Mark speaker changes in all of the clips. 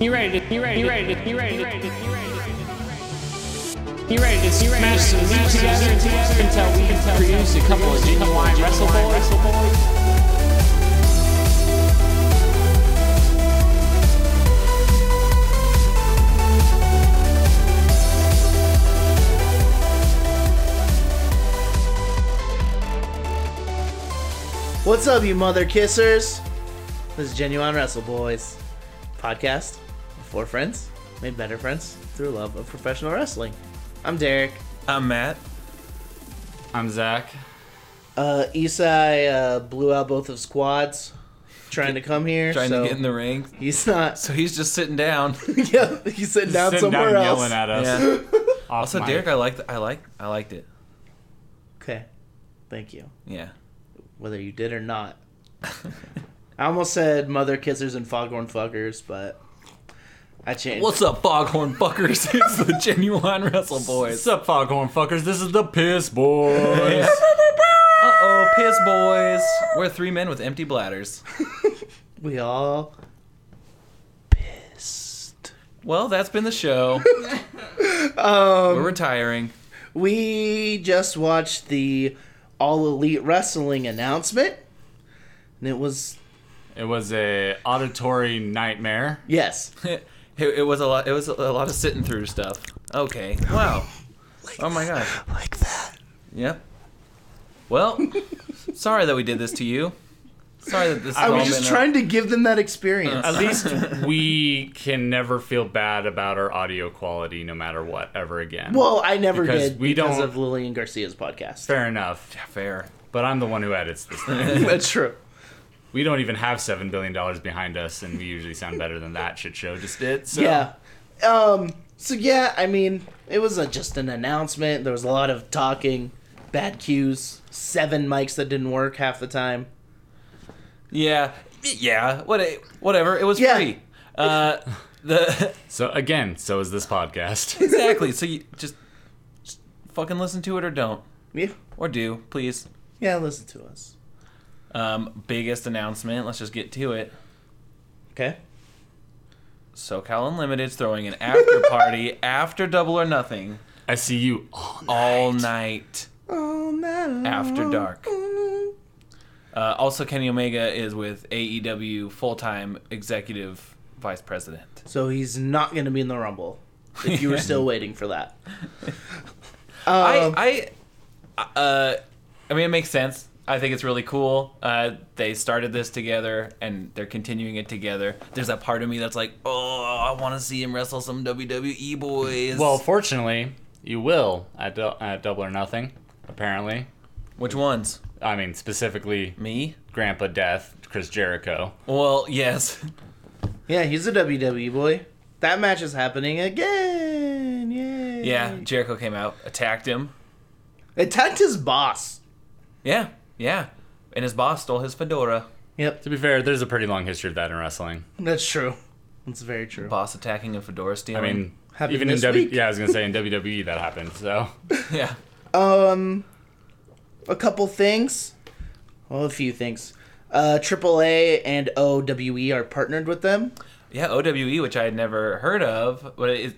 Speaker 1: You ready to, you ready, you ready to, you ready to, you ready to, you ready to. You ready to smash some meat together together until we produce a couple of genuine wrestle boys?
Speaker 2: What's up, you mother kissers? This is Genuine Wrestle Boys podcast for friends made better friends through love of professional wrestling. I'm Derek.
Speaker 3: I'm Matt.
Speaker 4: I'm Zach.
Speaker 2: Uh, Isai uh, blew out both of squads trying to come here.
Speaker 3: Trying
Speaker 2: so
Speaker 3: to get in the ring.
Speaker 2: He's not.
Speaker 3: So he's just sitting down.
Speaker 2: yeah, he's sitting down
Speaker 4: Sitting
Speaker 2: somewhere
Speaker 4: down
Speaker 2: else.
Speaker 4: yelling at us.
Speaker 3: Yeah.
Speaker 4: off
Speaker 3: Also,
Speaker 4: mic.
Speaker 3: Derek, I liked. I like. I liked it.
Speaker 2: Okay, thank you.
Speaker 3: Yeah.
Speaker 2: Whether you did or not, I almost said mother kissers and foghorn fuckers, but I changed.
Speaker 3: What's up, Foghorn fuckers? it's the genuine Wrestle Boys.
Speaker 4: What's up, Foghorn fuckers? This is the Piss Boys.
Speaker 3: Uh oh, piss boys. We're three men with empty bladders.
Speaker 2: we all pissed.
Speaker 3: Well, that's been the show.
Speaker 2: Um,
Speaker 3: We're retiring.
Speaker 2: We just watched the All Elite Wrestling announcement, and it was
Speaker 4: It was a auditory nightmare.
Speaker 2: yes,
Speaker 3: It, it was a lot. It was a lot of sitting through stuff. Okay. Wow. Oh my gosh.
Speaker 2: like that.
Speaker 3: Yep. Well, sorry that we did this to you. Sorry that this. has
Speaker 2: I
Speaker 3: all
Speaker 2: was just
Speaker 3: been a-
Speaker 4: uh,
Speaker 2: trying to give them that experience.
Speaker 4: At least we can never feel bad about our audio quality, no matter what, ever again.
Speaker 2: well, I never
Speaker 4: Because
Speaker 2: did
Speaker 4: we
Speaker 2: because
Speaker 4: don't-
Speaker 2: of Lillian Garcia's podcast.
Speaker 4: Fair enough.
Speaker 3: Fair.
Speaker 4: But I'm the one who edits this thing.
Speaker 2: That's true.
Speaker 4: we don't even have $7 billion behind us, and we usually sound better than that shit show just did. So.
Speaker 2: Yeah. Um. So yeah, I mean, it was a, just an announcement. There was a lot of talking, bad cues, seven mics that didn't work half the time.
Speaker 3: Yeah, yeah. What? Whatever. It was
Speaker 2: Yeah.
Speaker 3: free. Uh, the
Speaker 4: So, again, so is this podcast.
Speaker 3: exactly. So you just, just fucking listen to it or don't
Speaker 2: Yeah.
Speaker 3: or do please.
Speaker 2: Yeah. Listen to us.
Speaker 3: Um, biggest announcement. Let's just get to it.
Speaker 2: Okay.
Speaker 3: SoCal Unlimited's throwing an after party after Double or Nothing
Speaker 4: I see you all night.
Speaker 2: All
Speaker 3: all night
Speaker 2: night
Speaker 3: after dark. Uh, also, Kenny Omega is with AEW full time executive vice president.
Speaker 2: So he's not going to be in the Rumble. If you were still waiting for that. Um,
Speaker 3: I, I, uh, I mean, it makes sense. I think it's really cool. Uh, they started this together, and they're continuing it together. There's that part of me that's like, oh, I want to see him wrestle some WWE boys.
Speaker 4: Well, fortunately, you will at, dou- at Double or Nothing, apparently.
Speaker 3: which ones?
Speaker 4: I mean, specifically
Speaker 3: Me?
Speaker 4: Grandpa Death, Chris Jericho.
Speaker 3: Well, yes.
Speaker 2: Yeah, he's a WWE boy. That match is happening again. Yay.
Speaker 3: Yeah, Jericho came out, attacked him.
Speaker 2: Attacked his boss.
Speaker 3: Yeah, yeah. And his boss stole his fedora.
Speaker 2: Yep.
Speaker 4: To be fair, there's a pretty long history of that in wrestling.
Speaker 2: That's true. That's very true.
Speaker 3: Boss attacking and fedora
Speaker 4: I
Speaker 3: stealing.
Speaker 4: mean,
Speaker 2: Happened
Speaker 4: even
Speaker 2: this
Speaker 4: in W,
Speaker 2: week?
Speaker 4: yeah, I was gonna say in WWE that happened. So
Speaker 3: yeah.
Speaker 2: Um, a couple things. Well, a few things. Uh, AAA and OWE are partnered with them.
Speaker 3: Yeah, OWE, which I had never heard of, but it,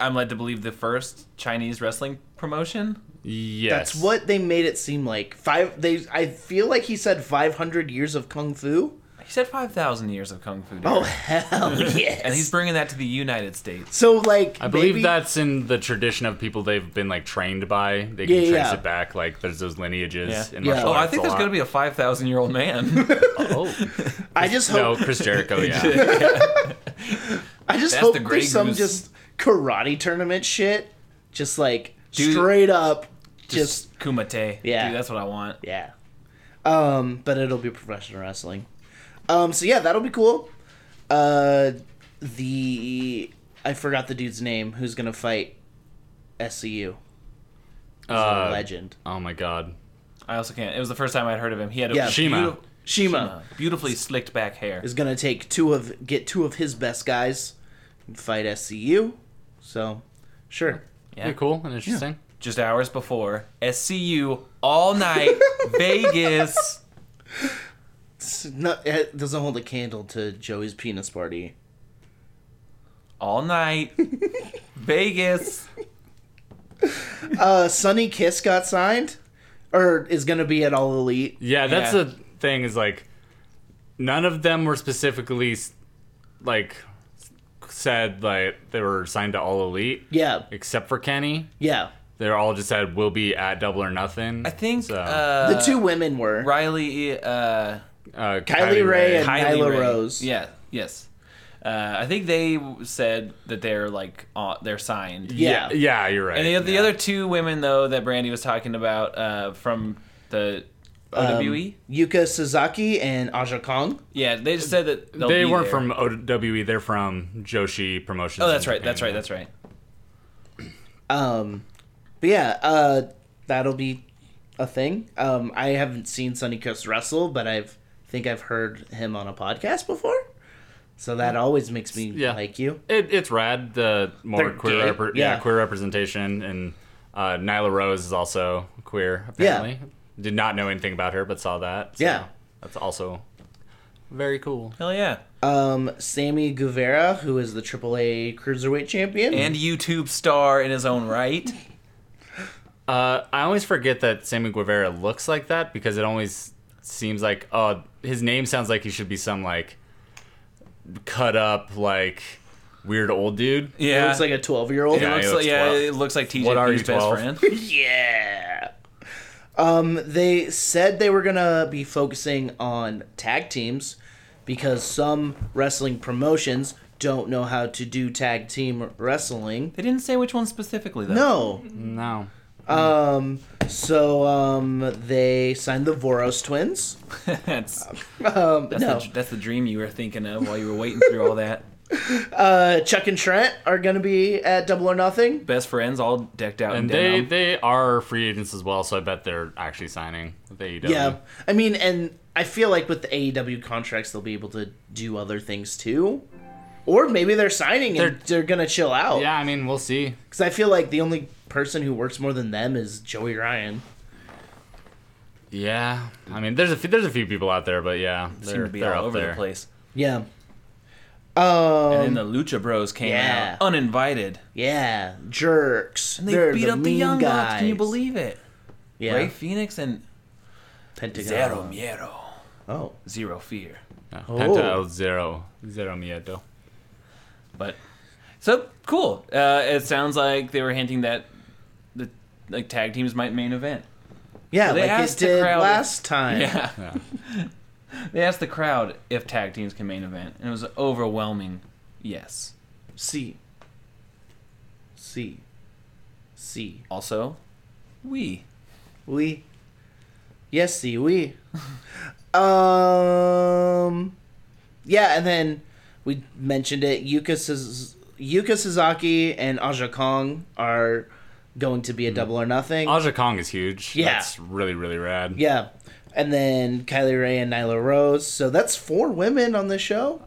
Speaker 3: I'm led to believe the first Chinese wrestling promotion.
Speaker 4: yes,
Speaker 2: That's what they made it seem like. Five. They. I feel like he said 500 years of kung fu.
Speaker 3: He said 5,000 years of Kung Fu. Derek.
Speaker 2: Oh hell yes.
Speaker 3: And he's bringing that to the United States.
Speaker 2: So like
Speaker 4: I believe
Speaker 2: maybe-
Speaker 4: that's in the tradition of people they've been like trained by. They can
Speaker 2: Yeah,
Speaker 4: trace
Speaker 2: yeah.
Speaker 4: it back. Like there's those lineages.
Speaker 3: Yeah.
Speaker 4: In
Speaker 2: Yeah.
Speaker 4: martial
Speaker 3: Oh, I
Speaker 4: arts
Speaker 3: think
Speaker 4: a
Speaker 3: there's
Speaker 4: lot.
Speaker 3: going to be a 5,000 year old man.
Speaker 4: Oh,
Speaker 2: I just
Speaker 4: no,
Speaker 2: hope
Speaker 4: Chris Jericho. Yeah,
Speaker 2: I just
Speaker 3: that's
Speaker 2: hope
Speaker 3: the Grey
Speaker 2: there's some
Speaker 3: Goose.
Speaker 2: just karate tournament shit. Just like
Speaker 3: Dude.
Speaker 2: straight up just
Speaker 3: Just Kumite.
Speaker 2: Yeah.
Speaker 3: Dude, that's what I want.
Speaker 2: Yeah. Um, but it'll be professional wrestling. Um, so yeah, that'll be cool. Uh, the I forgot the dude's name who's gonna fight SCU. He's a
Speaker 4: Uh,
Speaker 2: legend.
Speaker 4: Oh my God.
Speaker 3: I also can't. It was the first time I'd heard of him. He had a
Speaker 2: Yeah.
Speaker 4: Shima.
Speaker 3: beauti- uh,
Speaker 2: Shima,
Speaker 3: beautifully slicked back hair.
Speaker 2: is gonna take two of get two of his best guys and fight SCU. So sure.
Speaker 3: Yeah.
Speaker 4: Yeah, cool and interesting.
Speaker 3: Just hours before, SCU all night, Vegas.
Speaker 2: It's not, it doesn't hold a candle to Joey's penis party.
Speaker 3: all night. Vegas.
Speaker 2: Uh, Sunny Kiss got signed, or is gonna be at All Elite.
Speaker 4: Yeah, that's
Speaker 3: Yeah.
Speaker 4: the thing is like none of them were specifically s- like said like they were signed to all elite
Speaker 2: Yeah,
Speaker 4: except for Kenny.
Speaker 2: yeah.
Speaker 4: They're all just said we'll be at double or nothing.
Speaker 3: I think
Speaker 4: so.
Speaker 3: uh,
Speaker 2: The two women were
Speaker 3: Riley, uh,
Speaker 4: uh, Kylie,
Speaker 2: Kylie Ray and
Speaker 3: Kylie
Speaker 2: Nyla
Speaker 3: Ray.
Speaker 2: Rose.
Speaker 3: Yeah. Yes. Uh, I think they w- said that they're like uh, they're signed.
Speaker 4: yeah,
Speaker 2: Yeah.
Speaker 4: yeah, you're right.
Speaker 3: And the, the
Speaker 4: Yeah.
Speaker 3: other two women though that Brandy was talking about uh, from the
Speaker 2: Um,
Speaker 3: OWE.
Speaker 2: Yuka Suzuki and Aja Kong.
Speaker 3: yeah, they just said that they'll
Speaker 4: they
Speaker 3: be
Speaker 4: weren't
Speaker 3: there.
Speaker 4: from OWE. They're from Joshi Promotions.
Speaker 3: Oh, that's
Speaker 4: in
Speaker 3: right. That's
Speaker 4: Japan.
Speaker 3: right. That's right.
Speaker 2: Um, but yeah, uh, that'll be a thing. Um, I haven't seen Sunny Kiss wrestle, but I've think I've heard him on a podcast before. So that always makes me
Speaker 4: Yeah.
Speaker 2: like you.
Speaker 4: It, it's rad. The more
Speaker 2: They're
Speaker 4: queer,
Speaker 2: gay,
Speaker 4: repre- yeah.
Speaker 2: yeah.
Speaker 4: queer representation, and uh, Nyla Rose is also queer. Apparently, did not know anything about her, but saw that. so
Speaker 2: Yeah.
Speaker 4: that's also very cool.
Speaker 3: Hell yeah.
Speaker 2: Um, Sammy Guevara, who is the AAA Cruiserweight Champion,
Speaker 3: And YouTube star in his own right.
Speaker 4: Uh, I always forget that Sammy Guevara looks like that because it always seems like oh, his name sounds like he should be some like cut up like weird old dude.
Speaker 2: he
Speaker 3: Yeah.
Speaker 2: looks like a twelve year old.
Speaker 3: It
Speaker 4: Yeah,
Speaker 3: looks
Speaker 4: he
Speaker 3: like,
Speaker 4: looks
Speaker 3: yeah,
Speaker 4: 12.
Speaker 3: it looks like TJP's
Speaker 4: What are you,
Speaker 3: best
Speaker 4: 12?
Speaker 3: friend.
Speaker 2: Yeah. Um, they said they were gonna be focusing on tag teams because some wrestling promotions don't know how to do tag team wrestling.
Speaker 3: They didn't say which one specifically though.
Speaker 2: No.
Speaker 4: No.
Speaker 2: Um, so um, they signed the Voros twins.
Speaker 3: that's
Speaker 2: Um,
Speaker 3: that's,
Speaker 2: no,
Speaker 3: the, that's the dream you were thinking of while you were waiting through all that.
Speaker 2: uh, Chuck and Trent are gonna be at Double or Nothing.
Speaker 3: Best friends all decked out
Speaker 4: And
Speaker 3: in
Speaker 4: they
Speaker 3: denim.
Speaker 4: they are free agents as well, so I bet they're actually signing with E AEW.
Speaker 2: Yeah, I mean, and I feel like with the AEW contracts, they'll be able to do other things too, or maybe they're signing and they're, gonna chill out.
Speaker 4: Yeah, I mean, we'll see.
Speaker 2: because I feel like the only person who works more than them is Joey Ryan.
Speaker 4: Yeah, I mean, there's a few, there's a few people out there, but yeah, they're,
Speaker 3: seem to be
Speaker 4: they're
Speaker 3: all
Speaker 4: out
Speaker 3: over
Speaker 4: there.
Speaker 3: the place.
Speaker 2: Yeah.
Speaker 3: and
Speaker 2: Um.
Speaker 3: then the Lucha Bros came
Speaker 2: yeah.
Speaker 3: out uninvited.
Speaker 2: yeah. Jerks.
Speaker 3: And they
Speaker 2: They're
Speaker 3: beat
Speaker 2: the
Speaker 3: up the
Speaker 2: mean
Speaker 3: Young Bucks. Can you
Speaker 2: guys.
Speaker 3: believe it?
Speaker 2: Yeah.
Speaker 3: Ray Phoenix and
Speaker 2: Pentagon.
Speaker 3: Zero Miedo.
Speaker 2: Oh.
Speaker 3: Zero Fear.
Speaker 4: Yeah.
Speaker 2: Oh.
Speaker 4: Penta El Zero Zero Miedo.
Speaker 3: But so cool. Uh, it sounds like they were hinting that the like tag teams might main event.
Speaker 2: Yeah,
Speaker 3: They
Speaker 2: like it
Speaker 3: asked the
Speaker 2: did
Speaker 3: crowd if-
Speaker 2: last time.
Speaker 3: Yeah.
Speaker 4: Yeah.
Speaker 3: they asked the crowd if tag teams can main event, and it was an overwhelming yes.
Speaker 2: C. C. C.
Speaker 3: Also, we.
Speaker 2: We. Yes, see, we. um. Yeah, and then we mentioned it. Yuka, Suz- Yuka Suzuki and Aja Kong are going to be a double or nothing.
Speaker 4: Mm. Aja Kong is huge.
Speaker 2: Yeah.
Speaker 4: that's really really rad.
Speaker 2: yeah. And then Kylie Ray and Nyla Rose. So that's four women on the show.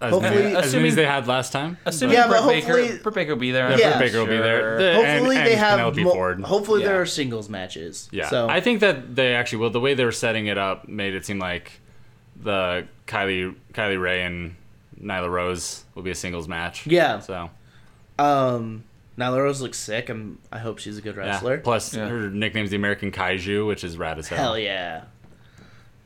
Speaker 4: as
Speaker 2: Hopefully-
Speaker 4: many, as many
Speaker 3: Assuming-
Speaker 4: as they had last time.
Speaker 3: Assuming
Speaker 2: Yeah,
Speaker 3: Britt
Speaker 2: but
Speaker 3: Baker,
Speaker 2: hopefully-
Speaker 3: Britt Baker will be there. I'm
Speaker 2: Yeah.
Speaker 4: Britt Baker will be there.
Speaker 3: sure.
Speaker 4: The- and-
Speaker 2: Hopefully
Speaker 4: and
Speaker 2: they have.
Speaker 4: Penelope
Speaker 2: mo-
Speaker 4: Ford.
Speaker 2: hopefully
Speaker 3: Yeah.
Speaker 2: there are singles matches.
Speaker 4: Yeah,
Speaker 2: So
Speaker 4: I think that they actually well the way they were setting it up made it seem like the Kylie Kylie Ray and Nyla Rose will be a singles match.
Speaker 2: Yeah.
Speaker 4: So
Speaker 2: Um, Nyla Rose looks sick. I'm, I hope she's a good
Speaker 4: yeah.
Speaker 2: wrestler.
Speaker 4: Plus
Speaker 3: Yeah.
Speaker 4: her nickname's the American Kaiju, which is rad as hell.
Speaker 2: Hell yeah.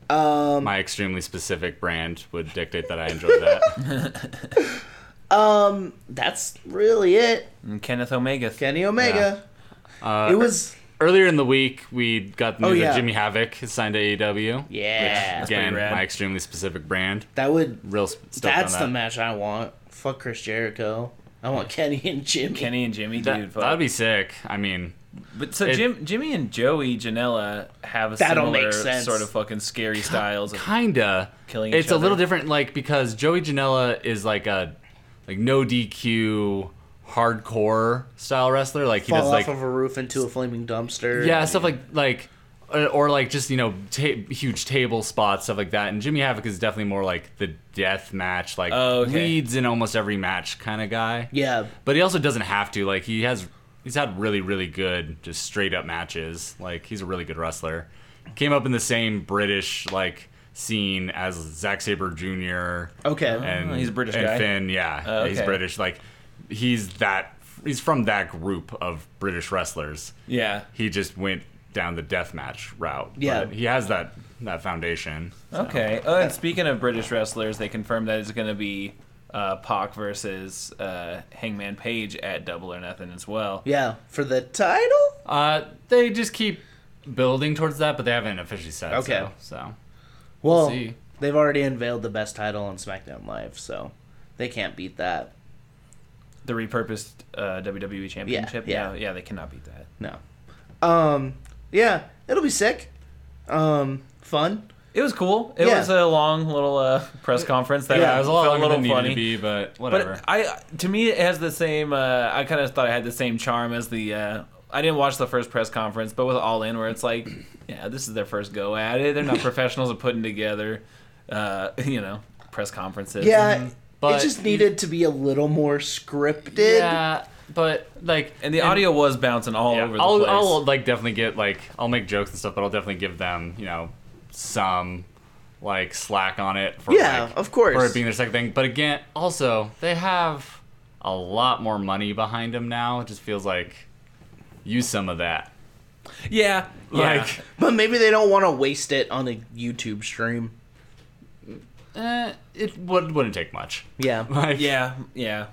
Speaker 2: Um,
Speaker 4: My extremely specific brand would dictate that I enjoy that.
Speaker 2: that's really it.
Speaker 3: And Kenneth Omega.
Speaker 2: Kenny Omega.
Speaker 4: Uh,
Speaker 2: It was
Speaker 4: earlier in the week we got the
Speaker 2: Oh,
Speaker 4: news
Speaker 2: yeah.
Speaker 4: that Jimmy Havoc has signed to AEW.
Speaker 2: Yeah.
Speaker 4: Which,
Speaker 2: That's
Speaker 4: again,
Speaker 3: pretty rad.
Speaker 4: my extremely specific brand.
Speaker 2: that would
Speaker 4: Real sp- stoked
Speaker 2: that's the
Speaker 4: on that.
Speaker 2: match I want. Fuck Chris Jericho. I want Kenny and Jimmy.
Speaker 3: Kenny and Jimmy, dude.
Speaker 4: That,
Speaker 3: fuck.
Speaker 4: that'd be sick. I mean,
Speaker 3: But so
Speaker 4: It-
Speaker 3: Jim, Jimmy and Joey Janela have a
Speaker 2: That'll
Speaker 3: similar
Speaker 2: make sense.
Speaker 3: sort of fucking scary styles. of-
Speaker 4: kinda
Speaker 3: Killing
Speaker 4: it's
Speaker 3: each
Speaker 4: a little
Speaker 3: other.
Speaker 4: different like because joey janela is like a like no dq hardcore style wrestler like he
Speaker 2: Fall
Speaker 4: does
Speaker 2: off
Speaker 4: like
Speaker 2: of a roof into a flaming dumpster.
Speaker 4: yeah stuff like like uh, or like just you know ta- huge table spots stuff like that and jimmy havoc is definitely more like the death match like
Speaker 3: Oh, okay.
Speaker 4: leads in almost every match kind of guy
Speaker 2: Yeah.
Speaker 4: but he also doesn't have to like he has he's had really really good just straight up matches like he's a really good wrestler came up in the same british like scene as Zack Sabre Jr.
Speaker 2: Okay.
Speaker 4: and
Speaker 2: Oh,
Speaker 3: he's a British
Speaker 4: and
Speaker 3: guy?
Speaker 4: Finn yeah,
Speaker 3: Oh,
Speaker 4: Yeah, he's
Speaker 3: okay.
Speaker 4: British like he's that he's from that group of British wrestlers.
Speaker 3: Yeah.
Speaker 4: He just went down the deathmatch route.
Speaker 2: Yeah.
Speaker 4: But he has that that foundation.
Speaker 3: Okay. Oh, and speaking of British wrestlers, they confirmed that it's going to be uh, Pac versus uh, Hangman Page at Double or Nothing as well.
Speaker 2: Yeah, for the title.
Speaker 4: Uh, they just keep building towards that, but they haven't officially said
Speaker 2: Okay.
Speaker 4: so. So
Speaker 2: Well,
Speaker 4: see.
Speaker 2: they've already unveiled the best title on SmackDown Live, so they can't beat that.
Speaker 3: The repurposed uh, WWE Championship.
Speaker 2: yeah.
Speaker 3: No, yeah, they cannot beat that.
Speaker 2: No. Um. Yeah, it'll be sick. Um. Fun.
Speaker 3: It was cool. It
Speaker 2: Yeah.
Speaker 3: was a long little uh, press conference that
Speaker 2: Yeah,
Speaker 4: yeah,
Speaker 2: it
Speaker 4: it was a
Speaker 3: felt
Speaker 4: lot
Speaker 3: a
Speaker 4: longer
Speaker 3: little
Speaker 4: than
Speaker 3: funny.
Speaker 4: it needed to be, but whatever.
Speaker 3: But I, to me, it has the same. Uh, I kind of thought it had the same charm as the. Uh, I didn't watch the first press conference, but with All In, where it's like, yeah, this is their first go at it. They're not professionals at putting together, uh, you know, press conferences.
Speaker 2: Yeah.
Speaker 4: Mm, but-
Speaker 2: it just needed to be a little more scripted.
Speaker 4: yeah, but like,
Speaker 3: and the audio was bouncing all
Speaker 4: yeah,
Speaker 3: over the
Speaker 4: I'll,
Speaker 3: place.
Speaker 4: I'll like definitely get like I'll make jokes and stuff, but I'll definitely give them you know some like slack on it for
Speaker 2: Yeah,
Speaker 4: like,
Speaker 2: of course.
Speaker 4: for it being their second thing. But again, also they have a lot more money behind them now. It just feels like use some of that.
Speaker 3: yeah, yeah.
Speaker 4: Like,
Speaker 2: But maybe they don't want to waste it on a YouTube stream.
Speaker 4: eh, it would, wouldn't take much.
Speaker 2: Yeah.
Speaker 4: Like,
Speaker 3: Yeah, yeah.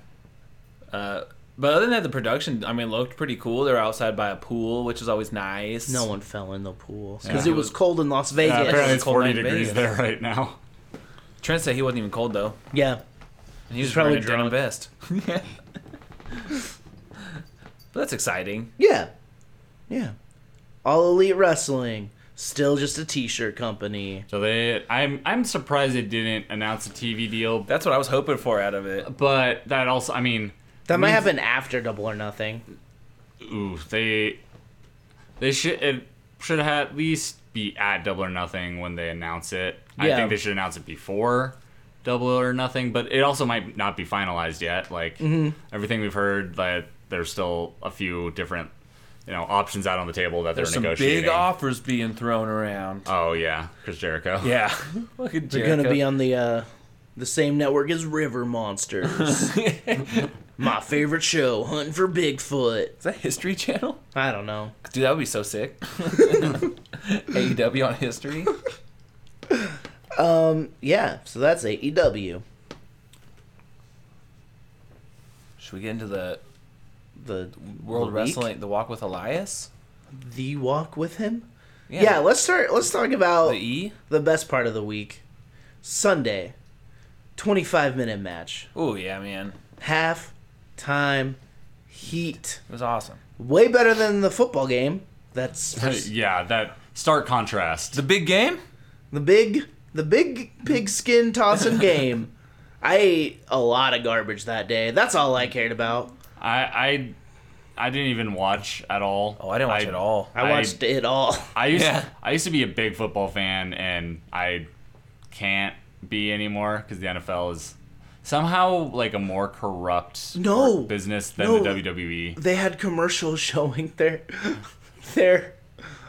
Speaker 3: Uh, but other than that, the production, I mean, looked pretty cool. They were outside by a pool, which is always nice.
Speaker 2: No one fell in the pool because
Speaker 4: Yeah.
Speaker 2: it was cold in Las Vegas.
Speaker 4: Yeah, uh, apparently it's
Speaker 3: Cold
Speaker 4: 40
Speaker 3: night in
Speaker 4: degrees
Speaker 3: Vegas.
Speaker 4: there right now.
Speaker 3: Trent said he wasn't even cold though.
Speaker 2: yeah.
Speaker 3: And he was
Speaker 2: probably
Speaker 3: probably drunk. Best. but that's exciting.
Speaker 2: Yeah. Yeah. All Elite Wrestling, still just a t-shirt company.
Speaker 4: So they, I'm, I'm surprised they didn't announce a TV deal,
Speaker 3: That's what I was hoping for out of it.
Speaker 4: but that also, I mean,
Speaker 2: That might
Speaker 4: means-
Speaker 2: happen after Double or Nothing.
Speaker 4: ooh, they, they should, it should have at least be at Double or Nothing when they announce it. I
Speaker 2: Yeah.
Speaker 4: think they should announce it before Double or Nothing, but it also might not be finalized yet. Like
Speaker 3: Mm-hmm.
Speaker 4: everything we've heard, that there's still a few different, you know, options out on the table that
Speaker 3: There's
Speaker 4: they're
Speaker 3: some
Speaker 4: negotiating.
Speaker 3: big offers being thrown around.
Speaker 4: oh yeah, Chris Jericho.
Speaker 3: yeah. Look at
Speaker 2: They're gonna be on the uh the same network as River Monsters. My favorite show, Hunting for Bigfoot.
Speaker 3: Is that History Channel?
Speaker 2: I don't know.
Speaker 3: Dude, that would be so sick. AEW E on History.
Speaker 2: Yeah, so that's E AEW.
Speaker 3: Should we get into the
Speaker 2: The the
Speaker 3: World
Speaker 2: week?
Speaker 3: Wrestling, the Walk with Elias?
Speaker 2: The walk with him? Yeah, let's start let's talk about
Speaker 3: the E.
Speaker 2: the best part of the week. Sunday. Twenty five minute match.
Speaker 3: Oh yeah, man,
Speaker 2: Half time heat.
Speaker 3: it was awesome.
Speaker 2: Way better than the football game. That's first-
Speaker 4: yeah, that stark contrast.
Speaker 3: The big game.
Speaker 2: the big the big pigskin tossing game. I ate a lot of garbage that day. That's all I cared about.
Speaker 4: I, I I didn't even watch at all.
Speaker 3: Oh, I didn't watch it all.
Speaker 2: I
Speaker 4: I-
Speaker 2: watched it all.
Speaker 4: I used
Speaker 3: Yeah.
Speaker 4: I used to be a big football fan, and I can't be anymore because the NFL is somehow like a more corrupt
Speaker 2: No.
Speaker 4: business than
Speaker 2: No.
Speaker 4: the E. WWE.
Speaker 2: They had commercials showing their their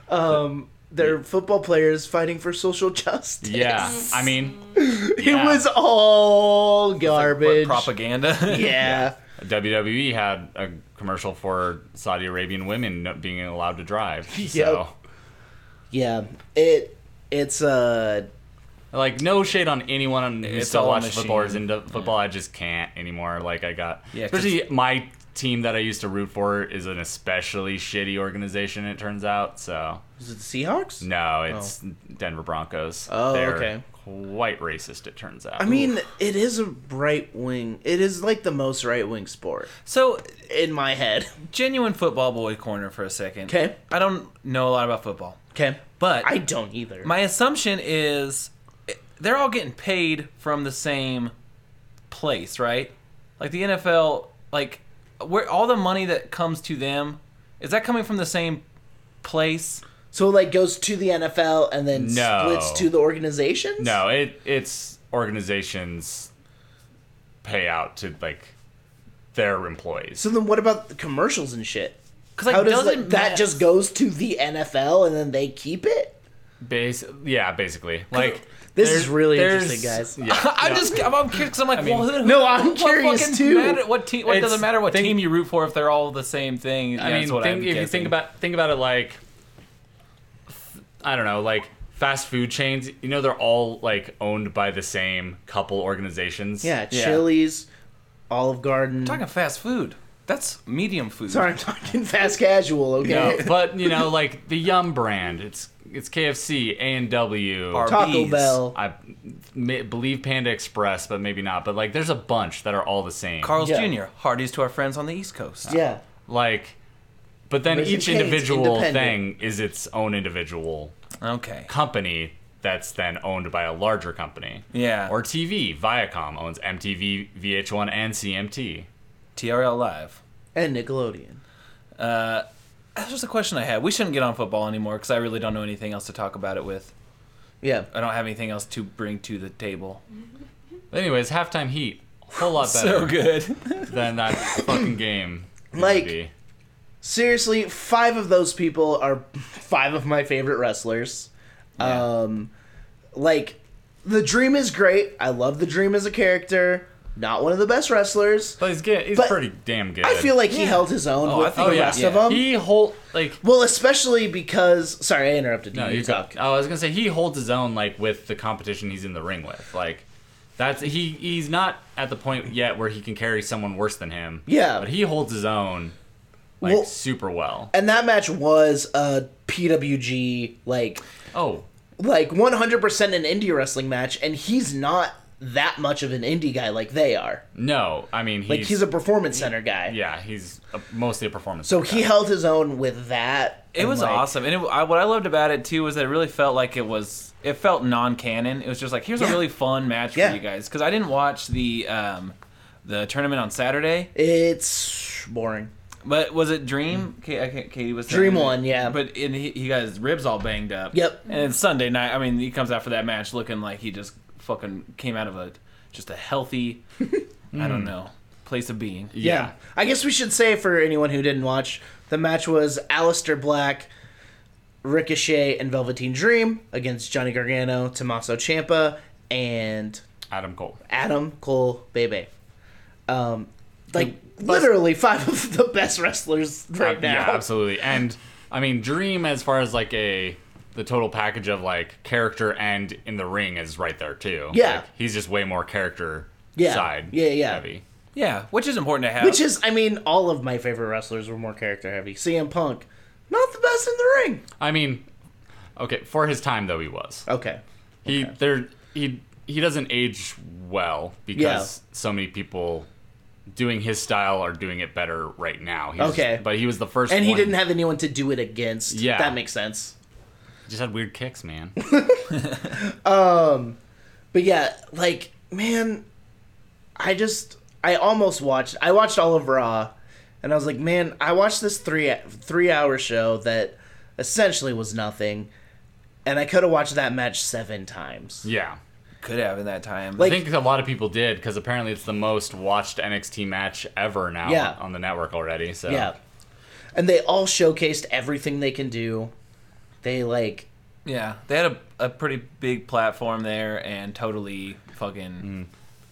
Speaker 2: um their football players fighting for social justice.
Speaker 4: Yeah, I mean
Speaker 2: It was all garbage.
Speaker 3: What, propaganda.
Speaker 2: Yeah.
Speaker 4: WWE E had a commercial for Saudi Arabian women not being allowed to drive.
Speaker 2: Yep.
Speaker 4: So
Speaker 2: Yeah. It it's uh
Speaker 4: Like no shade on anyone on who
Speaker 3: It's
Speaker 4: still
Speaker 3: all a
Speaker 4: watches football or is
Speaker 3: machine.
Speaker 4: into football. I just can't anymore. Like I got,
Speaker 3: Yeah, 'cause-
Speaker 4: especially my team that I used to root for is an especially shitty organization. It turns out. So
Speaker 2: is it the Seahawks?
Speaker 4: no, it's Denver Broncos.
Speaker 2: Oh,
Speaker 4: They're
Speaker 2: okay.
Speaker 4: Quite racist. It turns out.
Speaker 2: I mean, it is a right wing. It is like the most right wing sport
Speaker 3: so,
Speaker 2: in my head.
Speaker 3: genuine football boy corner for a second.
Speaker 2: 'Kay.
Speaker 3: I don't know a lot about football,
Speaker 2: Okay.
Speaker 3: but
Speaker 2: I don't either.
Speaker 3: my assumption is they're all getting paid from the same place, right? Like the NFL, like where all the money that comes to them is that coming from the same place?
Speaker 2: so like goes to the NFL and then
Speaker 4: No.
Speaker 2: splits to the organizations?
Speaker 4: no, it it's organizations pay out to like their employees.
Speaker 2: So then what about the commercials and shit?
Speaker 3: Because like
Speaker 2: How does
Speaker 3: doesn't
Speaker 2: like, that
Speaker 3: Matt-
Speaker 2: just goes to the NFL and then they keep it?
Speaker 4: Base, yeah, basically. Like
Speaker 2: This is
Speaker 4: There's-
Speaker 2: really
Speaker 4: there's-
Speaker 2: interesting, guys.
Speaker 4: Yeah.
Speaker 3: I'm just I'm, I'm curious 'cause I'm like,
Speaker 4: mean-
Speaker 3: well, who,
Speaker 2: No,
Speaker 3: what-
Speaker 2: I'm
Speaker 3: what
Speaker 2: curious
Speaker 3: fucking
Speaker 2: too.
Speaker 3: matter- what team? What
Speaker 4: It's-
Speaker 3: doesn't matter what
Speaker 4: think-
Speaker 3: team you root for if they're all the same thing. Yeah,
Speaker 4: I mean,
Speaker 3: that's what
Speaker 4: think,
Speaker 3: I'm
Speaker 4: if you
Speaker 3: guessing.
Speaker 4: think about think about it like, I don't know, like fast food chains. You know, they're all like owned by the same couple organizations.
Speaker 2: Yeah,
Speaker 3: Yeah.
Speaker 2: Chili's, Olive Garden.
Speaker 3: talking fast food, that's medium food.
Speaker 2: Sorry, I'm talking fast casual. Okay.
Speaker 4: No, but you know, like the Yum brand, it's it's KFC, A and W.
Speaker 3: Our-
Speaker 2: Taco
Speaker 3: Arby's.
Speaker 2: Bell.
Speaker 4: I ma- believe Panda Express, but maybe not. But like, there's a bunch that are all the same.
Speaker 3: Carl's
Speaker 2: Yeah.
Speaker 3: Jr. Hardee's to our friends on the East Coast.
Speaker 2: yeah.
Speaker 4: like, but then
Speaker 2: Raising
Speaker 4: each
Speaker 2: Cane's
Speaker 4: individual thing
Speaker 2: independent.
Speaker 4: is its own individual
Speaker 3: Okay.
Speaker 4: company that's then owned by a larger company.
Speaker 3: Yeah.
Speaker 4: Or TV. Viacom owns MTV, VH1, and CMT.
Speaker 3: TRL Live.
Speaker 2: And Nickelodeon.
Speaker 3: That's just a question I had. We shouldn't get on football anymore because I really don't know anything else to talk about it with.
Speaker 2: Yeah.
Speaker 3: I don't have anything else to bring to the table.
Speaker 4: But anyways, halftime heat. A whole lot better
Speaker 3: So good.
Speaker 4: than that fucking game. would
Speaker 2: Like-
Speaker 4: be.
Speaker 2: Seriously, five of those people are five of my favorite wrestlers. Um, like, the Dream is great. I love the Dream as a character. Not one of the best wrestlers.
Speaker 4: But he's good. He's
Speaker 2: But
Speaker 4: pretty damn good.
Speaker 2: I feel like he held his own
Speaker 3: Oh, I
Speaker 2: with
Speaker 3: think-
Speaker 2: the
Speaker 3: oh, yeah,
Speaker 2: rest of
Speaker 3: yeah.
Speaker 2: them.
Speaker 4: he hold like.
Speaker 2: well, especially because sorry, I interrupted you.
Speaker 4: No,
Speaker 2: you
Speaker 4: you
Speaker 2: talk.
Speaker 4: talk. I was gonna say he holds his own like with the competition he's in the ring with. Like, that's he. He's not at the point yet where he can carry someone worse than him.
Speaker 2: Yeah.
Speaker 4: But he holds his own like
Speaker 2: Well-
Speaker 4: super well.
Speaker 2: And that match was a PWG like
Speaker 4: Oh,
Speaker 2: like 100% an indie wrestling match and he's not that much of an indie guy like they are.
Speaker 4: No, I mean he's,
Speaker 2: Like he's, a performance center guy.
Speaker 4: yeah, he's a, mostly a performance.
Speaker 2: So
Speaker 4: guy.
Speaker 2: he held his own with that.
Speaker 3: It
Speaker 2: and,
Speaker 3: was
Speaker 2: like,
Speaker 3: awesome, and it, I, what I loved about it too was that it really felt like it was. It felt non-canon. It was just like here's a
Speaker 2: Yeah.
Speaker 3: really fun match
Speaker 2: Yeah.
Speaker 3: for you guys because I didn't watch the um, the tournament on Saturday.
Speaker 2: It's boring.
Speaker 3: But was it Dream? Ka- I can't, Katie was
Speaker 2: Dream
Speaker 3: saying-
Speaker 2: won, yeah.
Speaker 3: But and he, he got his ribs all banged up.
Speaker 2: Yep.
Speaker 3: And it's Sunday night. I mean, he comes out for that match looking like he just fucking came out of a just a healthy, I
Speaker 2: Hmm.
Speaker 3: don't know, place of being.
Speaker 4: yeah.
Speaker 2: I guess we should say for anyone who didn't watch, the match was Alistair Black, Ricochet, and Velveteen Dream against Johnny Gargano, Tommaso Ciampa, and
Speaker 4: Adam Cole.
Speaker 2: Adam Cole Bebe. Um, like literally five of the best wrestlers right
Speaker 4: Uh,
Speaker 2: now.
Speaker 4: Yeah, absolutely. And I mean, Dream as far as like a the total package of like character and in the ring is right there too.
Speaker 2: Yeah.
Speaker 4: Like, he's just way more character
Speaker 2: Yeah.
Speaker 4: side.
Speaker 2: Yeah, yeah.
Speaker 4: Heavy.
Speaker 3: Yeah, which is important to have.
Speaker 2: Which is, I mean, all of my favorite wrestlers were more character heavy. CM Punk, not the best in the ring.
Speaker 4: I mean, okay, for his time though he was.
Speaker 2: Okay.
Speaker 4: He there he he doesn't age well because so many people doing his style are doing it better right now. He's-
Speaker 2: Okay.
Speaker 4: but he was the first
Speaker 2: And he
Speaker 4: one-
Speaker 2: didn't have anyone to do it against.
Speaker 4: Yeah.
Speaker 2: That makes sense.
Speaker 4: just had weird kicks, man.
Speaker 2: But yeah, like, man, I just, I almost watched, I watched all of Raw, and I was like, man, I watched this three, three hour show that essentially was nothing, and I could have watched that match seven times.
Speaker 4: yeah.
Speaker 3: could have in that time.
Speaker 2: Like-
Speaker 4: I think a lot of people did because apparently it's the most watched NXT match ever now
Speaker 2: Yeah.
Speaker 4: on the network already. So
Speaker 2: Yeah. And they all showcased everything they can do. They, like,
Speaker 3: yeah, they had a, a pretty big platform there and totally fucking knocked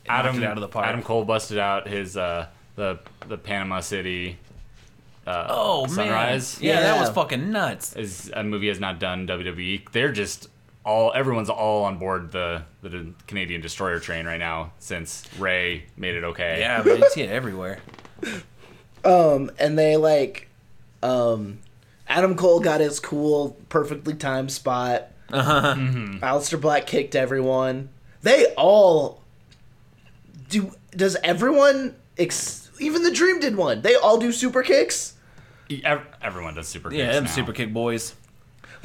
Speaker 4: Adam
Speaker 3: it out of the park.
Speaker 4: Adam Cole busted out his uh, the the Panama City
Speaker 3: oh
Speaker 4: Sunrise.
Speaker 3: man, yeah, that
Speaker 2: Yeah.
Speaker 3: was fucking nuts.
Speaker 4: is a movie has not done WWE. They're just all everyone's all on board the the Canadian destroyer train right now since Ray made it okay.
Speaker 3: Yeah, but you see it everywhere.
Speaker 2: and they like um Adam Cole got his cool perfectly timed spot. Uh-huh. Alistair Black kicked everyone. They all do does everyone ex- even the Dream did one. They all do super kicks.
Speaker 4: E, Ev- everyone does super.
Speaker 3: Yeah,
Speaker 4: kicks
Speaker 3: them
Speaker 4: now.
Speaker 3: super kick boys.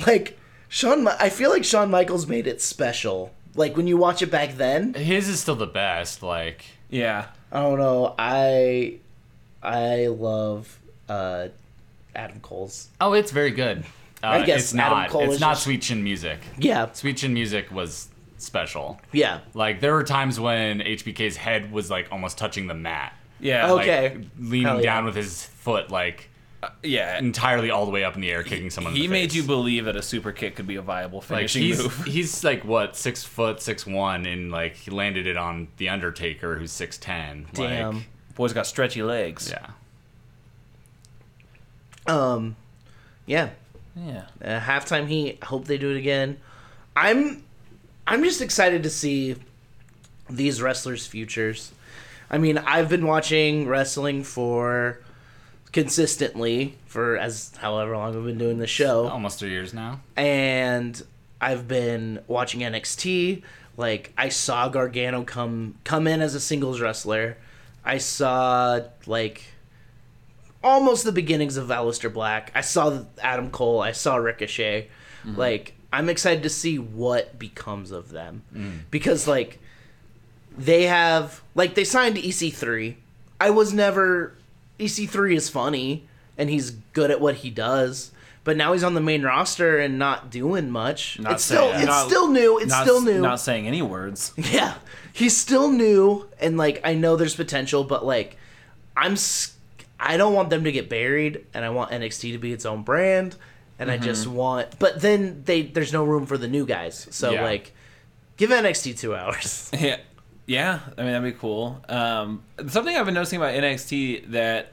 Speaker 2: Like Shawn Mi- I feel like Shawn Michaels made it special. Like when you watch it back then,
Speaker 4: His is still the best. Like
Speaker 3: Yeah,
Speaker 2: I don't know. I I love uh Adam Cole's.
Speaker 4: oh, it's very good. Uh,
Speaker 2: I guess
Speaker 4: it's
Speaker 2: Adam
Speaker 4: not.
Speaker 2: Cole
Speaker 4: it's
Speaker 2: is
Speaker 4: not
Speaker 2: just-
Speaker 4: sweet chin music.
Speaker 2: Yeah.
Speaker 4: Sweet chin music was special.
Speaker 2: Yeah.
Speaker 4: Like there were times when HBK's head was like almost touching the mat,
Speaker 3: yeah.
Speaker 2: Okay.
Speaker 4: like, leaning
Speaker 2: Hell yeah.
Speaker 4: down with his foot, like
Speaker 3: yeah.
Speaker 4: entirely all the way up in the air, kicking someone.
Speaker 3: He
Speaker 4: in the
Speaker 3: made
Speaker 4: face.
Speaker 3: you believe that a super kick could be a viable
Speaker 4: like
Speaker 3: finishing
Speaker 4: he's
Speaker 3: move.
Speaker 4: he's like what six foot six one, and like he landed it on the Undertaker, who's six ten.
Speaker 2: Damn.
Speaker 4: Like,
Speaker 3: Boy's got stretchy legs.
Speaker 4: yeah.
Speaker 2: Um, yeah.
Speaker 3: Yeah.
Speaker 2: Uh, halftime heat. I Hope they do it again. I'm, I'm just excited to see these wrestlers' futures. I mean, I've been watching wrestling for consistently for as however long I've been doing the show,
Speaker 4: Almost three years now.
Speaker 2: and I've been watching NXT. Like I saw Gargano come come in as a singles wrestler. I saw like almost the beginnings of Aleister Black. I saw Adam Cole. I saw Ricochet.
Speaker 3: Mm-hmm.
Speaker 2: Like I'm excited to see what becomes of them
Speaker 3: Mm.
Speaker 2: because like they have like they signed EC3. I was never EC3 is funny and he's good at what he does, but now he's on the main roster and not doing much.
Speaker 3: Not
Speaker 2: it's still
Speaker 3: saying-
Speaker 2: it's
Speaker 3: not-
Speaker 2: still new. It's
Speaker 3: Not,
Speaker 2: still new.
Speaker 3: Not saying any words.
Speaker 2: Yeah, he's still new, and like I know there's potential, but like I'm, s- I don't want them to get buried, and I want NXT to be its own brand, and I just want, but then they there's no room for the new guys, so
Speaker 4: Yeah.
Speaker 2: like give NXT two hours.
Speaker 3: Yeah, yeah. I mean, that'd be cool. Um, something I've been noticing about NXT that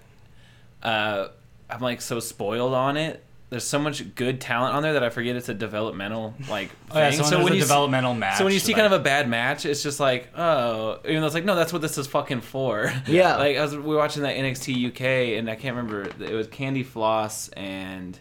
Speaker 3: uh, I'm like so spoiled on it. There's so much good talent on there that I forget it's a developmental like thing.
Speaker 4: Oh, yeah, so, when
Speaker 3: you
Speaker 4: you
Speaker 3: s-
Speaker 4: developmental match.
Speaker 3: so when you see
Speaker 4: like-
Speaker 3: kind of a bad match, it's just like, oh, even though it's like, no, that's what this is fucking for.
Speaker 2: Yeah.
Speaker 3: like I was we were watching that NXT UK, and I can't remember. It was Candy Floss and.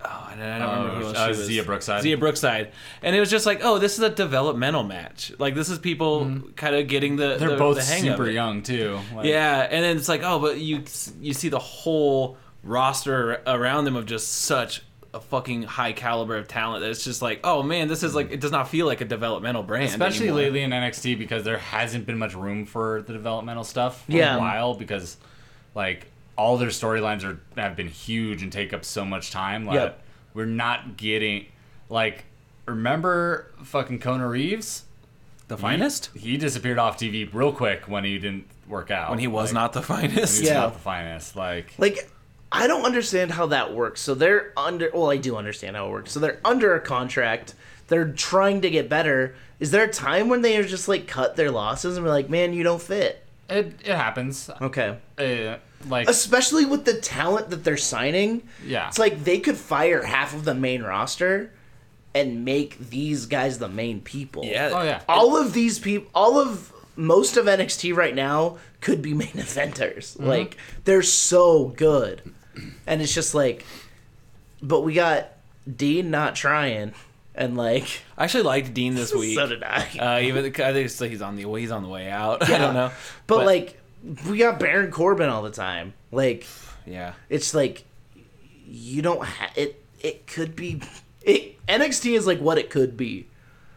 Speaker 3: Oh, and I don't
Speaker 4: Oh,
Speaker 3: remember who else
Speaker 4: uh,
Speaker 3: she was.
Speaker 4: Zia Brookside.
Speaker 3: Zia Brookside, and it was just like, oh, this is a developmental match. Like this is people kind of getting the
Speaker 4: they're
Speaker 3: the,
Speaker 4: both
Speaker 3: the hang of
Speaker 4: super
Speaker 3: it.
Speaker 4: young too. Like,
Speaker 3: Yeah, and then it's like, oh, but you you see the whole roster around them of just such a fucking high caliber of talent that it's just like, oh man, this is like it does not feel like a developmental brand,
Speaker 4: especially
Speaker 3: anymore.
Speaker 4: lately in NXT because there hasn't been much room for the developmental stuff for
Speaker 2: Yeah.
Speaker 4: a while because like all their storylines are have been huge and take up so much time. Like
Speaker 2: Yep.
Speaker 4: we're not getting like remember fucking Kona Reeves?
Speaker 3: The finest
Speaker 4: He, he disappeared off TV real quick when he didn't work out.
Speaker 3: when he was
Speaker 4: Like,
Speaker 3: not the finest.
Speaker 4: he's
Speaker 2: Yeah.
Speaker 4: not the finest. Like
Speaker 2: Like I don't understand how that works. So they're under. Well, I do understand how it works. So they're under a contract. They're trying to get better. Is there a time when they are just like cut their losses and be like, man, you don't fit?
Speaker 4: it it happens.
Speaker 2: Okay.
Speaker 4: Uh, like
Speaker 2: especially with the talent that they're signing.
Speaker 4: Yeah.
Speaker 2: It's like they could fire half of the main roster and make these guys the main people.
Speaker 3: Yeah.
Speaker 4: oh yeah.
Speaker 2: All of these people, all of most of NXT right now could be main eventers.
Speaker 3: Mm-hmm.
Speaker 2: Like they're so good. And it's just like but we got Dean not trying and like
Speaker 3: I actually liked Dean this week.
Speaker 2: so did I.
Speaker 3: Uh, even I think it's like he's on the way. He's on the way out. I
Speaker 2: Yeah.
Speaker 3: don't know.
Speaker 2: but like we got Baron Corbin all the time. Like
Speaker 3: yeah,
Speaker 2: it's like you don't ha- it it could be it NXT is like what it could be.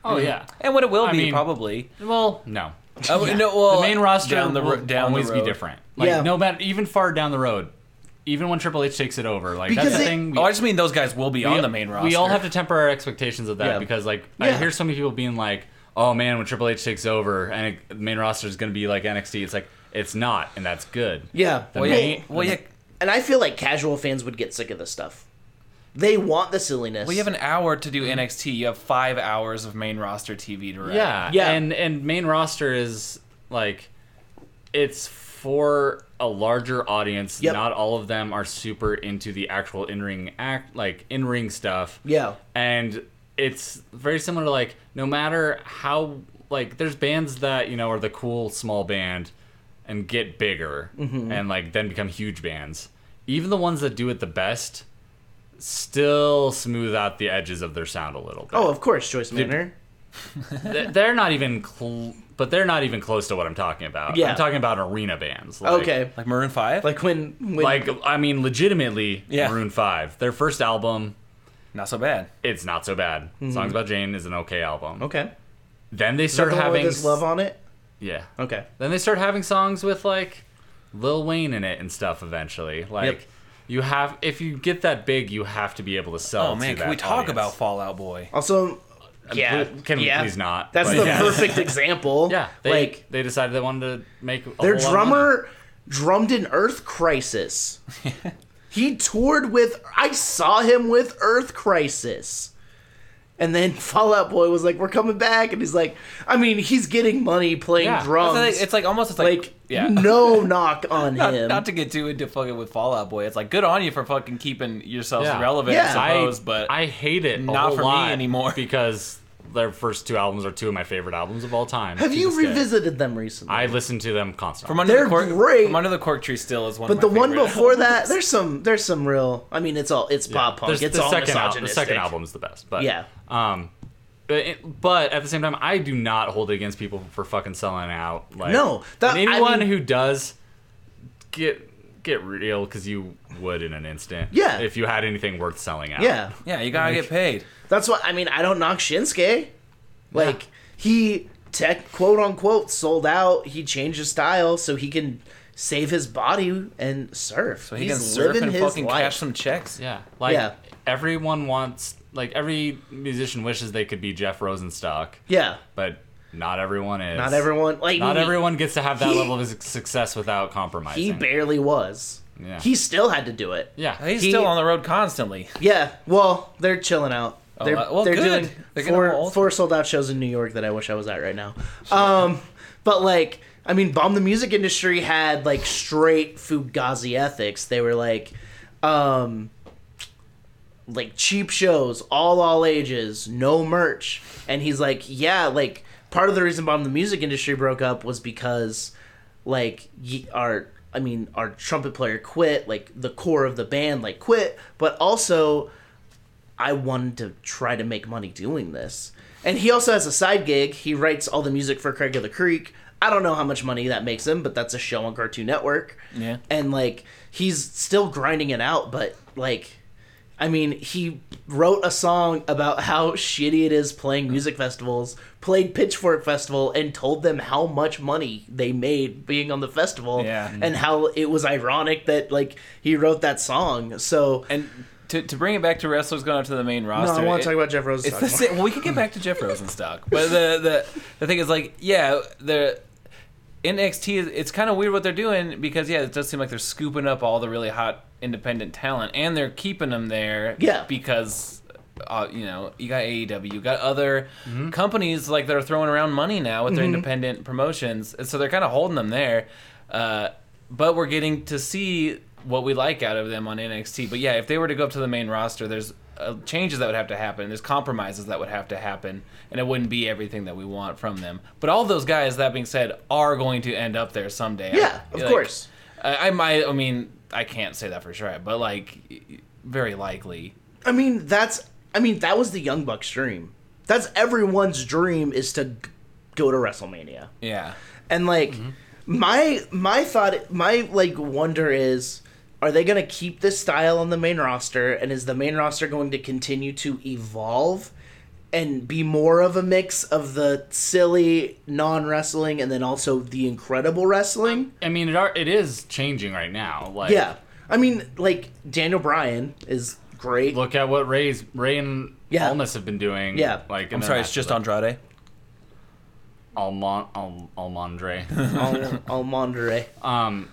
Speaker 4: Oh yeah.
Speaker 3: and what it will
Speaker 4: I
Speaker 3: be
Speaker 4: mean-
Speaker 3: probably.
Speaker 4: Well, no.
Speaker 3: Oh, no, well,
Speaker 4: the main roster
Speaker 3: down the
Speaker 4: will
Speaker 3: ro- down
Speaker 4: always
Speaker 3: the road.
Speaker 4: be different. Like
Speaker 2: Yeah.
Speaker 4: no matter even far down the road, even when Triple H takes it over, like
Speaker 2: Because
Speaker 4: that's the
Speaker 2: it-
Speaker 4: thing. We,
Speaker 3: Oh, I just mean those guys will be
Speaker 4: we-
Speaker 3: on the main roster.
Speaker 4: We all have to temper our expectations of that
Speaker 2: Yeah.
Speaker 4: because like
Speaker 2: Yeah.
Speaker 4: I hear so many people being like, "Oh man, when Triple H takes over, and the main roster is going to be like NXT." It's like it's not, and that's good.
Speaker 2: Yeah.
Speaker 4: The
Speaker 3: Well, yeah.
Speaker 4: main-
Speaker 3: Well, yeah.
Speaker 2: And I feel like casual fans would get sick of this stuff. They want the silliness.
Speaker 3: Well, you have an hour to do NXT. You have five hours of main roster TV to write.
Speaker 4: Yeah,
Speaker 2: Yeah.
Speaker 4: and and main roster is like, it's for a larger audience.
Speaker 2: Yep.
Speaker 4: Not all of them are super into the actual in ring act, like in ring stuff.
Speaker 2: yeah.
Speaker 4: and it's very similar to like no matter how like there's bands that you know are the cool small band and get bigger
Speaker 2: Mm-hmm.
Speaker 4: and like then become huge bands even the ones that do it the best still smooth out the edges of their sound a little bit
Speaker 2: Oh, of course, Joyce Manor.
Speaker 4: They- they're not even cl- but they're not even close to what i'm talking about
Speaker 2: Yeah.
Speaker 4: i'm talking about arena bands like-
Speaker 2: Okay.
Speaker 3: Like Maroon Five.
Speaker 2: Like when, when
Speaker 4: like i mean legitimately
Speaker 3: Yeah.
Speaker 4: maroon 5 their first album
Speaker 3: not so bad.
Speaker 4: it's not so bad songs about jane is an okay album
Speaker 2: Mm-hmm. okay.
Speaker 4: then they
Speaker 2: Start
Speaker 4: start
Speaker 2: having
Speaker 4: having
Speaker 2: this love on it.
Speaker 4: Yeah.
Speaker 2: Okay.
Speaker 4: Then they start having songs with like Lil Wayne in it and stuff eventually. Like
Speaker 2: Yep.
Speaker 4: you have if you get that big, you have to be able to sell.
Speaker 3: Oh man,
Speaker 4: to
Speaker 3: can
Speaker 4: that
Speaker 3: we talk
Speaker 4: audience.
Speaker 3: about Fallout Boy?
Speaker 2: Also, yeah.
Speaker 4: pl- can we
Speaker 2: yeah.
Speaker 4: please not?
Speaker 2: That's
Speaker 4: But
Speaker 2: the
Speaker 4: yeah.
Speaker 2: perfect example.
Speaker 4: Yeah. They,
Speaker 2: like
Speaker 4: they decided they wanted to make a
Speaker 2: their
Speaker 4: whole lot of money.
Speaker 2: drummer drummed in Earth Crisis. He toured with. I saw him with Earth Crisis. And then Fallout Boy was like, "We're coming back," and he's like, "I mean, he's getting money playing
Speaker 3: Yeah.
Speaker 2: drums.
Speaker 3: It's like, it's like almost it's like,
Speaker 2: like
Speaker 3: yeah.
Speaker 2: no knock on
Speaker 3: Not,
Speaker 2: him.
Speaker 3: not to get too into fucking with Fallout Boy. It's like good on you for fucking keeping yourselves
Speaker 4: Yeah.
Speaker 3: relevant,
Speaker 2: Yeah.
Speaker 3: I
Speaker 4: I,
Speaker 3: suppose. but
Speaker 4: I hate it. a
Speaker 3: not
Speaker 4: whole
Speaker 3: for me
Speaker 4: lot
Speaker 3: anymore.
Speaker 4: because their first two albums are two of my favorite albums of all time.
Speaker 2: Have
Speaker 4: to
Speaker 2: you
Speaker 4: this day.
Speaker 2: revisited them recently?
Speaker 4: I listen to them constantly.
Speaker 3: from under
Speaker 2: They're
Speaker 3: the cork,
Speaker 2: great.
Speaker 3: From under the cork tree still is one.
Speaker 2: but
Speaker 3: of
Speaker 2: the
Speaker 3: my
Speaker 2: one
Speaker 3: favorite
Speaker 2: before
Speaker 3: albums.
Speaker 2: that, there's some, there's some real. I mean, it's all, it's pop punk.
Speaker 4: There's-
Speaker 2: It's
Speaker 4: the
Speaker 2: all
Speaker 4: second album. The
Speaker 2: misogynistic.
Speaker 4: second album's the best, but
Speaker 2: Yeah.
Speaker 4: Um, but, it- but at the same time, I do not hold it against people for fucking selling out. Like
Speaker 2: No, that-
Speaker 4: and
Speaker 2: I
Speaker 4: anyone
Speaker 2: mean-
Speaker 4: who does get get real because you would in an instant.
Speaker 2: Yeah.
Speaker 4: if you had anything worth selling out.
Speaker 2: Yeah,
Speaker 3: yeah, you gotta get paid.
Speaker 2: that's what I mean. I don't knock Shinsuke. Like he tech quote unquote sold out. He changed his style so he can save his body and surf.
Speaker 3: So he can surf and fucking cash some checks.
Speaker 4: yeah. Like
Speaker 2: Yeah.
Speaker 4: everyone wants, like every musician wishes they could be Jeff Rosenstock,
Speaker 2: Yeah,
Speaker 4: but not everyone is.
Speaker 2: not everyone like
Speaker 4: Not
Speaker 2: he-
Speaker 4: everyone gets to have that
Speaker 2: He-
Speaker 4: level of su- success without compromising.
Speaker 2: He barely was.
Speaker 4: Yeah.
Speaker 2: He still had to do it.
Speaker 4: yeah,
Speaker 3: He's
Speaker 2: He-
Speaker 3: still on the road constantly.
Speaker 2: Yeah, well, they're chilling out. they're
Speaker 3: uh, well,
Speaker 2: they're
Speaker 3: good.
Speaker 2: doing
Speaker 3: They're getting all
Speaker 2: four
Speaker 3: old.
Speaker 2: four sold out shows in New York that I wish I was at right now. Um, but like, I mean, bomb the music industry had like straight Fugazi ethics. They were like, um, like cheap shows, all all ages, no merch. And he's like, yeah, like part of the reason bomb the music industry broke up was because like ye- our I mean our trumpet player quit, like the core of the band like quit, but also I wanted to try to make money doing this. And he also has a side gig. He writes all the music for Craig of the Creek. I don't know how much money that makes him, but that's a show on Cartoon Network.
Speaker 3: Yeah.
Speaker 2: And like he's still grinding it out, but like I mean, he wrote a song about how shitty it is playing music festivals, played Pitchfork Festival, and told them how much money they made being on the festival,
Speaker 3: Yeah.
Speaker 2: and how it was ironic that like he wrote that song. So
Speaker 3: And to, to bring it back to wrestlers going out to the main
Speaker 2: no,
Speaker 3: roster.
Speaker 2: I want
Speaker 3: it-
Speaker 2: to talk about Jeff Rose's
Speaker 3: It's the same. Well, we can get back to Jeff Rosenstock, but the the the thing is like, yeah, the NXT is it's kind of weird what they're doing because yeah, it does seem like they're scooping up all the really hot independent talent and they're keeping them there.
Speaker 2: Yeah.
Speaker 3: because. Uh, you know, you got AEW, you got other
Speaker 2: Mm-hmm.
Speaker 3: companies like that are throwing around money now with their independent promotions, and so they're kind of holding them there. Uh, but we're getting to see what we like out of them on NXT. But yeah, if they were to go up to the main roster, there's uh, changes that would have to happen. There's compromises that would have to happen, and it wouldn't be everything that we want from them. But all those guys, that being said, are going to end up there someday.
Speaker 2: Yeah,
Speaker 3: I-
Speaker 2: of course.
Speaker 3: I, I might. I mean, I can't say that for sure, but like, very likely.
Speaker 2: I mean, that's I mean that was the Young Bucks dream. That's everyone's dream is to g- go to WrestleMania.
Speaker 3: Yeah.
Speaker 2: And like my my thought my like wonder is are they going to keep this style on the main roster and is the main roster going to continue to evolve and be more of a mix of the silly non-wrestling and then also the incredible wrestling?
Speaker 4: I mean, it are it is changing right now. Like,
Speaker 2: Yeah. I mean like Daniel Bryan is great.
Speaker 4: Look at what Ray's Ray and
Speaker 2: Yeah.
Speaker 4: Almas have been doing.
Speaker 2: Yeah.
Speaker 4: like
Speaker 3: I'm sorry. It's just Andrade.
Speaker 4: Almond Al- Almondre.
Speaker 2: Al- Almondre.
Speaker 4: um,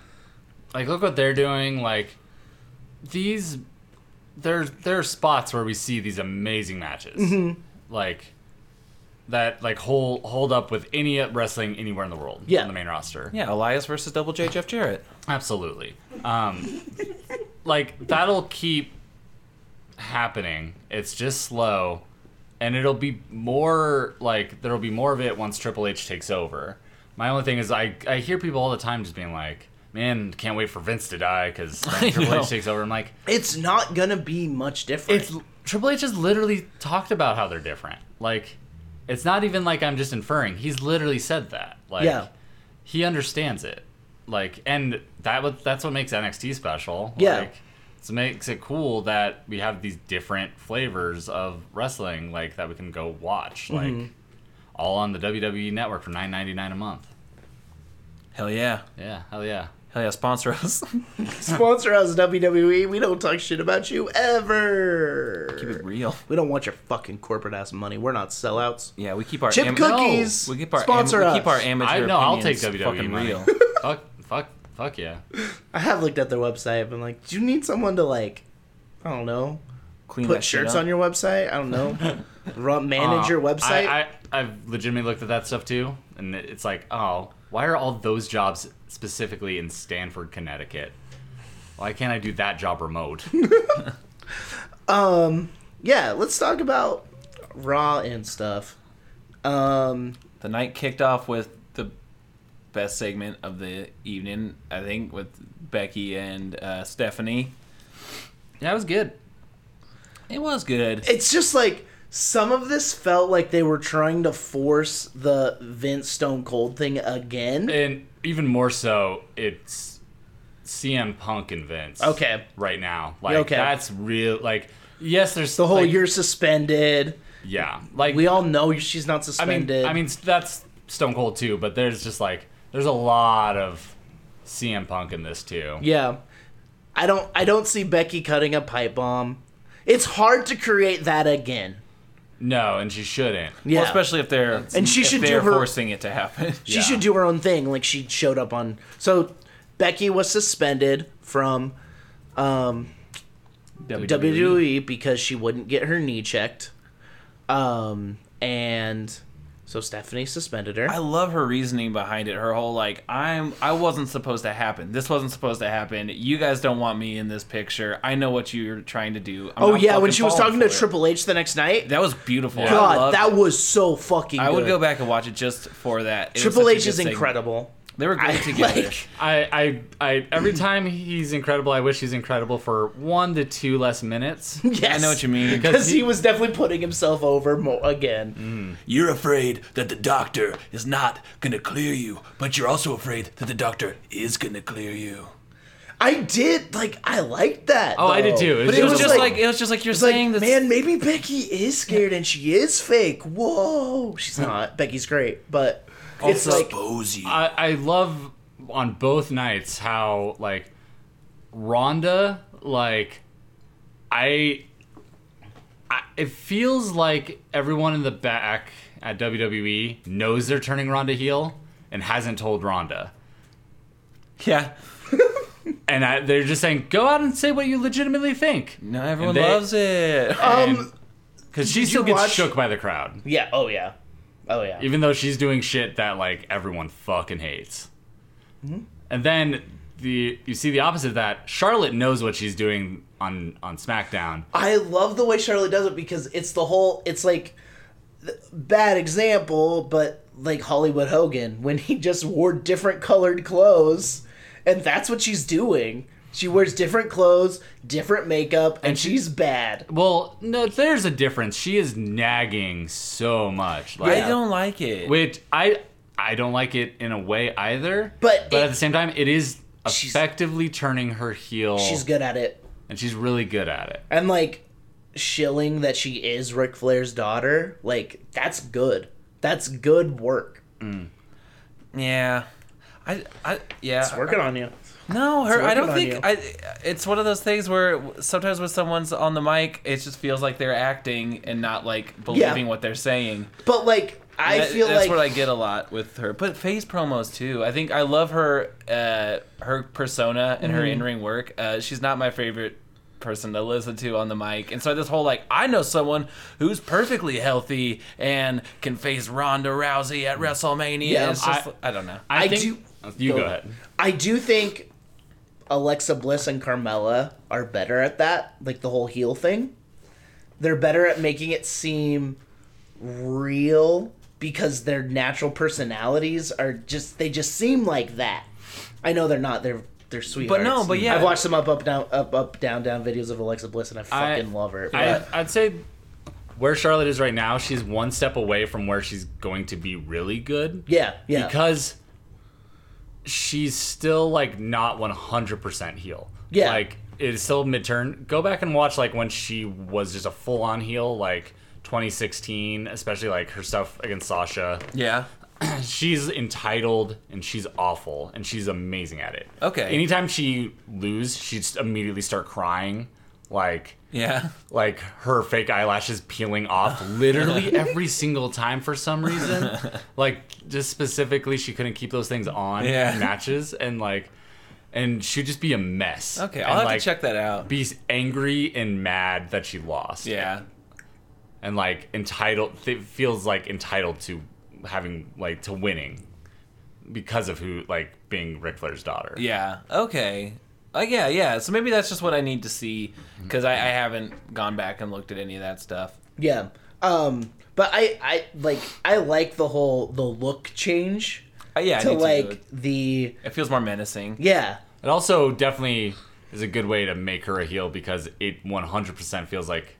Speaker 4: like look what they're doing. Like these, there's there are spots where we see these amazing matches.
Speaker 2: Mm-hmm.
Speaker 4: Like that, like hold hold up with any wrestling anywhere in the world.
Speaker 2: Yeah.
Speaker 4: on the main roster.
Speaker 3: Yeah, Elias versus Double J Jeff Jarrett.
Speaker 4: Absolutely. Um, like that'll keep happening. It's just slow, and it'll be more like there'll be more of it once Triple H takes over. My only thing is I I hear people all the time just being like, "Man, can't wait for Vince to die because
Speaker 3: I
Speaker 4: Triple
Speaker 3: know.
Speaker 4: H takes over." I'm like,
Speaker 2: It's not going to be much different.
Speaker 4: it's Triple H has literally talked about how they're different. Like, it's not even like I'm just inferring. He's literally said that. Like,
Speaker 2: Yeah.
Speaker 4: he understands it. Like, and that what that's what makes NXT special.
Speaker 2: Yeah.
Speaker 4: Like, it makes it cool that we have these different flavors of wrestling, like that we can go watch, like
Speaker 2: Mm-hmm.
Speaker 4: all on the WWE network for nine ninety nine a month.
Speaker 3: Hell yeah.
Speaker 4: Yeah, hell yeah.
Speaker 3: Hell yeah. Sponsor us.
Speaker 2: Sponsor us, WWE. We don't talk shit about you ever.
Speaker 3: Keep it real.
Speaker 2: We don't want your fucking corporate ass money. We're not sellouts.
Speaker 3: Yeah, we keep our
Speaker 2: Chip
Speaker 3: am-
Speaker 2: cookies.
Speaker 3: No, we keep our
Speaker 2: Sponsor
Speaker 3: am-
Speaker 2: us.
Speaker 3: We keep our amateur
Speaker 4: I know. I'll take
Speaker 3: opinions
Speaker 4: WWE
Speaker 3: fucking
Speaker 4: money.
Speaker 3: real.
Speaker 4: fuck, fuck Fuck yeah.
Speaker 2: I have looked at their website. Been like, do you need someone to like, I don't know,
Speaker 3: Clean
Speaker 2: put shirts on your website? I don't know, run manage
Speaker 4: Uh,
Speaker 2: your website.
Speaker 4: I, I, I've legitimately looked at that stuff too, and it- it's like, oh, why are all those jobs specifically in Stanford, Connecticut? Why can't I do that job remote?
Speaker 2: yeah, let's talk about Raw and stuff. Um,
Speaker 3: The night kicked off with the best segment of the evening, I think, with Becky and uh, Stephanie.
Speaker 4: yeah, it was good.
Speaker 3: It was good.
Speaker 2: it's just like some of this felt like they were trying to force the Vince Stone Cold thing again.
Speaker 4: And even more so, it's CM Punk and Vince.
Speaker 2: Okay.
Speaker 4: Right now. Like,
Speaker 2: Okay.
Speaker 4: that's real. Like, yes, there's
Speaker 2: the whole
Speaker 4: like,
Speaker 2: you're suspended.
Speaker 4: Yeah. Like,
Speaker 2: We all know she's not
Speaker 4: I mean,
Speaker 2: suspended.
Speaker 4: I mean, that's Stone Cold too, but there's just like, there's a lot of CM Punk in this too.
Speaker 2: yeah. I don't. I don't see Becky cutting a pipe bomb. It's hard to create that again.
Speaker 4: No, and she shouldn't.
Speaker 2: Yeah.
Speaker 3: Well, especially if they're
Speaker 2: And she
Speaker 3: if
Speaker 2: should do
Speaker 3: they're
Speaker 2: her-
Speaker 3: forcing it to happen.
Speaker 2: She should do her own thing. Like she showed up on. So Becky was suspended from um,
Speaker 3: E.
Speaker 2: WWE E because she wouldn't get her knee checked. Um, and so Stephanie suspended her.
Speaker 3: I love her reasoning behind it. Her whole like, I'm I wasn't supposed to happen. This wasn't supposed to happen. You guys don't want me in this picture. I know what you're trying to do. I'm
Speaker 2: oh
Speaker 3: not
Speaker 2: yeah, when
Speaker 3: fucking
Speaker 2: she was
Speaker 3: falling
Speaker 2: talking to
Speaker 3: for it."
Speaker 2: Triple H the next night.
Speaker 3: that was beautiful. I
Speaker 2: God,
Speaker 3: loved-
Speaker 2: that was so fucking.
Speaker 3: I would
Speaker 2: good.
Speaker 3: go back and watch it just for that. It was
Speaker 2: Triple
Speaker 3: such a
Speaker 2: H
Speaker 3: good
Speaker 2: is
Speaker 3: segment.
Speaker 2: incredible.
Speaker 3: They were
Speaker 2: I,
Speaker 3: great together.
Speaker 2: like-
Speaker 4: I, I, I, every time he's incredible, I wish he's incredible for one to two less minutes.
Speaker 2: Yes.
Speaker 3: I know what you mean.
Speaker 2: Because he was definitely putting himself over mo- again.
Speaker 5: You're afraid that the doctor is not gonna clear you, but you're also afraid that the doctor is gonna clear you.
Speaker 2: I did like I liked that.
Speaker 4: Oh, I did
Speaker 2: though.
Speaker 4: too. It was
Speaker 3: But
Speaker 4: It
Speaker 3: it was,
Speaker 4: was
Speaker 3: just
Speaker 4: like-
Speaker 3: like, it was just like you're
Speaker 2: It's like,
Speaker 3: saying this.
Speaker 2: man, maybe Becky is scared and she is fake. Whoa, she's not. Becky's great, but it's like
Speaker 5: Suppose you.
Speaker 4: I, I love on both nights how like Rhonda like I, I it feels like everyone in the back at WWE knows they're turning Ronda heel and hasn't told Ronda.
Speaker 3: yeah.
Speaker 4: And I, they're just saying, go out and say what you legitimately think.
Speaker 3: No, everyone
Speaker 4: they-
Speaker 3: loves it.
Speaker 2: um
Speaker 4: Because she
Speaker 2: Did
Speaker 4: still
Speaker 2: you
Speaker 4: gets
Speaker 2: watch-
Speaker 4: shook by the crowd,
Speaker 2: yeah, oh yeah, oh yeah.
Speaker 4: even though she's doing shit that like everyone fucking hates.
Speaker 2: Mm-hmm.
Speaker 4: And then the you see the opposite of that. Charlotte knows what she's doing on on SmackDown.
Speaker 2: I love the way Charlotte does it because it's the whole. It's like th- bad example, but like Hollywood Hogan when he just wore different colored clothes, and that's what she's doing. She wears different clothes, different makeup, and,
Speaker 4: she-
Speaker 2: she's bad.
Speaker 4: Well, no, there's a difference. She is nagging so much. Like,
Speaker 3: I don't like it.
Speaker 4: Which I I don't like it in a way either.
Speaker 2: But
Speaker 4: but
Speaker 2: it-
Speaker 4: at the same time, it is
Speaker 2: She's-
Speaker 4: effectively turning her heel,
Speaker 2: She's good at it.
Speaker 4: and she's really good at it.
Speaker 2: and like shilling that she is Ric Flair's daughter, like that's good. That's good work.
Speaker 3: yeah. I, I yeah.
Speaker 2: It's working on you.
Speaker 3: No, her. I don't
Speaker 2: working
Speaker 3: think. I. It's one of those things where sometimes when someone's on the mic, it just feels like they're acting and not like believing what they're saying.
Speaker 2: But like I
Speaker 3: That-
Speaker 2: feel
Speaker 3: that's
Speaker 2: like
Speaker 3: what I get a lot with her. But face promos too. I think I love her. Uh, her persona and her
Speaker 2: Mm-hmm.
Speaker 3: in-ring work. Uh, she's not my favorite person to listen to on the mic, and so this whole like I know someone who's perfectly healthy and can face Ronda Rousey at WrestleMania.
Speaker 2: Yeah,
Speaker 3: it's just,
Speaker 4: I-
Speaker 3: I, don't know.
Speaker 4: I,
Speaker 2: I
Speaker 4: think,
Speaker 2: do-
Speaker 4: You
Speaker 2: go
Speaker 4: go
Speaker 2: ahead.
Speaker 4: ahead.
Speaker 2: I do think Alexa Bliss and Carmella are better at that, like the whole heel thing. They're better at making it seem real because their natural personalities are just they just seem like that. I know they're not. They're they're sweethearts.
Speaker 3: no, but yeah.
Speaker 2: I've watched some up up down up up down down videos of Alexa Bliss and I fucking love her.
Speaker 4: I,
Speaker 2: But
Speaker 4: I'd say where Charlotte is right now, she's one step away from where she's going to be really good.
Speaker 2: yeah, yeah.
Speaker 4: Because she's still like not 100% heel.
Speaker 2: Yeah.
Speaker 4: Like it's still mid turn. Go back and watch like when she was just a full on heel, like 2016, especially like her stuff against Sasha.
Speaker 3: Yeah.
Speaker 4: She's entitled and she's awful and she's amazing at it.
Speaker 3: Okay.
Speaker 4: Anytime she lose, she just immediately start crying. Like
Speaker 3: Yeah.
Speaker 4: like her fake eyelashes peeling off literally every single time for some reason. Like just specifically she couldn't keep those things on
Speaker 3: Yeah.
Speaker 4: in matches and like and she'd just be a mess.
Speaker 3: Okay,
Speaker 4: And,
Speaker 3: I'll have
Speaker 4: like,
Speaker 3: to check that out.
Speaker 4: Be angry and mad that she lost.
Speaker 3: yeah.
Speaker 4: and like entitled th- feels like entitled to having like to winning because of who like being Ric Flair's daughter.
Speaker 3: Yeah. Okay. Uh, yeah, yeah. So maybe that's just what I need to see because I, I haven't gone back and looked at any of that stuff.
Speaker 2: Yeah. Um, but I, I like I like the whole the look change
Speaker 3: Uh, yeah, I
Speaker 2: to
Speaker 3: need
Speaker 2: like
Speaker 3: to. do it.
Speaker 2: the
Speaker 3: It feels more menacing.
Speaker 2: yeah
Speaker 4: It also definitely is a good way to make her a heel because it 100% feels like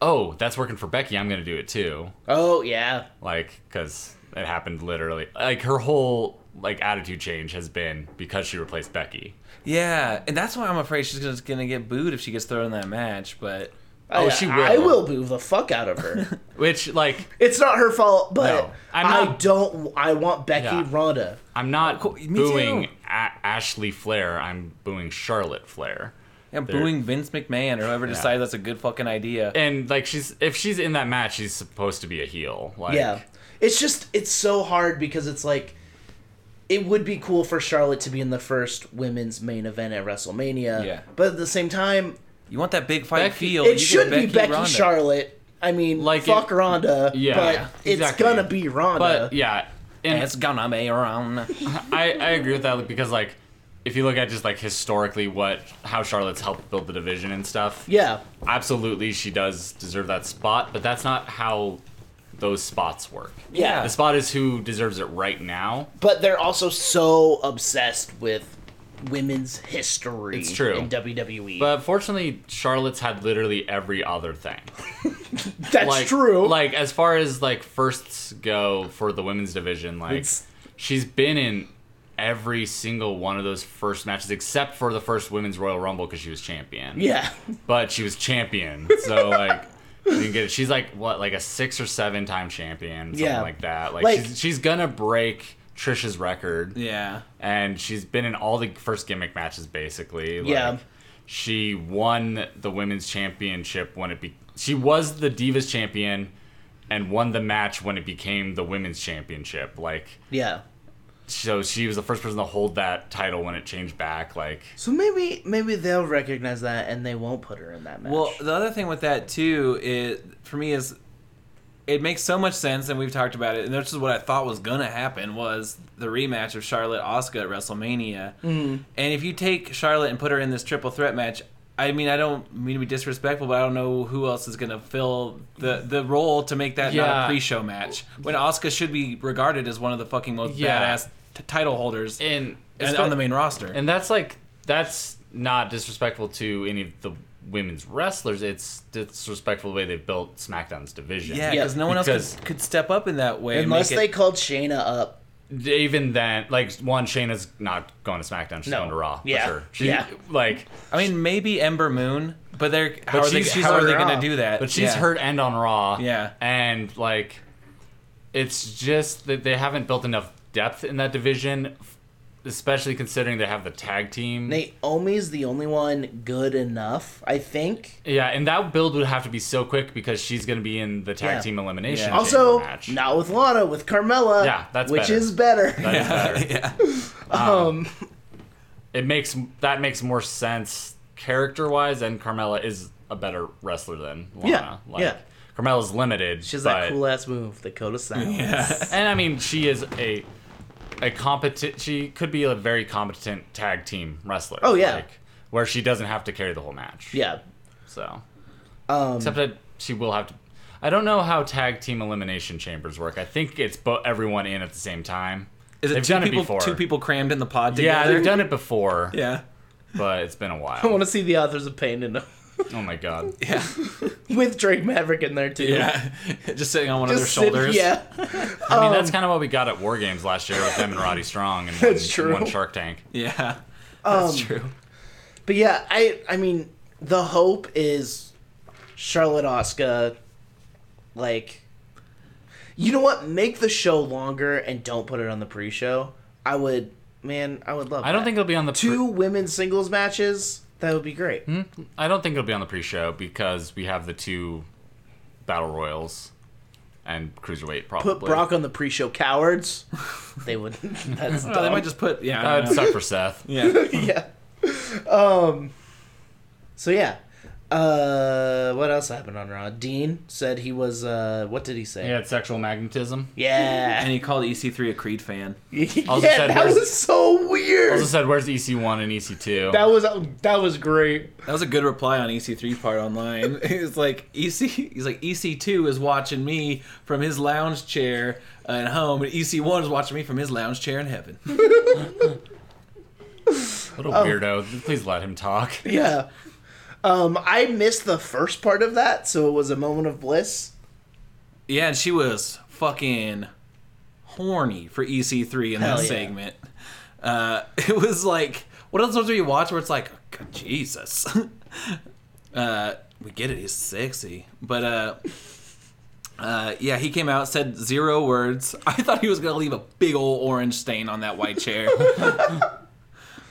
Speaker 4: oh, that's working for Becky, I'm going to do it too.
Speaker 2: oh yeah
Speaker 4: Like cuz it happened literally. Like her whole like attitude change has been because she replaced Becky.
Speaker 3: Yeah, and that's why I'm afraid she's gonna, gonna get booed if she gets thrown in that match. But
Speaker 2: oh
Speaker 4: she
Speaker 2: I
Speaker 4: will.
Speaker 2: will boo the fuck out of her.
Speaker 4: Which like
Speaker 2: it's not her fault, but
Speaker 4: No. I'm
Speaker 2: i
Speaker 4: not-
Speaker 2: don't. I want Becky
Speaker 4: Yeah.
Speaker 2: Ronda.
Speaker 4: I'm not
Speaker 3: cool. Me
Speaker 4: booing
Speaker 3: too.
Speaker 4: a- Ashley Flair. I'm booing Charlotte Flair.
Speaker 3: yeah, booing Vince McMahon or whoever decides that's a good fucking idea.
Speaker 4: And like she's if she's in that match, she's supposed to be a heel. Like
Speaker 2: yeah, it's just it's so hard because it's like it would be cool for Charlotte to be in the first women's main event at WrestleMania.
Speaker 3: Yeah.
Speaker 2: but at the same time,
Speaker 3: you want that big fight
Speaker 4: Becky-
Speaker 3: feel? you
Speaker 2: it
Speaker 3: get
Speaker 2: should be Becky
Speaker 3: Ronda.
Speaker 2: Charlotte. I mean,
Speaker 4: Like
Speaker 2: fuck
Speaker 4: it-
Speaker 2: Ronda.
Speaker 4: Yeah,
Speaker 2: but it's
Speaker 4: exactly.
Speaker 2: gonna be Ronda.
Speaker 4: But yeah, and
Speaker 3: It's gonna be around.
Speaker 4: I I agree with that because like if you look at just like historically what how Charlotte's helped build the division and stuff.
Speaker 2: yeah,
Speaker 4: Absolutely, she does deserve that spot, but that's not how those spots work.
Speaker 2: Yeah.
Speaker 4: The spot is who deserves it right now.
Speaker 2: but they're also so obsessed with women's history.
Speaker 4: It's true.
Speaker 2: in E. WWE.
Speaker 4: But fortunately, Charlotte's had literally every other thing.
Speaker 2: That's
Speaker 4: like
Speaker 2: true.
Speaker 4: Like as far as like firsts go for the women's division, like
Speaker 2: It's-
Speaker 4: she's been in every single one of those first matches except for the first women's Royal Rumble because she was champion.
Speaker 2: yeah,
Speaker 4: But she was champion, so like. You can get it. She's like what, like a six or seven time champion, something
Speaker 2: Yeah.
Speaker 4: like that. Like,
Speaker 2: Like-
Speaker 4: she's, she's gonna break Trish's record,
Speaker 3: Yeah.
Speaker 4: and she's been in all the first gimmick matches basically. Like,
Speaker 2: Yeah.
Speaker 4: she won the women's championship when it be she was the divas champion and won the match when it became the women's championship like
Speaker 2: yeah.
Speaker 4: so she was the first person to hold that title when it changed back like
Speaker 2: So maybe maybe they'll recognize that and they won't put her in that match.
Speaker 3: Well, the other thing with that too is for me is it makes so much sense, and we've talked about it, and this is what I thought was gonna happen was the rematch of Charlotte Oscar at WrestleMania.
Speaker 4: Mm-hmm.
Speaker 3: Mm. And if you take Charlotte and put her in this triple threat match. I mean, I don't mean to be disrespectful, but I don't know who else is going to fill the, the role to make that not
Speaker 4: Yeah.
Speaker 3: a pre-show match when Oscar should be regarded as one of the fucking most
Speaker 4: Yeah.
Speaker 3: badass t- title holders
Speaker 4: and
Speaker 3: and on the main roster.
Speaker 4: and that's like that's not disrespectful to any of the women's wrestlers it's disrespectful the way they built smackdown's division
Speaker 3: yeah,
Speaker 2: Yeah.
Speaker 3: because no one else
Speaker 4: Because-
Speaker 3: could, could step up in that way. and
Speaker 2: unless
Speaker 3: make it-
Speaker 2: they called Shayna up.
Speaker 4: even then, like one, Shayna's not going to SmackDown. She's
Speaker 2: No.
Speaker 4: going to Raw.
Speaker 2: Yeah.
Speaker 4: for sure. She,
Speaker 2: Yeah.
Speaker 4: Like,
Speaker 3: I mean, maybe Ember Moon, but they're how
Speaker 4: But
Speaker 3: are they,
Speaker 4: she's- she's
Speaker 3: how are
Speaker 4: hurt
Speaker 3: they going
Speaker 2: off.
Speaker 3: to do that?
Speaker 4: but she's
Speaker 3: Yeah.
Speaker 4: hurt and on Raw.
Speaker 3: Yeah.
Speaker 4: and like, it's just that they haven't built enough depth in that division, especially considering they have the tag team.
Speaker 2: Naomi's the only one good enough, I think.
Speaker 4: yeah, and that build would have to be so quick because she's going to be in the tag
Speaker 2: Yeah.
Speaker 4: team elimination.
Speaker 3: Yeah.
Speaker 4: chamber
Speaker 2: Also,
Speaker 4: match.
Speaker 2: not with Lana, with Carmella.
Speaker 4: Yeah, that's
Speaker 2: which
Speaker 4: better.
Speaker 2: is better.
Speaker 4: That is better.
Speaker 2: um,
Speaker 4: it makes that makes more sense character wise, and Carmella is a better wrestler than Lana.
Speaker 2: Yeah,
Speaker 4: like,
Speaker 2: yeah.
Speaker 4: Carmella's limited.
Speaker 2: she has
Speaker 4: but-
Speaker 2: that cool ass move, the Code of Silence.
Speaker 4: and I mean, she is a a competent. She could be a very competent tag team wrestler.
Speaker 2: Oh, yeah.
Speaker 4: where she doesn't have to carry the whole match.
Speaker 2: Yeah, Um,
Speaker 4: So, except that she will have to. I don't know how tag team elimination chambers work. I think it's bo- everyone in at the same time.
Speaker 3: Is it
Speaker 4: They've
Speaker 3: two
Speaker 4: done it
Speaker 3: people,
Speaker 4: before.
Speaker 3: Two people crammed in the pod
Speaker 4: Yeah,
Speaker 3: together.
Speaker 4: they've done it before,
Speaker 3: Yeah.
Speaker 4: but it's been a
Speaker 2: I
Speaker 4: while.
Speaker 2: want to see the authors of pain in
Speaker 4: Oh my god.
Speaker 2: with Drake Maverick in there too.
Speaker 3: Yeah. Just sitting on one of their
Speaker 2: Just sit-
Speaker 3: shoulders.
Speaker 2: yeah,
Speaker 4: I mean, that's kind of what we got at War Games last year with them and Roddy Strong and
Speaker 2: Um, That's
Speaker 4: one,
Speaker 2: true.
Speaker 4: one Shark Tank.
Speaker 3: Yeah. That's
Speaker 2: Um,
Speaker 3: true.
Speaker 2: But yeah, I I mean the hope is Charlotte Oscar like you know what? Make the show longer and don't put it on the pre-show. I would man, I would love
Speaker 4: I don't
Speaker 2: that.
Speaker 4: think it'll be on the pre-
Speaker 2: two women's singles matches. That would be great.
Speaker 4: Hmm? I don't think it'll be on the pre-show because we have the two battle royals. and cruiserweight probably.
Speaker 2: Put Brock on the pre-show cowards. They would. That's
Speaker 3: No, they
Speaker 2: dumb.
Speaker 3: might just put yeah. I
Speaker 4: That
Speaker 3: don't
Speaker 4: would
Speaker 3: know.
Speaker 4: suck Uh, for Seth.
Speaker 3: yeah.
Speaker 2: yeah. Um. So yeah. Uh, what else happened on Raw? Dean said he was. Uh, what did he say?
Speaker 4: He had sexual magnetism.
Speaker 2: Yeah.
Speaker 3: And he called EC3 a Creed fan.
Speaker 4: Also
Speaker 2: yeah,
Speaker 4: said
Speaker 2: that
Speaker 4: where's-
Speaker 2: was so weird.
Speaker 4: Also said, "Where's EC one and E EC 2
Speaker 2: that was that was great.
Speaker 3: That was a good reply on EC3 part online. He's like EC, he's like EC2 is watching me from his lounge chair uh, at home, and EC1 is watching me from his lounge chair in heaven.
Speaker 4: What a weirdo! Please let him talk.
Speaker 2: oh. Yeah. Um, I missed the first part of that, so it was a moment of bliss.
Speaker 3: Yeah, and she was fucking horny for EC3 in
Speaker 2: Hell
Speaker 3: that
Speaker 2: yeah.
Speaker 3: segment. Uh, it was like, what else do you watch where it's like, "Oh, God, Jesus? uh, we get it, he's sexy. But uh, uh, yeah, he came out, said zero words. I thought he was going to leave a big old orange stain on that white chair.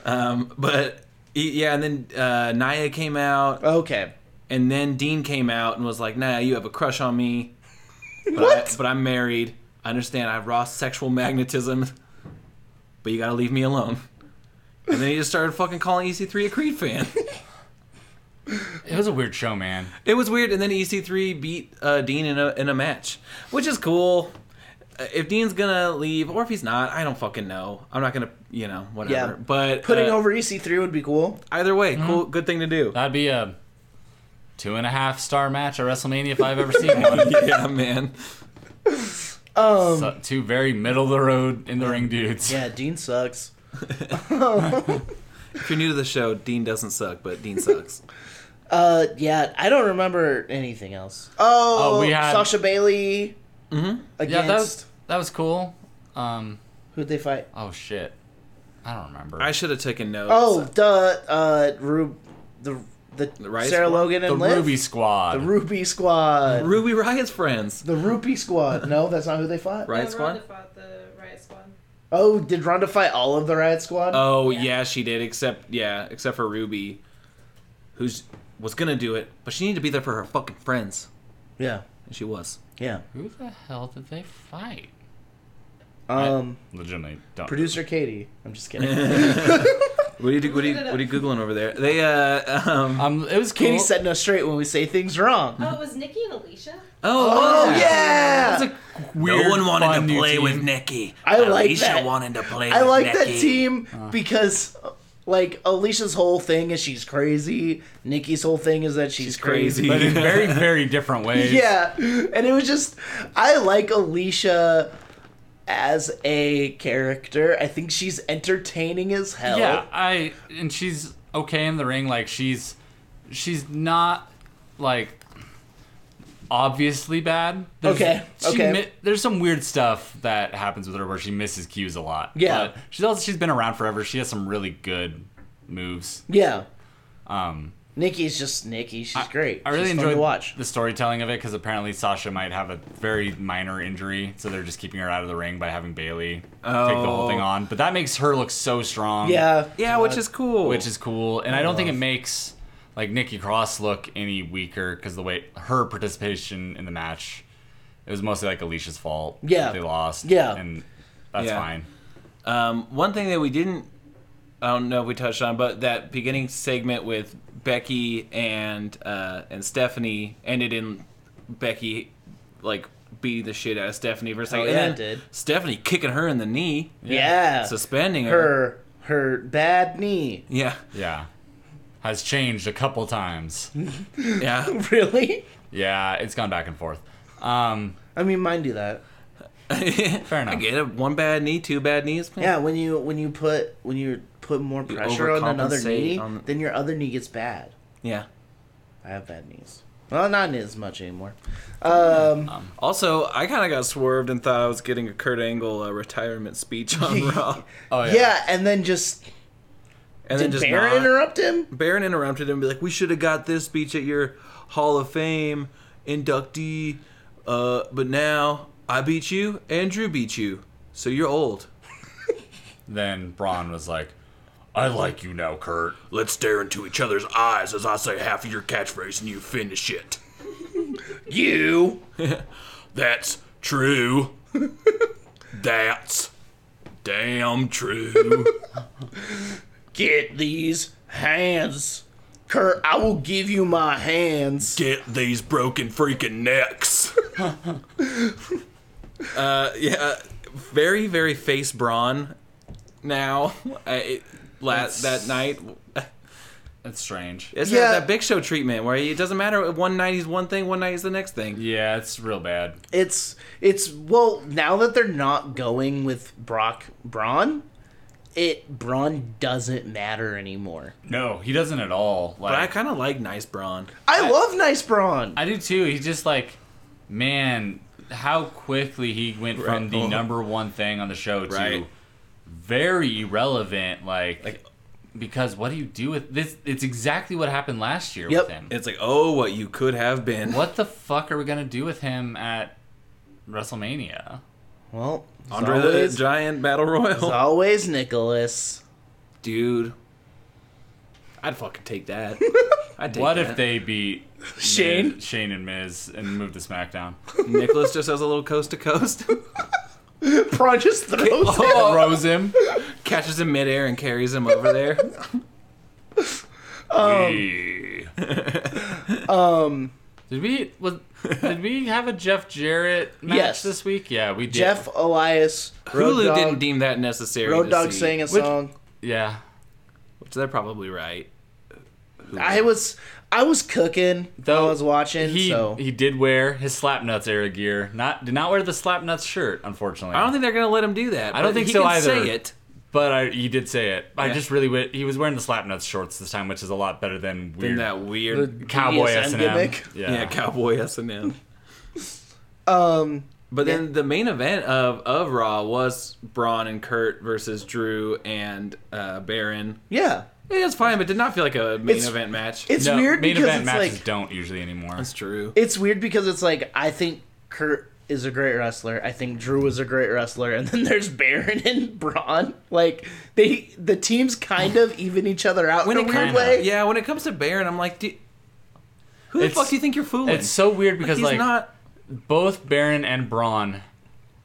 Speaker 3: um, but he- yeah, and then uh, Naya came out.
Speaker 2: Okay.
Speaker 3: And then Dean came out and was like, "Nah, you have a crush on me, but,
Speaker 2: What?
Speaker 3: I, but I'm married. I understand. I have raw sexual magnetism, but you gotta leave me alone." And then he just started fucking calling EC3 a Creed fan.
Speaker 4: It was a weird show, man.
Speaker 3: It was weird. And then EC3 beat uh, Dean in a in a match, which is cool. Uh, If Dean's gonna leave or if he's not, I don't fucking know. I'm not gonna, you know, whatever.
Speaker 2: Yeah.
Speaker 3: But
Speaker 2: Putting
Speaker 3: uh,
Speaker 2: over EC3 would be cool.
Speaker 3: either way, cool, good thing to do.
Speaker 4: That'd be a two and a half star match at WrestleMania if I've ever seen one.
Speaker 3: yeah, man.
Speaker 4: So, two very middle of the road in the ring dudes.
Speaker 2: Yeah, Dean sucks.
Speaker 3: If you're new to the show, Dean doesn't suck, but Dean sucks.
Speaker 2: Uh, yeah, I don't remember anything else. Oh,
Speaker 4: Oh, we had- Mm-hmm.
Speaker 2: Sasha Bailey against
Speaker 4: Yeah, that was that was cool. Um,
Speaker 2: who'd they fight?
Speaker 4: oh shit, I don't remember.
Speaker 3: I should have taken notes.
Speaker 2: Oh, duh, uh, Rube, the the,
Speaker 3: Riot
Speaker 2: Sarah
Speaker 3: Squad?
Speaker 2: Logan
Speaker 4: the
Speaker 2: and Liv?
Speaker 4: Ruby Squad.
Speaker 2: the Ruby Squad,
Speaker 3: Ruby Riot's friends.
Speaker 2: the Rupee Squad. No, that's not who they fought.
Speaker 3: Riot
Speaker 6: No,
Speaker 3: Squad?
Speaker 6: Rhonda fought the Riot Squad.
Speaker 2: Oh, did Ronda fight all of the Riot
Speaker 4: Uh,
Speaker 2: Squad?
Speaker 3: Oh yeah. she did. Except yeah, except for Ruby, who's was gonna do it, but she needed to be there for her fucking friends,
Speaker 2: yeah,
Speaker 3: and she was.
Speaker 2: yeah.
Speaker 4: Who the hell did they fight?
Speaker 2: Um,
Speaker 4: Legitimately, don't.
Speaker 2: producer Katie. I'm just kidding.
Speaker 3: What are you do, what are you what are you googling over there? They uh um oh
Speaker 4: Um, it was
Speaker 2: Katie
Speaker 4: cool.
Speaker 2: setting us straight when we say things wrong.
Speaker 6: Oh, it was Nikki and Alicia?
Speaker 3: oh, yeah.
Speaker 2: yeah,
Speaker 4: That's a weird, fun new team.
Speaker 5: Nikki.
Speaker 2: I like that.
Speaker 5: wanted to play
Speaker 2: I like that team
Speaker 4: Uh.
Speaker 2: because. Like Alicia's whole thing is she's crazy. Nikki's whole thing is that she's,
Speaker 3: She's
Speaker 2: crazy.
Speaker 3: crazy.
Speaker 4: but in very, very different ways.
Speaker 2: Yeah, and it was just I like Alicia as a character. I think she's entertaining as hell.
Speaker 4: Yeah, I and she's okay in the ring. Like she's she's not like obviously bad. There's,
Speaker 2: Okay,
Speaker 4: she
Speaker 2: okay.
Speaker 4: mi- there's some weird stuff that happens with her where she misses cues a lot.
Speaker 2: Yeah.
Speaker 4: but she's also she's been around forever. She has some really good moves.
Speaker 2: yeah.
Speaker 4: Um,
Speaker 2: Nikki's just Nikki. She's
Speaker 4: I-
Speaker 2: great.
Speaker 4: I really
Speaker 2: she's
Speaker 4: enjoyed
Speaker 2: fun to watch.
Speaker 4: the storytelling of it because apparently Sasha might have a very minor injury, so they're just keeping her out of the ring by having Bailey take the whole
Speaker 3: Oh.
Speaker 4: thing on. But that makes her look so strong.
Speaker 2: Yeah,
Speaker 3: yeah, which is cool.
Speaker 4: which is cool. And I don't think it makes like Nikki Cross look any weaker because the way her participation in the match, it was mostly like Alicia's fault. that
Speaker 2: Yeah.
Speaker 4: they lost.
Speaker 2: Yeah.
Speaker 4: and that's
Speaker 3: Yeah.
Speaker 4: fine.
Speaker 3: um one thing that we didn't I don't know if we touched on, but that beginning segment with Becky and uh and Stephanie ended in Becky like beating the shit out of Stephanie for a second.
Speaker 2: Oh, yeah,
Speaker 3: and then
Speaker 2: it did.
Speaker 3: Stephanie kicking her in the knee.
Speaker 2: yeah.
Speaker 3: suspending her.
Speaker 2: her her bad knee.
Speaker 3: Yeah,
Speaker 4: Yeah, has changed a couple times.
Speaker 3: yeah.
Speaker 2: Really?
Speaker 4: yeah, it's gone back and forth. Um,
Speaker 2: I mean, mine do that.
Speaker 4: Fair enough.
Speaker 3: I get it. One bad knee, two bad knees.
Speaker 2: Yeah, when you when you put when you put more pressure on another
Speaker 3: overcompensate
Speaker 2: knee,
Speaker 3: on-
Speaker 2: then your other knee gets bad.
Speaker 3: yeah.
Speaker 2: I have bad knees. Well, not as much anymore. Um,
Speaker 3: Also, I kind of got swerved and thought I was getting a Kurt Angle uh, retirement speech on Raw,
Speaker 4: oh
Speaker 2: yeah.
Speaker 4: yeah,
Speaker 2: and then just
Speaker 3: and then
Speaker 2: did
Speaker 3: just
Speaker 2: Baron
Speaker 3: not.
Speaker 2: interrupt him?
Speaker 3: Baron interrupted him, and be like, "We should have got this speech at your Hall of Fame inductee, uh, but now I beat you, Andrew beat you, so you're old."
Speaker 4: Then Braun was like, "I like you now, Kurt."
Speaker 5: Let's stare into each other's eyes as I say half of your catchphrase and you finish it.
Speaker 2: You
Speaker 5: That's True. That's damn true.
Speaker 2: Get these hands. Kurt, I will give you my hands.
Speaker 5: Get these broken freaking necks.
Speaker 3: yeah, uh, very very face brawn. Now, uh, it, la- that night,
Speaker 4: That's strange.
Speaker 3: it's
Speaker 2: Yeah.
Speaker 3: yeah. that Big Show treatment where it doesn't matter. One night he's one thing, one night he's the next thing.
Speaker 4: Yeah, it's real bad.
Speaker 2: It's it's well now that they're not going with Brock Braun, it Braun doesn't matter anymore.
Speaker 4: No, he doesn't at all. Like,
Speaker 3: But I kind of like nice brawn.
Speaker 2: I, love nice Braun.
Speaker 4: I do too. He's just like, man, how quickly he went from
Speaker 3: Right.
Speaker 4: the number one thing on the show to
Speaker 3: Right.
Speaker 4: very irrelevant. Like, because what do you do with this? It's exactly what happened last year
Speaker 2: Yep.
Speaker 4: with him.
Speaker 3: It's like, oh, what you could have been.
Speaker 4: what the fuck are we gonna do with him at WrestleMania?
Speaker 2: well, as
Speaker 3: Andre
Speaker 2: always,
Speaker 3: the Giant Battle
Speaker 2: as
Speaker 3: Royal,
Speaker 2: always Nicholas.
Speaker 3: dude. I'd fucking take that. I'd take
Speaker 4: what
Speaker 3: that.
Speaker 4: if they beat
Speaker 2: Shane?
Speaker 4: Miz, Shane and Miz and move to SmackDown?
Speaker 3: Nicholas just has a little coast to coast,
Speaker 2: Braun just throws
Speaker 3: Oh.
Speaker 2: it.
Speaker 4: Throws him.
Speaker 3: catches him midair and carries him over there.
Speaker 4: We- Did we was, did we have a Jeff Jarrett match
Speaker 2: Yes.
Speaker 4: this week? Yeah, we did.
Speaker 2: Jeff Elias Road
Speaker 3: Hulu
Speaker 2: Dogg-
Speaker 3: didn't deem that necessary.
Speaker 2: Road
Speaker 3: to
Speaker 2: Dogg
Speaker 3: see,
Speaker 2: sang a
Speaker 4: Which-
Speaker 2: song.
Speaker 4: Yeah.
Speaker 3: which they're probably right.
Speaker 2: I was I was cooking
Speaker 4: Though
Speaker 2: I was watching.
Speaker 4: He
Speaker 2: so
Speaker 4: he did wear his Slapnuts era gear. Not did not wear the Slapnuts shirt, unfortunately.
Speaker 3: I don't think they're gonna let him do that.
Speaker 4: I don't
Speaker 3: but
Speaker 4: think
Speaker 3: he
Speaker 4: so
Speaker 3: can
Speaker 4: either.
Speaker 3: Say it.
Speaker 4: but I, he did say it. I
Speaker 3: Yeah.
Speaker 4: just really wi- he was wearing the Slapnuts shorts this time, which is a lot better than
Speaker 3: Then
Speaker 4: weird
Speaker 3: that weird,
Speaker 4: cowboy
Speaker 2: BDSM
Speaker 4: S and M.
Speaker 2: gimmick.
Speaker 4: Yeah.
Speaker 3: yeah, cowboy S and M.
Speaker 2: um
Speaker 3: But then the main event of of Raw was Braun and Kurt versus Drew and uh, Baron.
Speaker 2: yeah.
Speaker 3: It was fine, but did not feel like a main
Speaker 2: It's-
Speaker 3: event match.
Speaker 2: It's
Speaker 4: No,
Speaker 2: weird
Speaker 4: main
Speaker 2: because
Speaker 4: event
Speaker 2: it's
Speaker 4: matches
Speaker 2: like
Speaker 4: don't usually anymore.
Speaker 3: That's true.
Speaker 2: it's weird because it's like I think Kurt is a great wrestler. I think Drew is a great wrestler, and then there's Baron and Braun. Like they, the teams kind of even each other out in a weird
Speaker 4: kinda-
Speaker 2: way.
Speaker 3: yeah, when it comes to Baron, I'm like, do, who the
Speaker 4: It's-
Speaker 3: fuck do you think you're fooling?
Speaker 4: It's so weird because
Speaker 3: He's
Speaker 4: like
Speaker 3: not.
Speaker 4: both Baron and Braun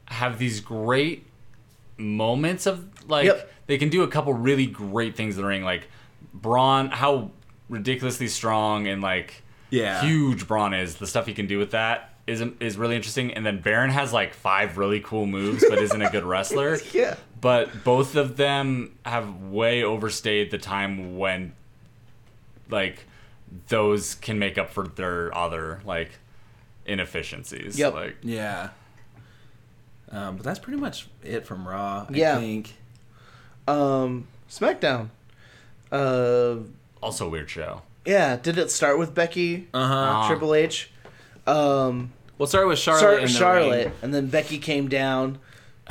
Speaker 4: have these great moments of like
Speaker 2: Yep.
Speaker 4: they can do a couple really great things in the ring. Like Braun, how ridiculously strong and like
Speaker 3: Yeah.
Speaker 4: huge Braun is. The stuff he can do with that is is really interesting. And then Baron has like five really cool moves, but isn't a good wrestler.
Speaker 2: Yeah.
Speaker 4: But both of them have way overstayed the time when like those can make up for their other like inefficiencies.
Speaker 2: Yep.
Speaker 4: Like
Speaker 3: Yeah. Um, but that's pretty much it from Raw. I
Speaker 2: Yeah.
Speaker 3: think.
Speaker 2: Um, SmackDown. Uh,
Speaker 4: also a weird show.
Speaker 2: yeah. Did it start with Becky
Speaker 3: Uh huh.
Speaker 4: Ah.
Speaker 2: Triple H? Um,
Speaker 3: We'll start with Charlotte.
Speaker 2: Char-
Speaker 3: in the
Speaker 2: Charlotte,
Speaker 3: ring.
Speaker 2: and then Becky came down.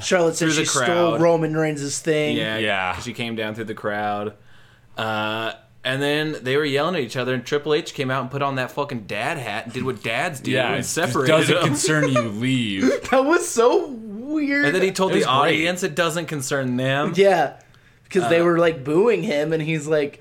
Speaker 2: Charlotte said
Speaker 3: Through the
Speaker 2: she stole
Speaker 3: crowd.
Speaker 2: Roman Reigns' thing.
Speaker 3: Yeah.
Speaker 4: Yeah.
Speaker 3: 'cause She came down through the crowd. Uh, and then they were yelling at each other, and Triple H came out and put on that fucking dad hat and did what dads do and
Speaker 4: it's-
Speaker 3: separated
Speaker 4: doesn't
Speaker 3: them.
Speaker 4: concern you. Leave.
Speaker 2: That was so weird.
Speaker 3: and then he told
Speaker 4: It
Speaker 3: the
Speaker 4: was great.
Speaker 3: audience it doesn't concern them.
Speaker 2: Yeah, because
Speaker 3: Uh.
Speaker 2: they were like booing him, and he's like,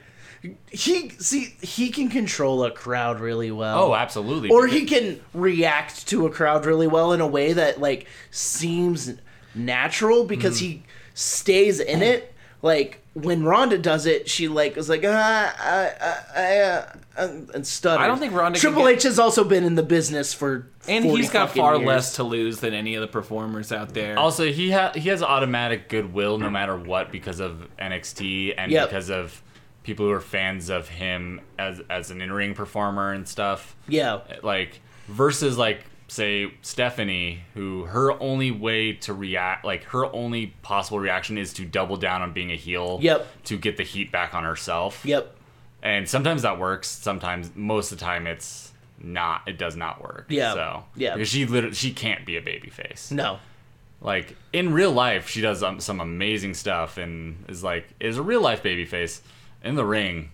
Speaker 2: he see he can control a crowd really well.
Speaker 4: oh, absolutely.
Speaker 2: or he can react to a crowd really well in a way that like seems natural
Speaker 3: Mm.
Speaker 2: because he stays in it. Like when Rhonda does it, she like was like ah, I, I, I, uh, uh," and stutter.
Speaker 3: I don't think Rhonda can
Speaker 2: Triple
Speaker 3: get-
Speaker 2: H has also been in the business for
Speaker 3: And
Speaker 2: 40
Speaker 3: he's got
Speaker 2: fucking
Speaker 3: far
Speaker 2: years.
Speaker 3: less to lose than any of the performers out there.
Speaker 4: also he ha- he has automatic goodwill no matter what because of NXT and
Speaker 2: Yep.
Speaker 4: because of people who are fans of him as as an in-ring performer and stuff.
Speaker 2: Yeah,
Speaker 4: Like versus like say Stephanie who her only way to react like her only possible reaction is to double down on being a heel
Speaker 2: Yep.
Speaker 4: to get the heat back on herself.
Speaker 2: yep,
Speaker 4: and sometimes that works. Sometimes, most of the time, it's not. It does not work.
Speaker 2: Yeah.
Speaker 4: So
Speaker 2: Yeah.
Speaker 4: because she literally she can't be a baby face.
Speaker 2: no,
Speaker 4: Like in real life, she does um, some amazing stuff and is like is a real life baby face. In the ring,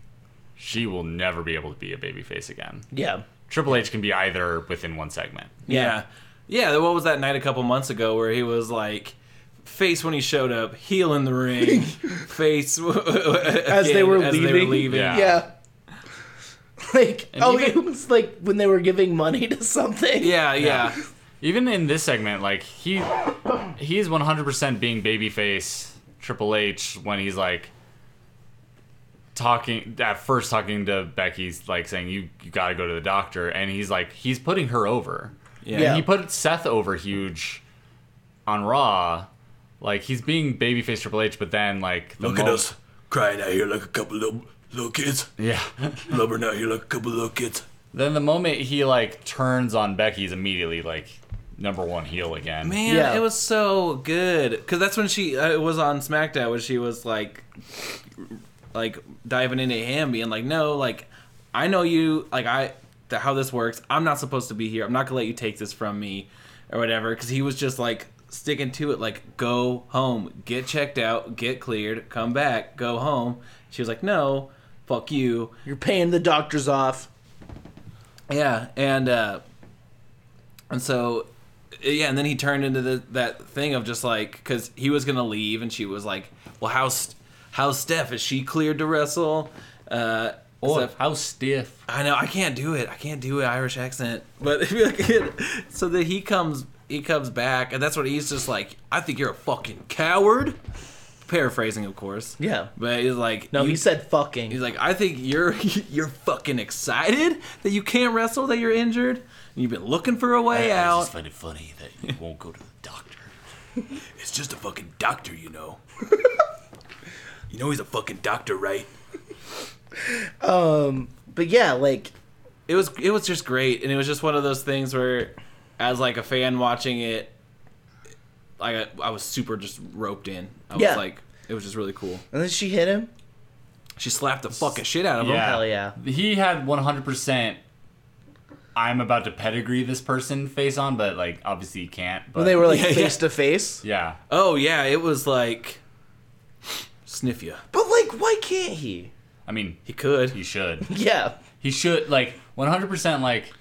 Speaker 4: she will never be able to be a baby face again.
Speaker 2: yeah,
Speaker 4: Triple H can be either within one segment.
Speaker 3: Yeah. Yeah, what was that night a couple months ago where he was like face when he showed up, heel in the ring, face as
Speaker 2: they were
Speaker 3: as they were
Speaker 2: leaving.
Speaker 3: leaving.
Speaker 4: Yeah.
Speaker 2: Yeah. oh, Like
Speaker 4: And
Speaker 2: oh,
Speaker 4: even-
Speaker 2: it was like when they were giving money to something.
Speaker 3: Yeah, yeah.
Speaker 4: even in this segment, like he he's 100% being babyface Triple H when he's like talking at first talking to Becky's like saying you you got to go to the doctor and he's like he's putting her over.
Speaker 3: Yeah.
Speaker 2: Yeah.
Speaker 4: And he put Seth over huge on Raw. Like he's being babyface Triple H but then like the
Speaker 5: Look at
Speaker 4: mo-
Speaker 5: us crying out here like a couple little little kids.
Speaker 4: Yeah.
Speaker 5: Blubbering out here like a couple little kids.
Speaker 4: Then the moment he like turns on Becky's immediately like number one heel again.
Speaker 3: Man,
Speaker 2: Yeah.
Speaker 3: it was so good because that's when she uh, it was on SmackDown when she was like, like diving into him, being like, "No, like, I know you, like, I the, how this works. I'm not supposed to be here. I'm not gonna let you take this from me, or whatever." Because he was just like sticking to it, like, "Go home, get checked out, get cleared, come back, go home." She was like, "No, fuck you."
Speaker 2: You're paying the doctors off.
Speaker 3: Yeah, and uh, and so yeah, and then he turned into the, that thing of just like because he was gonna leave, and she was like, "Well, how how Steph is she cleared to wrestle?" Uh, Steph-
Speaker 4: how stiff.
Speaker 3: I know I can't do it. I can't do an Irish accent. But so that he comes, he comes back, and that's what he's just like. I think you're a fucking coward. Paraphrasing, of course.
Speaker 2: Yeah.
Speaker 3: But he's like,
Speaker 2: No,
Speaker 3: you-
Speaker 2: he said fucking.
Speaker 3: He's like, I think you're you're fucking excited that you can't wrestle, that you're injured, and you've been looking for a way
Speaker 5: I
Speaker 3: out.
Speaker 5: just find it funny that you won't go to the doctor. It's just a fucking doctor, you know. you know he's a fucking doctor, right?
Speaker 2: but yeah, like
Speaker 3: It was it was just great, and it was just one of those things where, as like a fan watching it, I I was super just roped in. I was
Speaker 2: Yeah.
Speaker 3: like, it was just really cool.
Speaker 2: and then she hit him.
Speaker 3: She slapped the fucking shit out of him.
Speaker 4: Yeah.
Speaker 2: Oh, Hell yeah.
Speaker 4: He had 100%. I'm about to pedigree this person face on, but like obviously you can't. But
Speaker 2: When they were like
Speaker 3: Yeah, yeah.
Speaker 2: face to face.
Speaker 4: yeah,
Speaker 3: Oh yeah, it was like, sniff ya.
Speaker 2: But like why can't he?
Speaker 4: I mean
Speaker 3: He could.
Speaker 4: he should.
Speaker 2: Yeah.
Speaker 4: He should like 100% like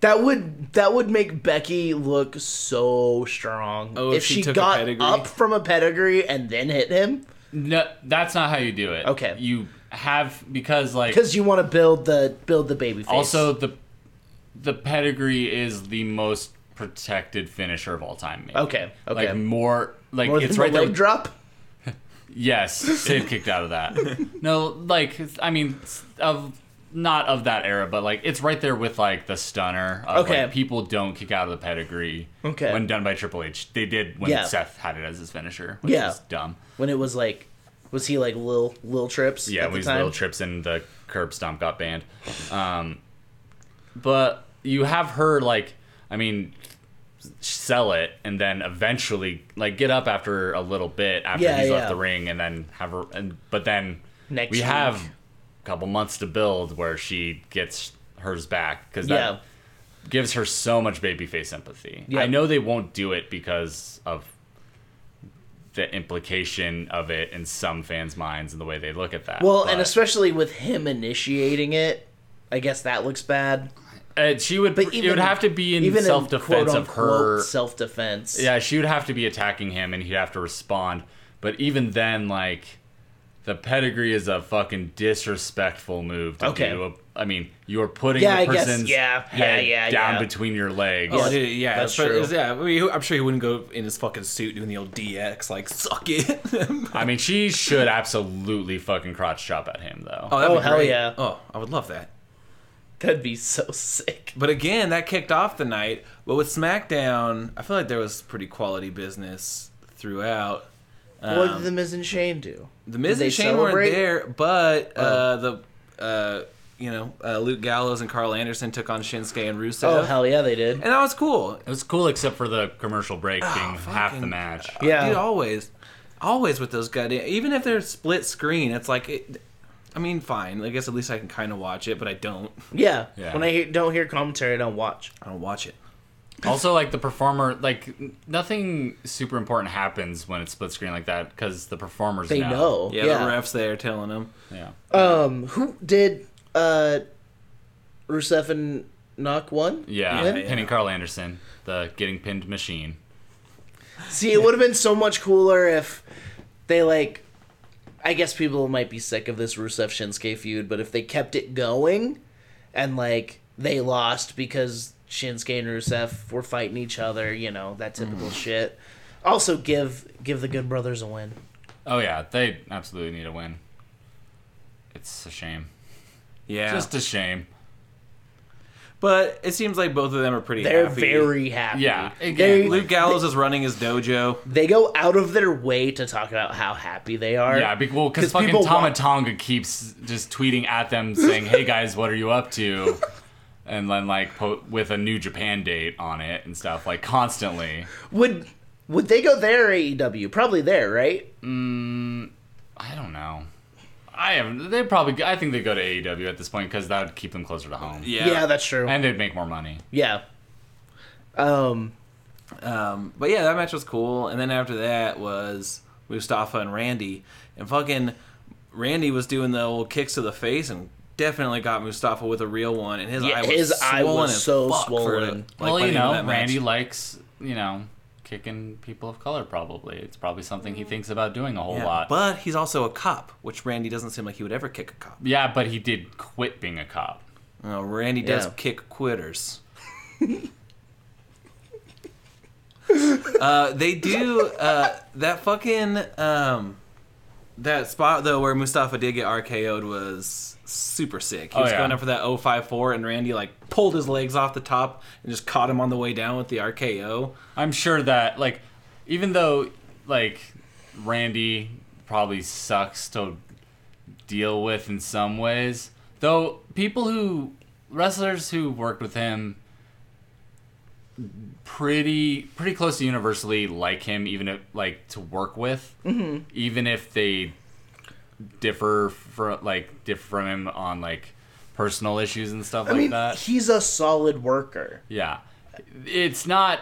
Speaker 2: That would that would make Becky look so strong.
Speaker 3: Oh, if
Speaker 2: if
Speaker 3: she
Speaker 2: she,
Speaker 3: took a
Speaker 2: got
Speaker 3: pedigree?
Speaker 2: up from a pedigree and then hit him,
Speaker 4: no. That's not how you do it.
Speaker 2: Okay.
Speaker 4: You have because like
Speaker 2: because you want to build the build the baby face.
Speaker 4: Also, the the pedigree is the most protected finisher of all time. Maybe.
Speaker 2: Okay, okay.
Speaker 4: Like more, like
Speaker 2: more
Speaker 4: it's
Speaker 2: than
Speaker 4: right
Speaker 2: the
Speaker 4: there.
Speaker 2: leg
Speaker 4: with-
Speaker 2: drop.
Speaker 4: yes, Sid kicked out of that. No, like it's- I mean, it's of not of that era, but like it's right there with like the stunner. Of,
Speaker 2: Okay.
Speaker 4: like, people don't kick out of the pedigree.
Speaker 2: Okay.
Speaker 4: when done by Triple H, they did when
Speaker 2: Yeah.
Speaker 4: Seth had it as his finisher, which
Speaker 2: Yeah.
Speaker 4: is dumb.
Speaker 2: When it was like, was he like Lil Lil Trips?
Speaker 4: Yeah,
Speaker 2: at
Speaker 4: when
Speaker 2: the
Speaker 4: his
Speaker 2: time?
Speaker 4: little trips and the curb stomp got banned. Um, but you have her like, I mean, sell it and then eventually like get up after a little bit after
Speaker 2: Yeah,
Speaker 4: he's
Speaker 2: yeah.
Speaker 4: left the ring and then have her. And but then
Speaker 2: Next
Speaker 4: we
Speaker 2: week.
Speaker 4: have a couple months to build where she gets hers back because that
Speaker 2: Yeah,
Speaker 4: gives her so much babyface sympathy.
Speaker 2: Yeah.
Speaker 4: I know they won't do it because of the implication of it in some fans' minds and the way they look at that.
Speaker 2: well, and
Speaker 4: but-
Speaker 2: especially with him initiating it, I guess that looks bad.
Speaker 4: and Uh, she would.
Speaker 2: But even
Speaker 4: it would have to be in
Speaker 2: even
Speaker 4: self defense of her.
Speaker 2: self defense.
Speaker 4: Yeah, she would have to be attacking him, and he'd have to respond. But even then, like, the pedigree is a fucking disrespectful move to
Speaker 2: Okay.
Speaker 4: do. I mean, you are putting
Speaker 2: Yeah, I
Speaker 4: the
Speaker 2: guess-
Speaker 4: person's
Speaker 2: yeah, yeah,
Speaker 4: head
Speaker 2: yeah,
Speaker 4: down
Speaker 2: yeah.
Speaker 4: between your legs.
Speaker 3: Oh, dude, yeah,
Speaker 2: that's
Speaker 3: but-
Speaker 2: true.
Speaker 3: Yeah, I mean, I'm sure he wouldn't go in his fucking suit doing the old DX, like suck it. oh,
Speaker 4: I mean, she should absolutely fucking crotch chop at him, though.
Speaker 2: Oh, hell yeah.
Speaker 3: Oh, I would love that.
Speaker 2: that'd be so sick.
Speaker 3: But again, that kicked off the night. But with SmackDown, I feel like there was pretty quality business throughout.
Speaker 4: Um,
Speaker 2: what did the Miz and Shane do?
Speaker 3: The Miz
Speaker 2: Did
Speaker 3: and
Speaker 2: they
Speaker 3: Shane weren't
Speaker 2: celebrate? Oh.
Speaker 3: there, but uh, the uh, you know uh, Luke Gallows and Carl Anderson took on Shinsuke and Rusev,
Speaker 2: Oh hell yeah, they did.
Speaker 3: and that was cool.
Speaker 4: It was cool, except for the commercial break being half the
Speaker 3: fucking-
Speaker 4: match.
Speaker 2: Ah, Yeah.
Speaker 3: Dude, always, always with those goddamn. Even if they're split screen, it's like, it, I mean, fine. I guess at least I can kind of watch it, but I don't.
Speaker 2: Yeah.
Speaker 4: Yeah.
Speaker 2: When I hear, don't hear commentary, I don't watch.
Speaker 3: I don't watch it.
Speaker 4: also like the performer like n- nothing super important happens when it's split screen like that because the performers
Speaker 2: They know.
Speaker 3: Yeah, the refs there telling them.
Speaker 4: yeah
Speaker 2: Um, who did uh, Rusev and Knock one?
Speaker 4: yeah,
Speaker 2: Win?
Speaker 4: pinning carl anderson the getting pinned machine
Speaker 2: See, it would have been so much cooler if they like. I guess people might be sick of this Rusev Shinsuke feud, but if they kept it going, and like they lost because Shinsuke and Rusev were fighting each other, you know, that
Speaker 4: Mm-hmm.
Speaker 2: typical shit. Also give give the good brothers a win.
Speaker 4: Oh yeah, they absolutely need a win. It's a shame.
Speaker 3: Yeah.
Speaker 4: Just a shame.
Speaker 3: but it seems like both of them are pretty
Speaker 2: They're
Speaker 3: happy.
Speaker 2: very happy.
Speaker 4: Yeah.
Speaker 2: They-
Speaker 4: Again,
Speaker 3: Luke Gallows is running his dojo.
Speaker 2: They go out of their way to talk about how happy they are.
Speaker 4: Yeah, be, well,
Speaker 2: 'Cause
Speaker 4: because fucking
Speaker 2: people
Speaker 4: Tama
Speaker 2: want-
Speaker 4: Tonga keeps just tweeting at them saying, "Hey guys, what are you up to?" And then like po- with a New Japan date on it and stuff like constantly.
Speaker 2: Would would they go there AEW? Probably there, right?
Speaker 4: I don't know. I have. They probably. I think they go to AEW at this point because that would keep them closer to home.
Speaker 2: Yeah, that's true.
Speaker 4: And they'd make more money.
Speaker 2: yeah. Um
Speaker 3: Um, but yeah, that match was cool. And then after that was Mustafa and Randy. And fucking Randy was doing the old kicks to the face and definitely got Mustafa with a real one. And his
Speaker 2: Yeah,
Speaker 3: eye was
Speaker 2: his eye
Speaker 3: swollen
Speaker 2: was
Speaker 3: as
Speaker 2: so
Speaker 3: fuck for
Speaker 2: swollen.
Speaker 3: it, like, by
Speaker 4: well,
Speaker 3: the
Speaker 4: you
Speaker 3: end of
Speaker 4: know,
Speaker 3: that match.
Speaker 4: Randy likes you know kicking people of color. Probably it's probably something he thinks about doing a whole
Speaker 3: Mm. Yeah,
Speaker 4: lot.
Speaker 3: But he's also a cop, which Randy doesn't seem like he would ever kick a cop.
Speaker 4: yeah, but he did quit being a cop.
Speaker 3: No, Randy does
Speaker 2: Yeah.
Speaker 3: kick quitters. uh, they do uh, that fucking um, that spot though where Mustafa did get RKO'd was super sick. He
Speaker 4: Oh,
Speaker 3: was
Speaker 4: yeah.
Speaker 3: going up for that 054 and Randy like pulled his legs off the top and just caught him on the way down with the RKO.
Speaker 4: I'm sure that like even though like Randy probably sucks to deal with in some ways, though people who wrestlers who worked with him pretty pretty close to universally like him even if like to work with
Speaker 2: Mm-hmm.
Speaker 4: even if they differ from like differ from him on like personal issues and stuff
Speaker 2: I
Speaker 4: like
Speaker 2: mean,
Speaker 4: that
Speaker 2: he's a solid worker.
Speaker 4: yeah, it's not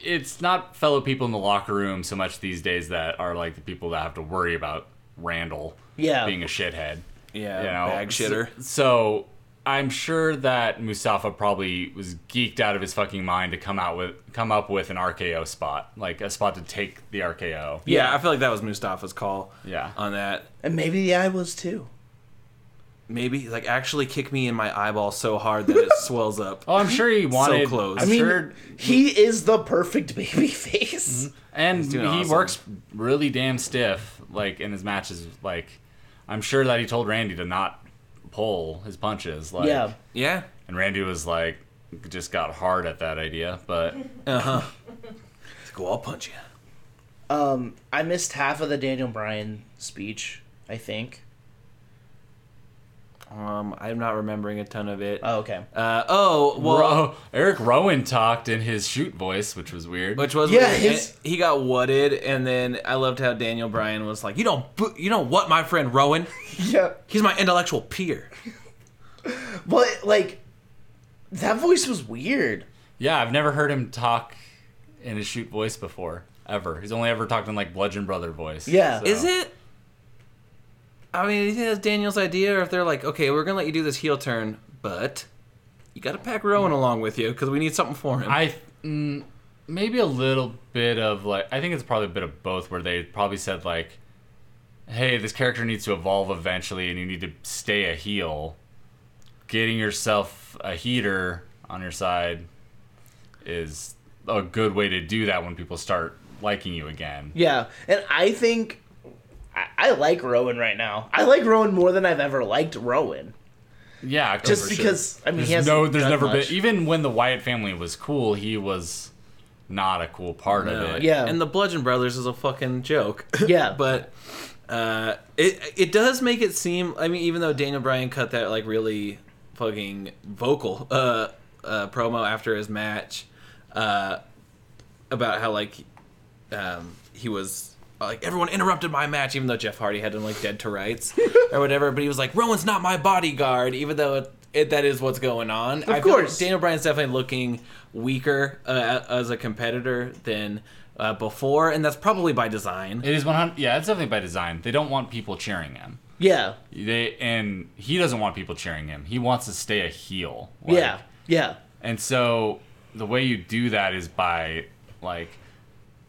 Speaker 4: it's not fellow people in the locker room so much these days that are like the people that have to worry about Randall
Speaker 2: Yeah.
Speaker 4: being a shithead.
Speaker 3: Yeah,
Speaker 4: You know,
Speaker 3: bag shitter.
Speaker 4: So, so I'm sure that Mustafa probably was geeked out of his fucking mind to come out with come up with an RKO spot, like a spot to take the RKO.
Speaker 3: Yeah, I feel like that was Mustafa's call.
Speaker 4: Yeah.
Speaker 3: on that.
Speaker 2: And maybe the eye was too.
Speaker 3: Maybe like actually kick me in my eyeball so hard that it swells up.
Speaker 4: Oh, I'm sure he wanted.
Speaker 3: close.
Speaker 4: I'm
Speaker 3: I
Speaker 2: I mean,
Speaker 4: sure, Mm-hmm.
Speaker 2: he is the perfect baby face.
Speaker 4: and he
Speaker 3: doing awesome.
Speaker 4: works really damn stiff. Like in his matches, like I'm sure that he told Randy to not pull his punches. Like,
Speaker 2: Yeah.
Speaker 3: Yeah,
Speaker 4: And Randy was like, just got hard at that idea, but
Speaker 3: go. I'll punch you.
Speaker 2: Um, I missed half of the Daniel Bryan speech, I think.
Speaker 3: Um, I'm not remembering a ton of it.
Speaker 2: Oh, okay.
Speaker 3: Uh, oh, well,
Speaker 4: Ro- Eric Rowan talked in his shoot voice, which was weird.
Speaker 3: which was
Speaker 2: Yeah,
Speaker 3: weird.
Speaker 2: his-
Speaker 3: And he got whatted, and then I loved how Daniel Bryan was like, "You don't, bo- you don't what my friend Rowan?
Speaker 2: Yeah.
Speaker 3: He's my intellectual peer."
Speaker 2: But, like, that voice was weird.
Speaker 4: yeah, I've never heard him talk in his shoot voice before, ever. He's only ever talked in like Bludgeon Brother voice.
Speaker 2: Yeah.
Speaker 3: Is it? I mean, do you think that's Daniel's idea, or if they're like, "Okay, we're gonna let you do this heel turn, but you gotta pack Rowan along with you because we need something for him."
Speaker 4: I mm, maybe a little bit of like I think it's probably a bit of both where they probably said like hey this character needs to evolve eventually and you need to stay a heel getting yourself a heater on your side is a good way to do that when people start liking you again
Speaker 2: Yeah. And I think. I, I like Rowan right now. I like Rowan more than I've ever liked Rowan.
Speaker 4: yeah oh,
Speaker 2: Just
Speaker 4: for sure.
Speaker 2: because, I mean, he
Speaker 4: there's
Speaker 2: hasn't
Speaker 4: no there's
Speaker 2: done
Speaker 4: never
Speaker 2: much.
Speaker 4: been even when the Wyatt family was cool he was not a cool part of it
Speaker 2: Yeah.
Speaker 3: And the Bludgeon Brothers is a fucking joke.
Speaker 2: Yeah.
Speaker 3: but uh, it it does make it seem. I mean, even though Daniel Bryan cut that like really fucking vocal uh, uh, promo after his match uh, about how like um, he was like everyone interrupted my match, even though Jeff Hardy had him like dead to rights or whatever. But he was like, Rowan's not my bodyguard, even though it, it, that is what's going on. Of
Speaker 2: course.
Speaker 3: Daniel Bryan's definitely looking weaker uh, as a competitor than uh, before, and that's probably by design.
Speaker 4: It is 100. Yeah, it's definitely by design. They don't want people cheering him.
Speaker 2: Yeah.
Speaker 4: They and he doesn't want people cheering him. He wants to stay a heel. Like,
Speaker 2: Yeah. Yeah.
Speaker 4: And so the way you do that is by like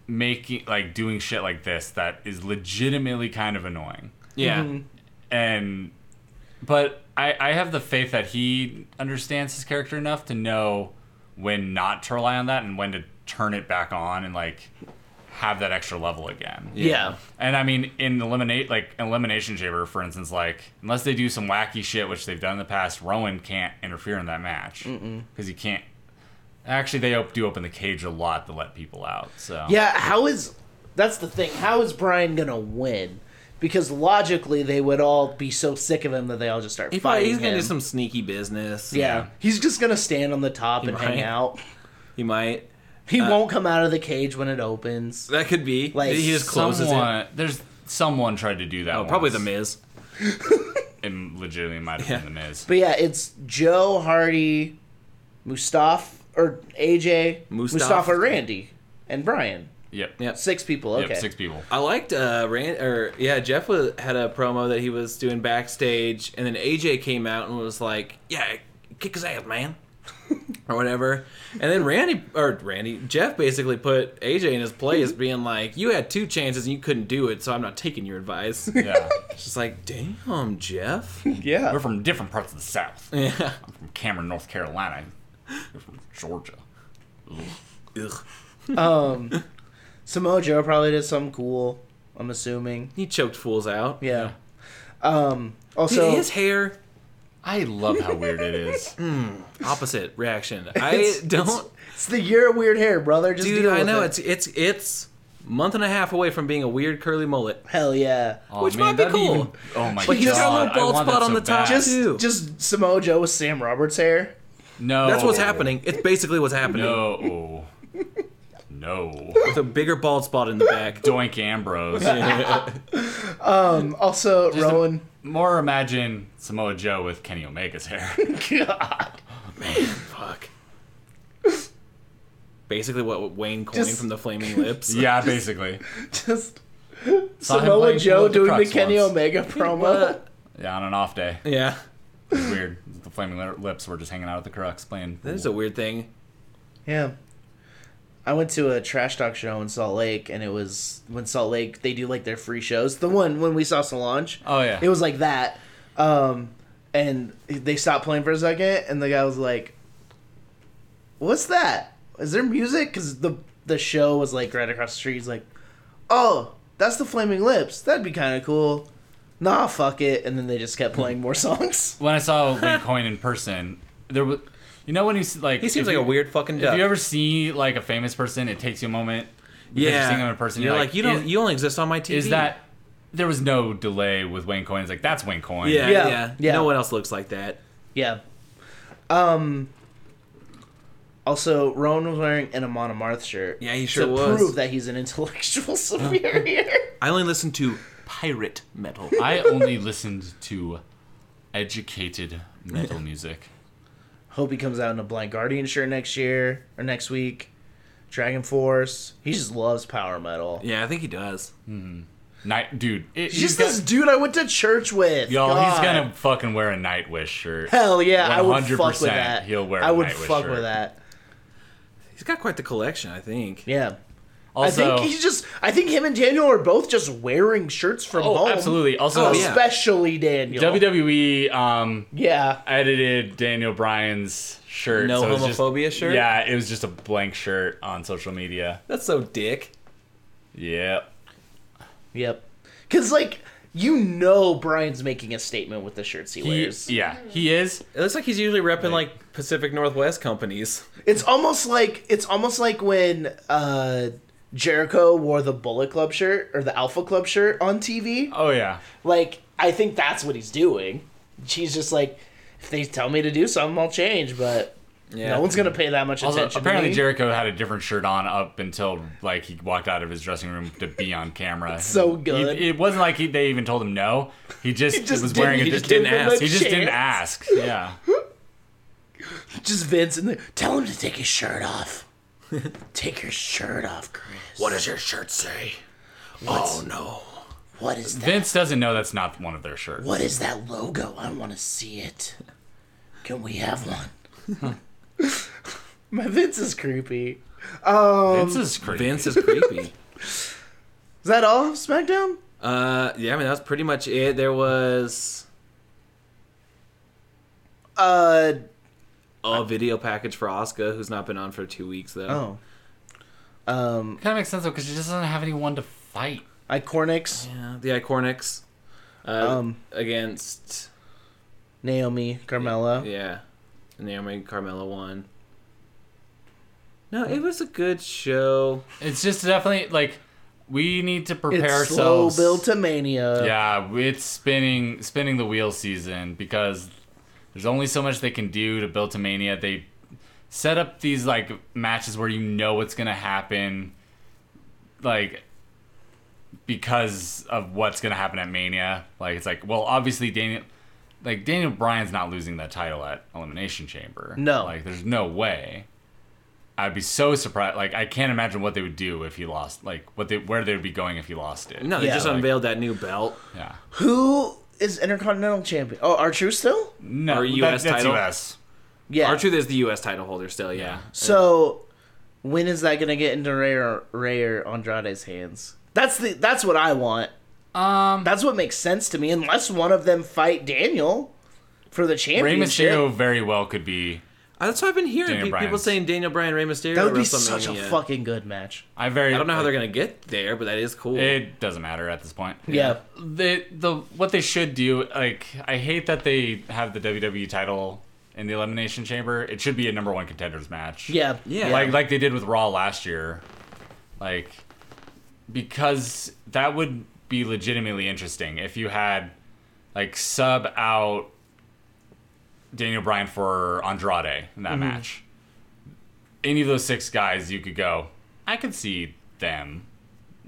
Speaker 4: making like doing shit like this that is legitimately kind of annoying.
Speaker 3: Yeah,
Speaker 4: And but I I have the faith that he understands his character enough to know when not to rely on that and when to turn it back on and like have that extra level again.
Speaker 2: Yeah.
Speaker 4: And I mean, in eliminate like elimination chamber, for instance, like unless they do some wacky shit, which they've done in the past, Rowan can't interfere in that match because he can't. Actually, they op- do open the cage a lot to let people out. So
Speaker 2: Yeah, how is that's the thing. How is Brian gonna win? Because logically they would all be so sick of him that they all just start
Speaker 3: He probably,
Speaker 2: fighting
Speaker 3: he's gonna
Speaker 2: him.
Speaker 3: do some sneaky business.
Speaker 2: yeah. He's just gonna stand on the top and hang
Speaker 3: might.
Speaker 2: out.
Speaker 3: he might.
Speaker 2: He
Speaker 3: Uh,
Speaker 2: won't come out of the cage when it opens.
Speaker 3: That could be.
Speaker 2: Like,
Speaker 3: he just closes it.
Speaker 4: someone, There's someone tried to do that.
Speaker 3: Oh, probably the
Speaker 4: once.
Speaker 3: Miz.
Speaker 4: It legitimately might have been the Miz.
Speaker 2: But yeah, it's Joe Hardy, Mustaf or AJ,
Speaker 3: Mustaf.
Speaker 2: Mustafa, Randy, and Brian.
Speaker 4: Yep.
Speaker 3: Yep.
Speaker 2: Six people.
Speaker 4: Yep.
Speaker 2: Okay.
Speaker 4: Six people.
Speaker 3: I liked uh Rand or yeah, Jeff was, had a promo that he was doing backstage and then AJ came out and was like, "Yeah, kick his ass, man." or whatever. And then Randy or Randy Jeff basically put AJ in his place being like, "You had two chances and you couldn't do it, so I'm not taking your advice." It's
Speaker 4: Yeah.
Speaker 3: just like, "Damn, Jeff."
Speaker 2: Yeah.
Speaker 4: We're from different parts of the South.
Speaker 3: yeah.
Speaker 4: From Cameron, North Carolina. You're from Georgia.
Speaker 3: Ugh.
Speaker 2: Um, Samoa Joe probably did something cool. I'm assuming.
Speaker 3: He choked fools out.
Speaker 2: Yeah. Um. Also,
Speaker 3: his hair
Speaker 4: I love how weird it is.
Speaker 3: opposite reaction. I
Speaker 2: It's-
Speaker 3: don't
Speaker 2: it's the year of weird hair, brother. Just
Speaker 3: dude,
Speaker 2: deal
Speaker 3: I
Speaker 2: with
Speaker 3: know
Speaker 2: it.
Speaker 3: it's it's it's month and a half away from being a weird curly mullet.
Speaker 2: hell yeah.
Speaker 4: Oh,
Speaker 3: Which might be
Speaker 4: that'd
Speaker 3: cool.
Speaker 4: even- oh my
Speaker 3: But
Speaker 4: god!
Speaker 3: he's got a little
Speaker 4: I
Speaker 3: bald
Speaker 4: want that
Speaker 3: spot
Speaker 4: so
Speaker 3: on the top.
Speaker 4: bad.
Speaker 2: Just,
Speaker 3: Ew.
Speaker 2: just Samoa Joe with Sam Roberts hair.
Speaker 4: no.
Speaker 3: That's what's happening. It's basically what's happening.
Speaker 4: Oh. No. No.
Speaker 3: With a bigger bald spot in the back.
Speaker 4: Doink Ambrose.
Speaker 2: Um. Also, Rowan.
Speaker 4: More imagine Samoa Joe with Kenny Omega's hair.
Speaker 2: God.
Speaker 3: Fuck. Basically, what Wayne coined
Speaker 2: Just-
Speaker 3: from the Flaming Lips.
Speaker 4: yeah, basically.
Speaker 2: Just
Speaker 4: Saw him
Speaker 2: Samoa
Speaker 4: playing
Speaker 2: Joe
Speaker 4: pool at
Speaker 2: doing the
Speaker 4: Crux
Speaker 2: Kenny
Speaker 4: once.
Speaker 2: Omega promo.
Speaker 4: Yeah, on an off day.
Speaker 3: Yeah.
Speaker 4: It's weird. The flaming li- lips were just hanging out at the crux playing.
Speaker 3: That is
Speaker 4: pool.
Speaker 3: a weird thing.
Speaker 2: Yeah. I went to a trash talk show in Salt Lake, and it was when Salt Lake they do like their free shows. The one when we saw Solange,
Speaker 4: Oh yeah.
Speaker 2: it was like that. Um, and they stopped playing for a second, and the guy was like, "What's that? Is there music?" Because the the show was like right across the street. He's like, "Oh, that's the Flaming Lips. That'd be kind of cool." Nah, fuck it. And then they just kept playing more songs.
Speaker 4: when I saw Link Coin in person, there was, you know, when he's like,
Speaker 3: He seems
Speaker 4: if
Speaker 3: like
Speaker 4: you-
Speaker 3: a weird fucking
Speaker 4: If
Speaker 3: duck.
Speaker 4: you ever see like a famous person, it takes you a moment. because you're
Speaker 3: yeah.
Speaker 4: seeing him in person.
Speaker 3: You're like, you don't.
Speaker 4: Is,
Speaker 3: you only exist on my TV.
Speaker 4: is that? There was no delay with Wayne Coin. It's like that's Wayne Coin.
Speaker 3: Yeah,
Speaker 2: Yeah,
Speaker 3: yeah.
Speaker 2: yeah.
Speaker 3: No one else looks like that.
Speaker 2: Yeah. Um. Also, Rowan was wearing an Amon Amarth shirt.
Speaker 3: Yeah, he sure
Speaker 2: to
Speaker 3: was.
Speaker 2: prove that he's an intellectual superior.
Speaker 3: I only listen to pirate metal.
Speaker 4: I only listened to educated metal music.
Speaker 2: Hope he comes out in a Blind Guardian shirt next year or next week. Dragon Force. He just loves power metal.
Speaker 3: yeah, I think he does.
Speaker 4: Night, dude. It,
Speaker 2: He's
Speaker 4: he's
Speaker 2: just
Speaker 4: got-
Speaker 2: this dude I went to church with.
Speaker 4: Y'all, he's
Speaker 2: God.
Speaker 4: gonna fucking wear a Nightwish shirt.
Speaker 2: Hell yeah, I would fuck with
Speaker 4: 100%
Speaker 2: that.
Speaker 4: he'll wear
Speaker 2: I
Speaker 4: a
Speaker 2: would
Speaker 4: Nightwish
Speaker 2: fuck
Speaker 4: shirt.
Speaker 2: with that.
Speaker 3: He's got quite the collection, I think.
Speaker 2: Yeah.
Speaker 4: Also,
Speaker 2: I think he's just. I think him and Daniel are both just wearing shirts from
Speaker 4: oh,
Speaker 2: home.
Speaker 4: absolutely. Also,
Speaker 3: Oh, yeah.
Speaker 2: Especially Daniel.
Speaker 4: WWE um,
Speaker 2: yeah.
Speaker 4: edited Daniel Bryan's shirt.
Speaker 3: No
Speaker 4: it was just-
Speaker 3: homophobia shirt?
Speaker 4: Yeah, it was just a blank shirt on social media.
Speaker 3: That's so dick.
Speaker 4: Yeah.
Speaker 2: Yep. Because, like, you know Brian's making a statement with the shirts he,
Speaker 4: He,
Speaker 2: wears.
Speaker 4: yeah, he is.
Speaker 3: It looks like he's usually repping like Pacific Northwest companies.
Speaker 2: It's almost like it's almost like when uh, Jericho wore the Bullet Club shirt or the Alpha Club shirt on TV.
Speaker 4: Oh yeah.
Speaker 2: Like, I think that's what he's doing. He's just like, if they tell me to do something, I'll change, but
Speaker 3: Yeah.
Speaker 2: no one's gonna pay that much
Speaker 4: Also,
Speaker 2: attention.
Speaker 4: apparently
Speaker 2: to me.
Speaker 4: Jericho had a different shirt on up until like he walked out of his dressing room to be on camera.
Speaker 2: so
Speaker 4: He-
Speaker 2: good.
Speaker 4: it wasn't like he, they even told him no. He just,
Speaker 2: just
Speaker 4: was wearing
Speaker 2: didn't-
Speaker 4: it.
Speaker 2: he
Speaker 4: just
Speaker 2: just didn't
Speaker 4: didn't
Speaker 2: give him
Speaker 4: ask.
Speaker 2: a
Speaker 4: He just didn't
Speaker 2: chance.
Speaker 4: ask. Yeah.
Speaker 2: just Vince and the, tell him to take his shirt off. take your shirt off, Chris.
Speaker 5: What does your shirt say? Oh no.
Speaker 2: What is that?
Speaker 4: Vince doesn't know that's not one of their shirts.
Speaker 2: What is that logo? I want to see it. Can we have one? My Vince is creepy. Um,
Speaker 4: Vince is crazy.
Speaker 3: Vince is creepy.
Speaker 2: Is that all? of SmackDown?
Speaker 3: Uh, yeah, I mean that's pretty much it. There was
Speaker 2: Uh,
Speaker 3: a video package for Oscar, who's not been on for two weeks though.
Speaker 2: Oh. Um,
Speaker 4: Kind of makes sense though, because she just doesn't have anyone to fight.
Speaker 2: Icornix,
Speaker 3: Yeah, the Iconics uh,
Speaker 2: Um,
Speaker 3: against
Speaker 2: Naomi, Carmella.
Speaker 3: yeah, Naomi and Carmella won. No, it was a good show.
Speaker 4: It's just definitely like we need to prepare
Speaker 2: It's slow
Speaker 4: ourselves.
Speaker 2: build to mania.
Speaker 4: yeah, it's spinning spinning the wheel season because there's only so much they can do to build to mania. They set up these like matches where you know what's gonna happen, like because of what's gonna happen at mania. Like it's like well, obviously Daniel. Like Daniel Bryan's not losing that title at Elimination Chamber.
Speaker 2: No.
Speaker 4: like there's no way. I'd be so surprised. Like I can't imagine what they would do if he lost. Like what they where they would be going if he lost it.
Speaker 3: No, they
Speaker 2: Yeah,
Speaker 3: just
Speaker 2: like-
Speaker 3: unveiled that new belt.
Speaker 4: Yeah.
Speaker 2: Who is Intercontinental Champion? Oh, R Truth still?
Speaker 4: No.
Speaker 3: Or US
Speaker 4: that's
Speaker 3: title?
Speaker 4: US.
Speaker 2: Yeah.
Speaker 3: R Truth is the U.S. title holder still. Yeah.
Speaker 2: So, when is that gonna get into Ray or, Ray or Andrade's hands? That's the that's what I want.
Speaker 4: Um,
Speaker 2: That's what makes sense to me. Unless one of them fight Daniel for the
Speaker 4: Rey
Speaker 2: championship.
Speaker 4: Mysterio very well could be.
Speaker 3: Uh, That's what I've been hearing.
Speaker 4: Daniel
Speaker 3: Pe- people
Speaker 4: Bryan's.
Speaker 3: saying Daniel Bryan, Rey Mysterio.
Speaker 2: that would be
Speaker 3: WrestleMania.
Speaker 2: such a fucking good match.
Speaker 4: I very.
Speaker 3: I don't know how they're gonna get there, but that is cool.
Speaker 4: It doesn't matter at this point.
Speaker 2: Yeah.
Speaker 4: They the what they should do. Like I hate that they have the WWE title in the elimination chamber. It should be a number one contenders match.
Speaker 2: Yeah.
Speaker 3: Yeah.
Speaker 4: like like they did with Raw last year, like because that would be legitimately interesting if you had like sub out Daniel Bryan for Andrade in that match. Any of those six guys, you could go. I could see them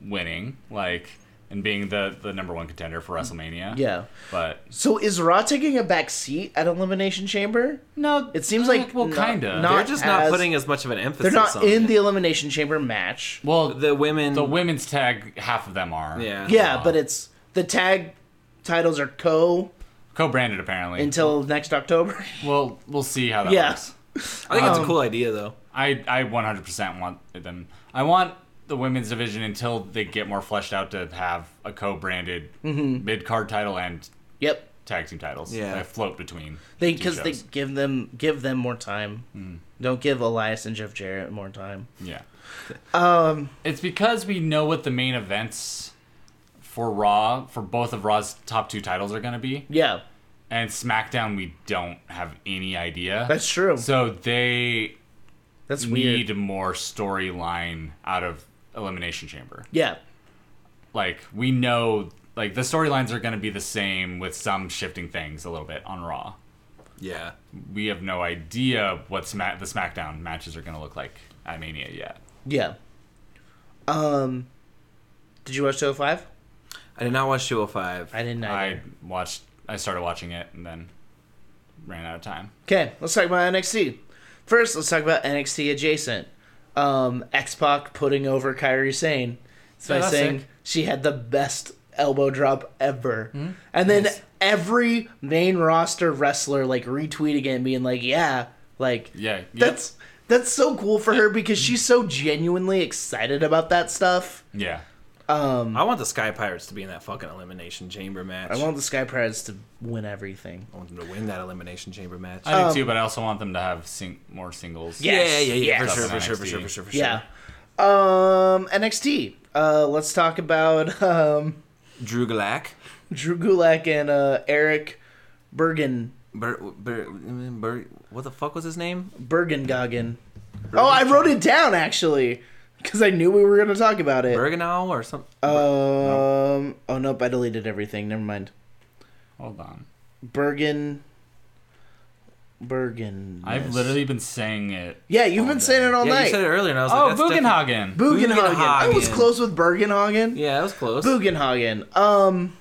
Speaker 4: winning, like and being the the number one contender for WrestleMania.
Speaker 2: Yeah.
Speaker 4: but
Speaker 2: So is Raw taking a back seat at Elimination Chamber?
Speaker 4: no, uh,
Speaker 2: It seems like
Speaker 4: well,
Speaker 2: not-
Speaker 4: kinda.
Speaker 2: not-
Speaker 3: they're just not
Speaker 2: as-
Speaker 3: putting as much of an emphasis.
Speaker 2: They're not
Speaker 3: on
Speaker 2: in
Speaker 3: it.
Speaker 2: the Elimination Chamber match.
Speaker 4: well, the,
Speaker 3: the women.
Speaker 4: the women's tag, half of them are.
Speaker 3: yeah.
Speaker 2: Yeah,
Speaker 4: Raw.
Speaker 2: but it's the tag titles are co
Speaker 4: co-branded apparently.
Speaker 2: until next October.
Speaker 4: Well, we'll see how that
Speaker 2: Yeah.
Speaker 4: works.
Speaker 3: I think
Speaker 2: um,
Speaker 3: it's a cool idea though.
Speaker 4: I I 100% want them. I want the women's division until they get more fleshed out to have a co-branded
Speaker 2: Mm-hmm.
Speaker 4: mid card title and
Speaker 2: yep.
Speaker 4: tag team titles.
Speaker 3: Yeah.
Speaker 4: that float between.
Speaker 2: They
Speaker 4: two
Speaker 2: because they
Speaker 4: shows.
Speaker 2: give them give them more time.
Speaker 4: Hmm.
Speaker 2: Don't give Elias and Jeff Jarrett more time.
Speaker 4: yeah. Um, it's because we know what the main events for Raw for both of Raw's top two titles are going to be,
Speaker 2: Yeah,
Speaker 4: and SmackDown we don't have any idea.
Speaker 2: that's true.
Speaker 4: so they
Speaker 2: that's weird.
Speaker 4: need more storyline out of Elimination Chamber.
Speaker 2: Yeah,
Speaker 4: like we know like the storylines are going to be the same with some shifting things a little bit on raw
Speaker 3: Yeah.
Speaker 4: we have no idea what Smack the smackdown matches are going to look like at mania yet
Speaker 2: yeah. Um, did you watch 205?
Speaker 3: I did not watch 205.
Speaker 2: I didn't
Speaker 4: i
Speaker 2: either.
Speaker 4: watched i started watching it and then ran out of time
Speaker 2: Okay, let's talk about NXT. First, let's talk about NXT adjacent. Um, X Pac putting over Kyrie Sane by
Speaker 4: Yeah, that's
Speaker 2: saying
Speaker 4: sick.
Speaker 2: she had the best elbow drop ever, and then every main roster wrestler like retweeting it and being like, "Yeah, like
Speaker 4: yeah yep.
Speaker 2: That's that's so cool for her because she's so genuinely excited about that stuff.
Speaker 4: yeah
Speaker 3: I want the Sky Pirates to be in that fucking elimination chamber match.
Speaker 2: I want the Sky Pirates to win everything.
Speaker 3: I want them to win that elimination chamber match.
Speaker 4: i
Speaker 2: Um,
Speaker 4: do too but i also want them to have sing- more singles
Speaker 2: Yeah. yes,
Speaker 3: yeah, yeah, yeah,
Speaker 2: yes.
Speaker 3: for sure, for
Speaker 4: That's
Speaker 3: sure, for
Speaker 4: NXT.
Speaker 3: sure, for sure, for sure.
Speaker 2: Yeah. Um NXT. Uh let's talk about um
Speaker 3: Drew Gulak.
Speaker 2: Drew Gulak and uh Eric Bergen
Speaker 3: Bur- Bur- Bur- what the fuck was his name?
Speaker 2: Bergengoggin. Oh, I wrote it down actually cuz I knew we were going to talk about it.
Speaker 3: Bergenau or something?
Speaker 2: Oh, um oh nope, I deleted everything. Never mind.
Speaker 4: hold on
Speaker 2: Bergen Bergen.
Speaker 4: i've literally been saying it
Speaker 2: Yeah, you've been saying it all
Speaker 3: yeah,
Speaker 2: night.
Speaker 3: you said it earlier, and I was
Speaker 4: oh
Speaker 3: like, that's definitely-
Speaker 4: bugenhagen
Speaker 2: Bugenhagen. I was
Speaker 3: Bugenhagen.
Speaker 2: close with Bergenhagen.
Speaker 3: Yeah, that was close.
Speaker 2: Bugenhagen. Um,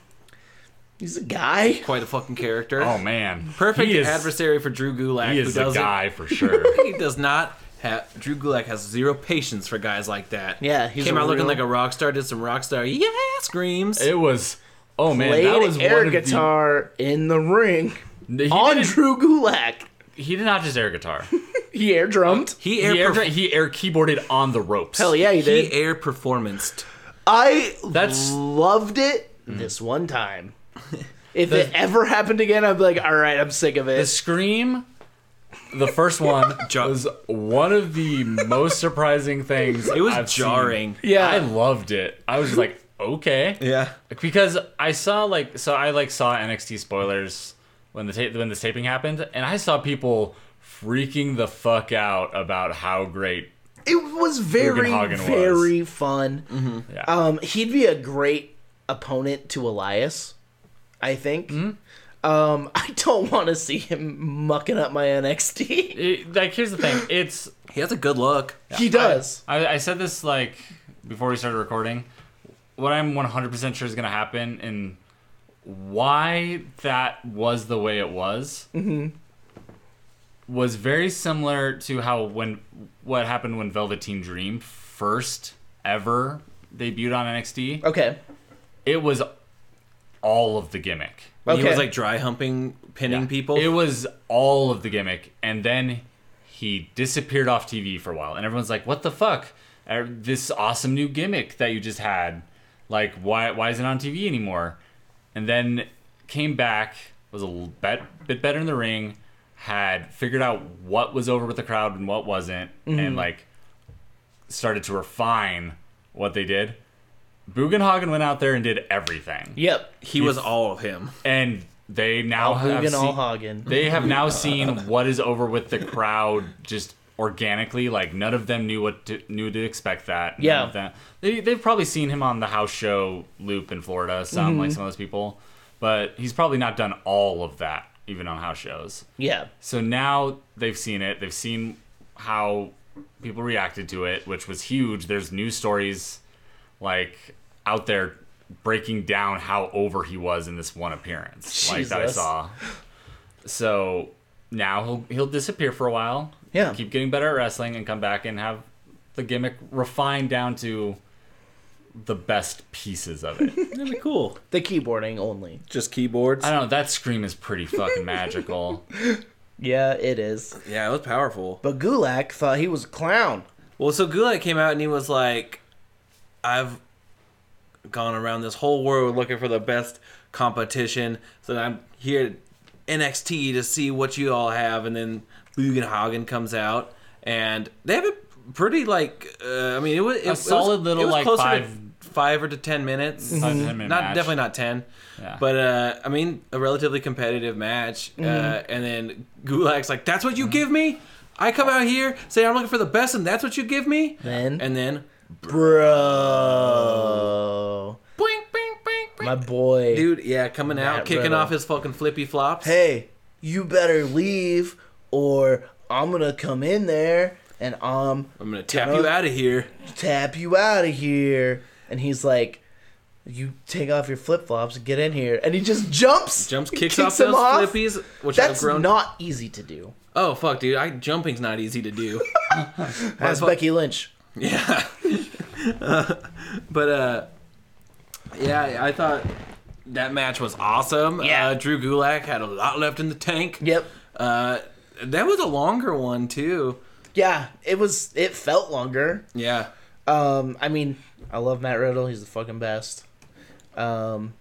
Speaker 2: he's a guy.
Speaker 3: Quite a fucking character.
Speaker 4: oh man
Speaker 3: Perfect
Speaker 4: he is,
Speaker 3: adversary for Drew Gulak.
Speaker 4: he is
Speaker 3: who
Speaker 4: the
Speaker 3: doesn't,
Speaker 4: guy for sure
Speaker 3: He does not have. Drew Gulak has zero patience for guys like that.
Speaker 2: Yeah, he's
Speaker 3: came
Speaker 2: a
Speaker 3: out looking
Speaker 2: real-
Speaker 3: like a rock star. Did some rock star yeah screams.
Speaker 4: It was. Oh man,
Speaker 2: Played
Speaker 4: that was
Speaker 2: air
Speaker 4: one
Speaker 2: guitar in the ring
Speaker 4: Of the, he,
Speaker 2: on
Speaker 4: didn't-
Speaker 2: Drew Gulak.
Speaker 4: he did not just air guitar.
Speaker 2: He air drummed.
Speaker 3: he
Speaker 4: He air,
Speaker 3: air. perf-
Speaker 4: he air keyboarded on the ropes.
Speaker 2: Hell yeah, he
Speaker 3: He
Speaker 2: did.
Speaker 3: air performanced.
Speaker 2: I
Speaker 4: That's- Mm.
Speaker 2: loved it this one time. If it ever happened again, I'd be like, all right, I'm sick of
Speaker 4: The
Speaker 2: it.
Speaker 4: scream The first one
Speaker 3: Jar-
Speaker 4: was one of the most surprising things.
Speaker 3: It was
Speaker 4: I've seen.
Speaker 3: jarring.
Speaker 4: Yeah, I loved it. I was just like, okay.
Speaker 3: Yeah.
Speaker 4: because I saw like so I like saw NXT spoilers when the ta- when this taping happened, and I saw people freaking the fuck out about how great.
Speaker 2: It was very,
Speaker 4: Hagen was.
Speaker 2: very fun.
Speaker 3: Mm-hmm.
Speaker 4: Yeah.
Speaker 2: Um, he'd be a great opponent to Elias, I think.
Speaker 3: Mm-hmm.
Speaker 2: Um, I don't want to see him mucking up my NXT.
Speaker 4: It- like here's the thing, it's
Speaker 3: He has a good look.
Speaker 2: he does.
Speaker 4: I, I said this like before we started recording. What I'm 100% sure is going to happen and why that was the way it was
Speaker 2: Mm-hmm.
Speaker 4: was very similar to how when what happened when Velveteen Dream first ever debuted on NXT.
Speaker 2: okay.
Speaker 4: It was all of the gimmick.
Speaker 2: Okay.
Speaker 3: He was like dry humping, pinning people.
Speaker 4: It was all of the gimmick, and then he disappeared off TV for a while, and everyone's like, "What the fuck? Er, This awesome new gimmick that you just had, like, why why isn't it on TV anymore?" And then came back, was a little bet, bit better in the ring, had figured out what was over with the crowd and what wasn't, and like started to refine what they did. Bugenhagen went out there and did everything,
Speaker 2: yep.
Speaker 3: he was all of him.
Speaker 4: and they now
Speaker 2: All
Speaker 4: have
Speaker 2: Hogan, all
Speaker 4: seen-
Speaker 2: Hagen.
Speaker 4: they have now seen what is over with the crowd just organically. Like none of them knew what to, knew to expect. That none
Speaker 2: Yeah.
Speaker 4: of that. They they've probably seen him on the house show loop in Florida. Some like some of those people, but he's probably not done all of that even on house shows.
Speaker 2: yeah.
Speaker 4: So now they've seen it. They've seen how people reacted to it, which was huge. There's news stories like out there breaking down how over he was in this one appearance, like that I
Speaker 2: Jesus.
Speaker 4: saw. So now he'll he'll disappear for a while.
Speaker 2: Yeah.
Speaker 4: Keep getting better at wrestling and come back and have the gimmick refined down to the best pieces of it.
Speaker 3: That'd be cool.
Speaker 2: The keyboarding only.
Speaker 3: Just keyboards.
Speaker 4: I don't know, that scream is pretty fucking magical.
Speaker 2: Yeah, it is.
Speaker 3: Yeah, it was powerful.
Speaker 2: But Gulak thought he was a clown.
Speaker 3: Well, so Gulak came out and he was like, I've gone around this whole world looking for the best competition. So I'm here at NXT to see what you all have. And then Bugenhagen comes out and they have a pretty, like, uh, I mean, it was it, it was-
Speaker 4: solid little,
Speaker 3: it was
Speaker 4: like,
Speaker 3: closer to
Speaker 4: five- Mm-hmm.
Speaker 3: five or to ten minutes.
Speaker 4: Five to 10 minute
Speaker 3: not
Speaker 4: match.
Speaker 3: Definitely not ten.
Speaker 4: Yeah.
Speaker 3: But uh, I mean, a relatively competitive match, uh,
Speaker 2: Mm-hmm.
Speaker 3: and then Gulak's like, "That's what you give me." I come out here, say I'm looking for the best, and that's what you give me.
Speaker 2: Then-
Speaker 3: and then,
Speaker 2: Bro.
Speaker 3: boing, boing, boing, boing.
Speaker 2: My boy.
Speaker 3: dude, yeah, coming out,
Speaker 2: Matt
Speaker 3: kicking
Speaker 2: Riddle.
Speaker 3: off his fucking flippy flops.
Speaker 2: hey, you better leave or I'm going to come in there and um
Speaker 3: I'm gonna tap
Speaker 2: Dude.
Speaker 3: you out of here.
Speaker 2: tap you out of here. And he's like, you take off your flip flops and get in here. And he just jumps.
Speaker 3: Jumps,
Speaker 2: He
Speaker 3: kicks, off
Speaker 2: him
Speaker 3: those flippies, which I've
Speaker 2: That's
Speaker 3: grown.
Speaker 2: not easy to do.
Speaker 3: oh fuck, dude, I jumping's not easy to do.
Speaker 2: That's Becky Lynch.
Speaker 3: Yeah. Uh, but uh yeah, I thought that match was awesome.
Speaker 2: Yeah.
Speaker 3: Uh, Drew Gulak had a lot left in the tank.
Speaker 2: Yep.
Speaker 3: Uh that was a longer one too.
Speaker 2: Yeah, it was. It felt longer.
Speaker 3: Yeah.
Speaker 2: Um, I mean, I love Matt Riddle. He's the fucking best. Um,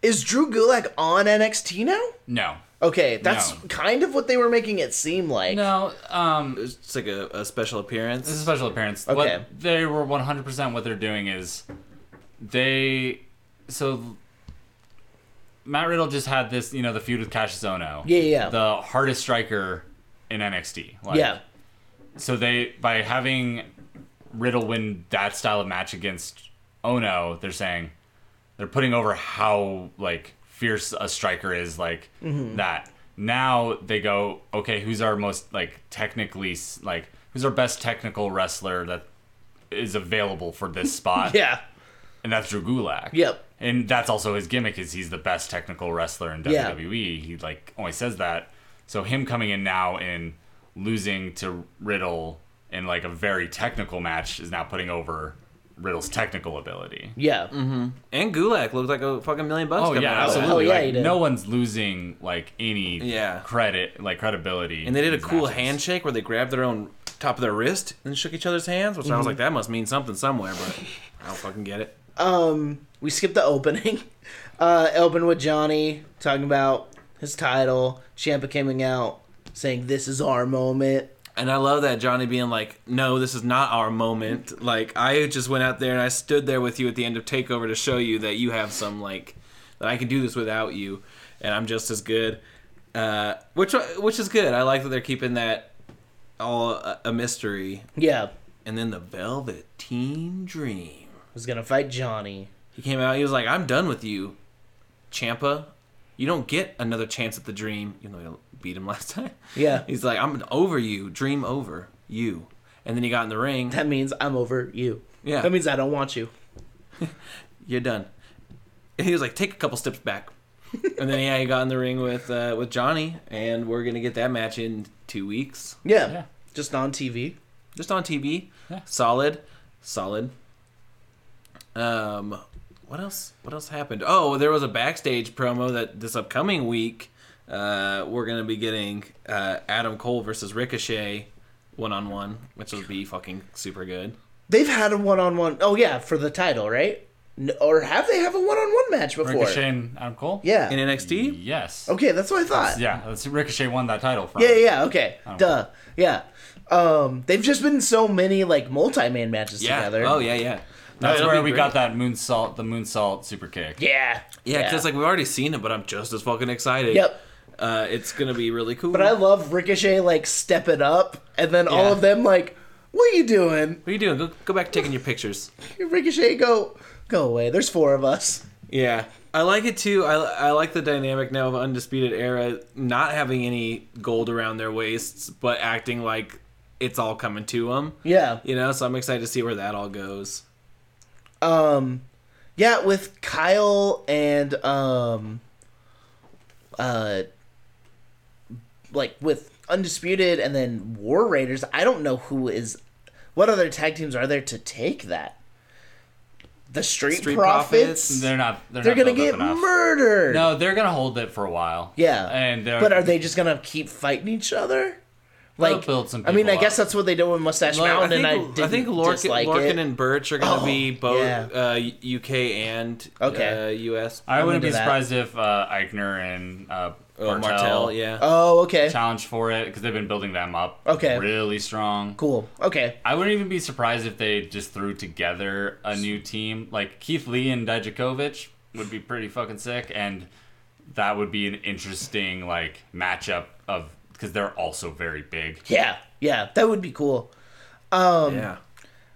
Speaker 2: is Drew Gulak on NXT now?
Speaker 4: no.
Speaker 2: Okay, that's
Speaker 4: No.
Speaker 2: kind of what they were making it seem like.
Speaker 4: No, um
Speaker 3: It was just like a, a special
Speaker 4: It's a
Speaker 3: appearance.
Speaker 4: special appearance.
Speaker 2: Okay.
Speaker 4: What they were 100% what they're doing is they so Matt Riddle just had this, you know, the feud with Cassius Ohno.
Speaker 2: Yeah, yeah, yeah.
Speaker 4: The hardest striker in NXT. Like,
Speaker 2: yeah,
Speaker 4: So they by having Riddle win that style of match against Ono, they're saying they're putting over how like fierce a striker is like that. Now they go, okay, who's our most like technically s- like who's our best technical wrestler that is available for this spot?
Speaker 2: yeah,
Speaker 4: and that's Drew Gulak.
Speaker 2: Yep.
Speaker 4: And that's also his gimmick is he's the best technical wrestler in
Speaker 2: Yeah.
Speaker 4: WWE. He like always says that. So him coming in now and losing to Riddle in like a very technical match is now putting over Riddle's technical ability.
Speaker 2: yeah.
Speaker 3: And Gulak looked like a fucking million bucks.
Speaker 4: Oh
Speaker 3: coming
Speaker 4: yeah,
Speaker 3: out of that.
Speaker 4: absolutely.
Speaker 2: Oh, yeah, he
Speaker 4: like,
Speaker 2: did.
Speaker 4: no one's losing like any
Speaker 3: Yeah.
Speaker 4: credit, like credibility.
Speaker 3: And they did a
Speaker 4: in these
Speaker 3: cool
Speaker 4: matches.
Speaker 3: handshake where they grabbed their own top of their wrist and shook each other's hands, which I was like, that must mean something somewhere, but I don't fucking get it.
Speaker 2: Um, we skipped the opening. Uh, open with Johnny talking about his title. Champa coming out. saying this is our moment.
Speaker 3: And I love that Johnny being like, "No, this is not our moment." Like I just went out there and I stood there with you at the end of Takeover to show you that you have some like that I can do this without you, and I'm just as good. Uh, which which is good. I like that they're keeping that all a, a mystery.
Speaker 2: Yeah,
Speaker 3: And then the Velveteen Dream.
Speaker 2: was gonna fight Johnny.
Speaker 3: He came out. He was like, "I'm done with you, Champa. You don't get another chance at the dream. You know, you beat him last time."
Speaker 2: Yeah,
Speaker 3: He's like, I'm over you. Dream over you. And then he got in the ring.
Speaker 2: that means I'm over you.
Speaker 3: Yeah.
Speaker 2: that means I don't want you.
Speaker 3: You're done. And he was like, take a couple steps back. and then yeah, he got in the ring with uh, with Johnny, and we're gonna get that match in two weeks,
Speaker 2: Yeah,
Speaker 4: Yeah.
Speaker 2: just on TV.
Speaker 3: just on TV.
Speaker 4: Yeah.
Speaker 3: Solid, solid. Um, what else? What else happened? Oh, there was a backstage promo that this upcoming week uh, we're gonna be getting uh, Adam Cole versus Ricochet one on one, which will be fucking super good.
Speaker 2: They've had a one-on-one. Oh yeah, for the title, right? N or have they have a one-on-one match before?
Speaker 4: Ricochet and Adam Cole.
Speaker 2: Yeah.
Speaker 3: in NXT.
Speaker 4: Yes.
Speaker 2: okay, that's what I thought.
Speaker 4: Yeah, that's Ricochet won that title from.
Speaker 2: Yeah, yeah, yeah, okay.
Speaker 4: Oh.
Speaker 2: Duh. Yeah. Um, they've just been in so many like multi-man matches
Speaker 3: Yeah.
Speaker 2: together.
Speaker 3: Oh yeah, yeah.
Speaker 4: That's
Speaker 3: That'll
Speaker 4: where
Speaker 3: be
Speaker 4: we
Speaker 3: great.
Speaker 4: got that moonsault, the moonsault super kick.
Speaker 2: Yeah.
Speaker 3: Yeah, because like we've already seen it, but I'm just as fucking excited.
Speaker 2: Yep.
Speaker 3: Uh, it's gonna be really cool.
Speaker 2: But I love Ricochet like step it up and then all
Speaker 3: Yeah.
Speaker 2: of them like, What are you doing?
Speaker 3: What are you doing? Go, go back taking your pictures.
Speaker 2: Ricochet go go away. There's four of us.
Speaker 3: Yeah, I like it too. I, I like the dynamic now of Undisputed Era not having any gold around their waists, but acting like it's all coming to them.
Speaker 2: Yeah.
Speaker 3: You know, so I'm excited to see where that all goes.
Speaker 2: Um yeah, with Kyle and um uh like with Undisputed and then War Raiders, I don't know who is what other tag teams are there to take that? The Street,
Speaker 3: Street
Speaker 2: Profits?
Speaker 3: Profits?
Speaker 4: They're not. They're,
Speaker 2: They're
Speaker 4: not
Speaker 2: gonna
Speaker 4: built
Speaker 2: get
Speaker 4: up enough.
Speaker 2: murdered.
Speaker 4: No, they're gonna hold it for a while.
Speaker 2: Yeah.
Speaker 4: and uh, they're,
Speaker 2: But are they just gonna keep fighting each other?
Speaker 4: They'll
Speaker 2: Like,
Speaker 4: build some
Speaker 2: I mean, I
Speaker 4: people
Speaker 2: guess
Speaker 4: up.
Speaker 2: that's what they do with Mustache
Speaker 3: Well,
Speaker 2: Mountain,
Speaker 3: I
Speaker 2: and I
Speaker 3: think,
Speaker 2: didn't
Speaker 3: think Lorcan,
Speaker 2: dislike
Speaker 3: Lorcan
Speaker 2: it.
Speaker 3: and Birch are gonna
Speaker 2: Oh,
Speaker 3: be both
Speaker 2: yeah.
Speaker 3: uh, UK and
Speaker 2: Okay.
Speaker 3: uh, US.
Speaker 4: I
Speaker 2: I'm
Speaker 4: wouldn't
Speaker 2: into
Speaker 4: be
Speaker 2: that.
Speaker 4: surprised if uh, Eichner and uh,
Speaker 3: Oh,
Speaker 4: Martel,
Speaker 3: Martel, yeah.
Speaker 2: oh, okay,
Speaker 4: challenge for it because they've been building them up.
Speaker 2: Okay.
Speaker 4: really strong.
Speaker 2: cool, okay,
Speaker 4: I wouldn't even be surprised if they just threw together a new team. Like Keith Lee and Dijakovic would be pretty fucking sick, and that would be an interesting like matchup of because they're also very big.
Speaker 2: yeah, yeah, that would be cool. Um,
Speaker 3: yeah.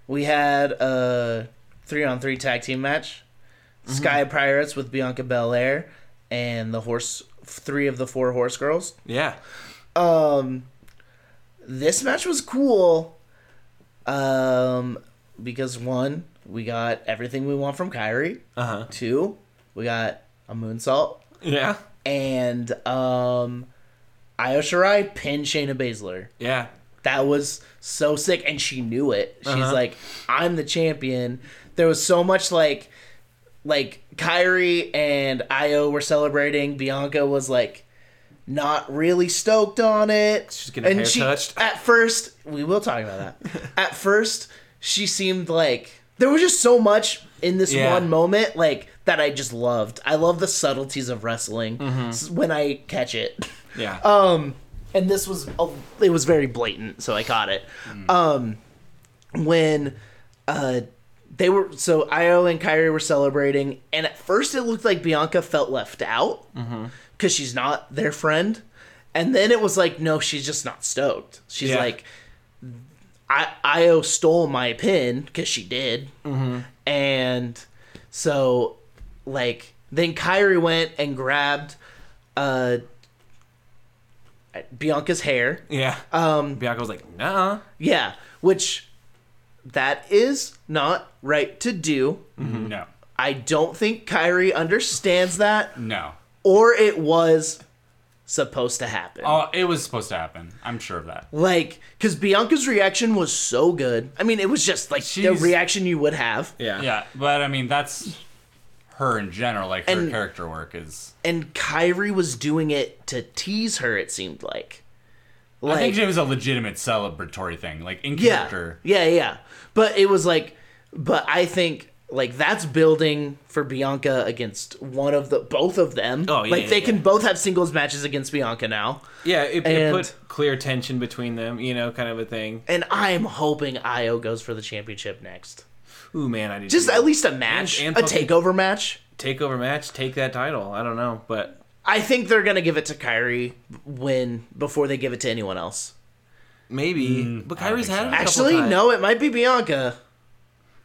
Speaker 2: We had a three-on-three tag team match: Sky Pirates with Bianca Belair and the horse, three of the four horse girls.
Speaker 3: Yeah.
Speaker 2: um this match was cool um because one we got everything we want from Kyrie
Speaker 3: Uh-huh.
Speaker 2: two we got a moonsault
Speaker 3: Yeah.
Speaker 2: and um Io Shirai pinned Shayna Baszler
Speaker 3: Yeah.
Speaker 2: that was so sick and she knew it she's
Speaker 3: Uh-huh.
Speaker 2: like i'm the champion there was so much like like Kyrie and Io were celebrating Bianca was like not really stoked on it
Speaker 3: She's getting her hair touched.
Speaker 2: at first we will talk about that at first she seemed like there was just so much in this
Speaker 3: Yeah.
Speaker 2: one moment like that i just loved i love the subtleties of wrestling
Speaker 3: Mm-hmm.
Speaker 2: s- when i catch it
Speaker 3: Yeah.
Speaker 2: um, and this was a, it was very blatant, so I caught it. Um, when uh, they were so Io and Kyrie were celebrating, and at first it looked like Bianca felt left out because she's not their friend, and then it was like no, she's just not stoked. She's
Speaker 3: Yeah.
Speaker 2: like. I Io stole my pin because she did, and so like then Kyrie went and grabbed uh Bianca's hair.
Speaker 3: yeah. Um, Bianca was like, nah.
Speaker 2: Yeah, which that is not right to do.
Speaker 4: No,
Speaker 2: I don't think Kyrie understands that,
Speaker 4: no.
Speaker 2: or it was supposed to happen.
Speaker 4: Oh, it was supposed to happen. I'm sure of that.
Speaker 2: Like, because Bianca's reaction was so good. I mean, it was just like the
Speaker 4: She's-
Speaker 2: reaction you would have.
Speaker 3: Yeah.
Speaker 4: Yeah, but I mean that's her in general. Like her
Speaker 2: And-
Speaker 4: character work is.
Speaker 2: And Kyrie was doing it to tease her, it seemed like. Like,
Speaker 4: I think it was a legitimate celebratory thing, like in
Speaker 2: yeah,
Speaker 4: character.
Speaker 2: yeah, yeah. But it was like, but I think Like that's building for Bianca against one of the both of them.
Speaker 7: Oh, yeah,
Speaker 2: like they
Speaker 7: yeah,
Speaker 2: can
Speaker 7: yeah.
Speaker 2: both have singles matches against Bianca now.
Speaker 3: Yeah, it, it
Speaker 2: And-
Speaker 3: put clear tension between them, you know, kind of a thing.
Speaker 2: And I'm hoping Io goes for the championship next.
Speaker 3: Ooh, man, I did
Speaker 2: Just at least a match,
Speaker 3: and
Speaker 2: a
Speaker 3: fucking-
Speaker 2: takeover match.
Speaker 3: takeover match, take that title. I don't know, but
Speaker 2: I think they're gonna give it to Kyrie when before they give it to anyone else.
Speaker 7: Maybe, but Kyrie's had it. a couple
Speaker 2: Actually,
Speaker 7: times.
Speaker 2: no, it might be Bianca.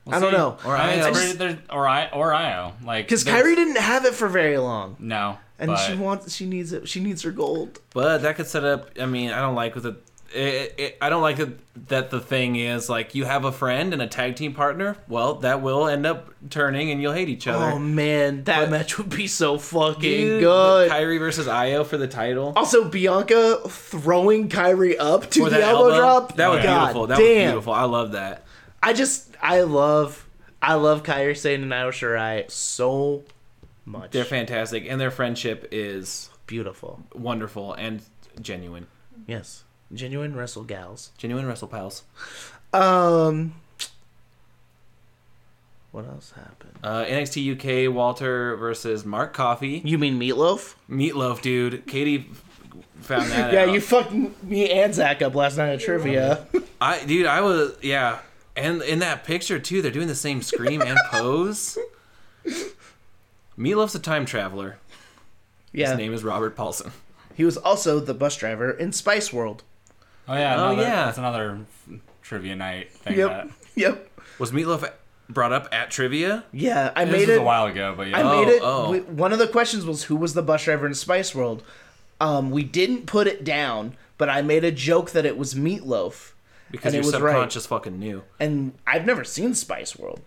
Speaker 2: I don't
Speaker 4: see.
Speaker 2: know
Speaker 7: Or
Speaker 4: I mean,
Speaker 7: Io.
Speaker 4: it's pretty- there- or I or Io like
Speaker 2: because
Speaker 4: there's-
Speaker 2: Kyrie didn't have it for very long,
Speaker 4: no
Speaker 2: and
Speaker 4: but
Speaker 2: she wants she needs it. She needs her gold.
Speaker 3: but that could set up. I mean, I don't like with the. It, it, I don't like that, that the thing is like you have a friend and a tag team partner. Well, that will end up turning and you'll hate each other.
Speaker 2: Oh man, that match would be so fucking
Speaker 3: Dude,
Speaker 2: good.
Speaker 3: Kyrie versus Io for the title.
Speaker 2: also, Bianca throwing Kyrie up to
Speaker 3: Or
Speaker 2: the
Speaker 3: that
Speaker 2: elbow,
Speaker 3: elbow.
Speaker 2: drop.
Speaker 3: That was
Speaker 2: God
Speaker 3: beautiful. That was
Speaker 2: damn.
Speaker 3: beautiful. I love that.
Speaker 2: I just I love I love Kyrie Sane and Io Shirai so much.
Speaker 3: They're fantastic, and their friendship is
Speaker 2: beautiful.
Speaker 3: wonderful and genuine.
Speaker 2: Yes, genuine wrestle gals.
Speaker 3: Genuine wrestle pals.
Speaker 2: Um, what else happened?
Speaker 3: Uh, NXT UK Walter versus Mark Coffey.
Speaker 2: You mean Meatloaf?
Speaker 3: Meatloaf, dude. Katie found that
Speaker 2: Yeah,
Speaker 3: out.
Speaker 2: you fucked me and Zach up last night at trivia.
Speaker 3: I, dude, I was, yeah. And in that picture, too, they're doing the same scream and pose. Meatloaf's a time traveler. His
Speaker 2: Yeah,
Speaker 3: name is Robert Paulson.
Speaker 2: he was also the bus driver in Spice World.
Speaker 4: oh yeah
Speaker 3: Oh,
Speaker 4: another,
Speaker 3: yeah.
Speaker 4: that's another trivia night thing
Speaker 2: Yep.
Speaker 4: that
Speaker 2: Yep.
Speaker 3: Was Meatloaf brought up at trivia?
Speaker 2: Yeah, I
Speaker 4: this
Speaker 2: made
Speaker 4: was
Speaker 2: it.
Speaker 4: a while ago but yeah
Speaker 2: I
Speaker 3: Oh,
Speaker 2: made it.
Speaker 3: oh.
Speaker 2: we- one of the questions was who was the bus driver in Spice World. Um, we didn't put it down, but I made a joke that it was Meatloaf,
Speaker 3: Because
Speaker 2: And it
Speaker 3: your
Speaker 2: was right.
Speaker 3: subconscious fucking knew.
Speaker 2: and I've never seen Spice World.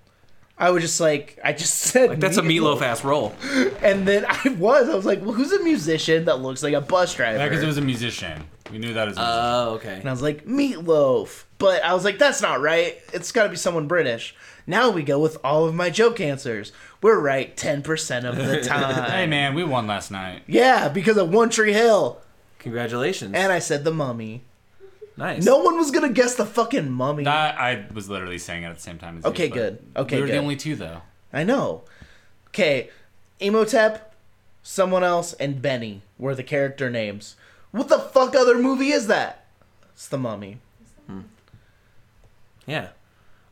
Speaker 2: I was just like, I just said
Speaker 3: Like, that's a meatloaf ass roll.
Speaker 2: And then I was, I was like, well, who's a musician that looks like a bus driver?
Speaker 4: because it was a musician we knew that as a musician.
Speaker 3: Oh, okay.
Speaker 2: and I was like, meatloaf. But I was like, that's not right. It's got to be someone British. Now we go with all of my joke answers. We're right 10% of the time.
Speaker 4: hey man we won last night
Speaker 2: yeah, because of One Tree Hill.
Speaker 3: Congratulations.
Speaker 2: And I said the mummy.
Speaker 3: nice.
Speaker 2: No one was going to guess the fucking mummy.
Speaker 4: that I was literally saying it at the same time as you,
Speaker 2: Okay,
Speaker 4: but
Speaker 2: good. Okay,
Speaker 4: we were
Speaker 2: good.
Speaker 4: the only two though
Speaker 2: I know. Okay, Emotep, someone else, and Benny were the character names. What the fuck other movie is that? It's the mummy.
Speaker 3: Yeah.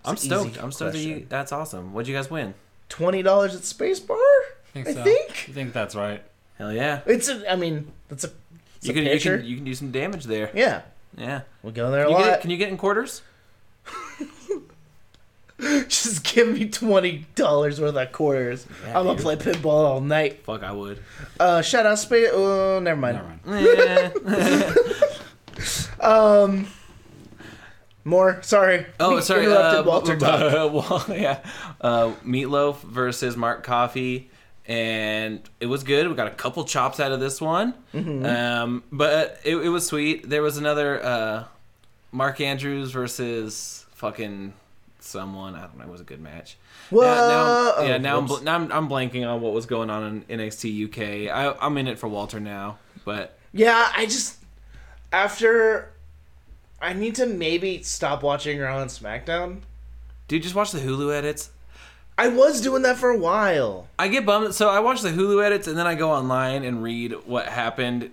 Speaker 3: I'm
Speaker 2: an easy
Speaker 3: stoked. I'm stoked that you.
Speaker 2: question.
Speaker 3: That's awesome. What'd you guys win?
Speaker 2: twenty dollars at Spacebar. I think,
Speaker 4: so. I think that's right
Speaker 3: Hell yeah.
Speaker 2: it's. A, I mean, that's a. It's
Speaker 3: You
Speaker 2: a
Speaker 3: can, you,
Speaker 2: picture.
Speaker 3: can, you can do some damage there.
Speaker 2: yeah,
Speaker 3: Yeah.
Speaker 2: we go there a
Speaker 3: You get
Speaker 2: lot.
Speaker 3: it- can you get in quarters?
Speaker 2: Just give me twenty dollars worth of quarters. I'm gonna
Speaker 3: dude.
Speaker 2: play pinball all night.
Speaker 3: Fuck, I would.
Speaker 2: Uh, shout out space. Oh, never mind.
Speaker 4: Never mind.
Speaker 3: Eh.
Speaker 2: More. Sorry.
Speaker 3: Oh,
Speaker 2: We
Speaker 3: sorry.
Speaker 2: Interrupted
Speaker 3: uh,
Speaker 2: Walter. Talk.
Speaker 3: well, yeah. Uh, Meatloaf versus Mark Coffey, and it was good. We got a couple chops out of this one,
Speaker 2: Mm-hmm.
Speaker 3: um, but it, it was sweet. There was another uh, Mark Andrews versus fucking someone. I don't know. It was a good match. Now-
Speaker 2: Whoa.
Speaker 3: Now, yeah.
Speaker 2: Oh,
Speaker 3: Now, I'm,
Speaker 2: whoops.
Speaker 3: bl- now I'm, I'm blanking on what was going on in NXT UK. I, I'm in it for Walter now, but
Speaker 2: Yeah, I just after. I need to maybe stop watching Raw and SmackDown.
Speaker 3: dude, just watch the Hulu edits.
Speaker 2: I was doing that for a while.
Speaker 3: I get bummed. So I watch the Hulu edits and then I go online and read what happened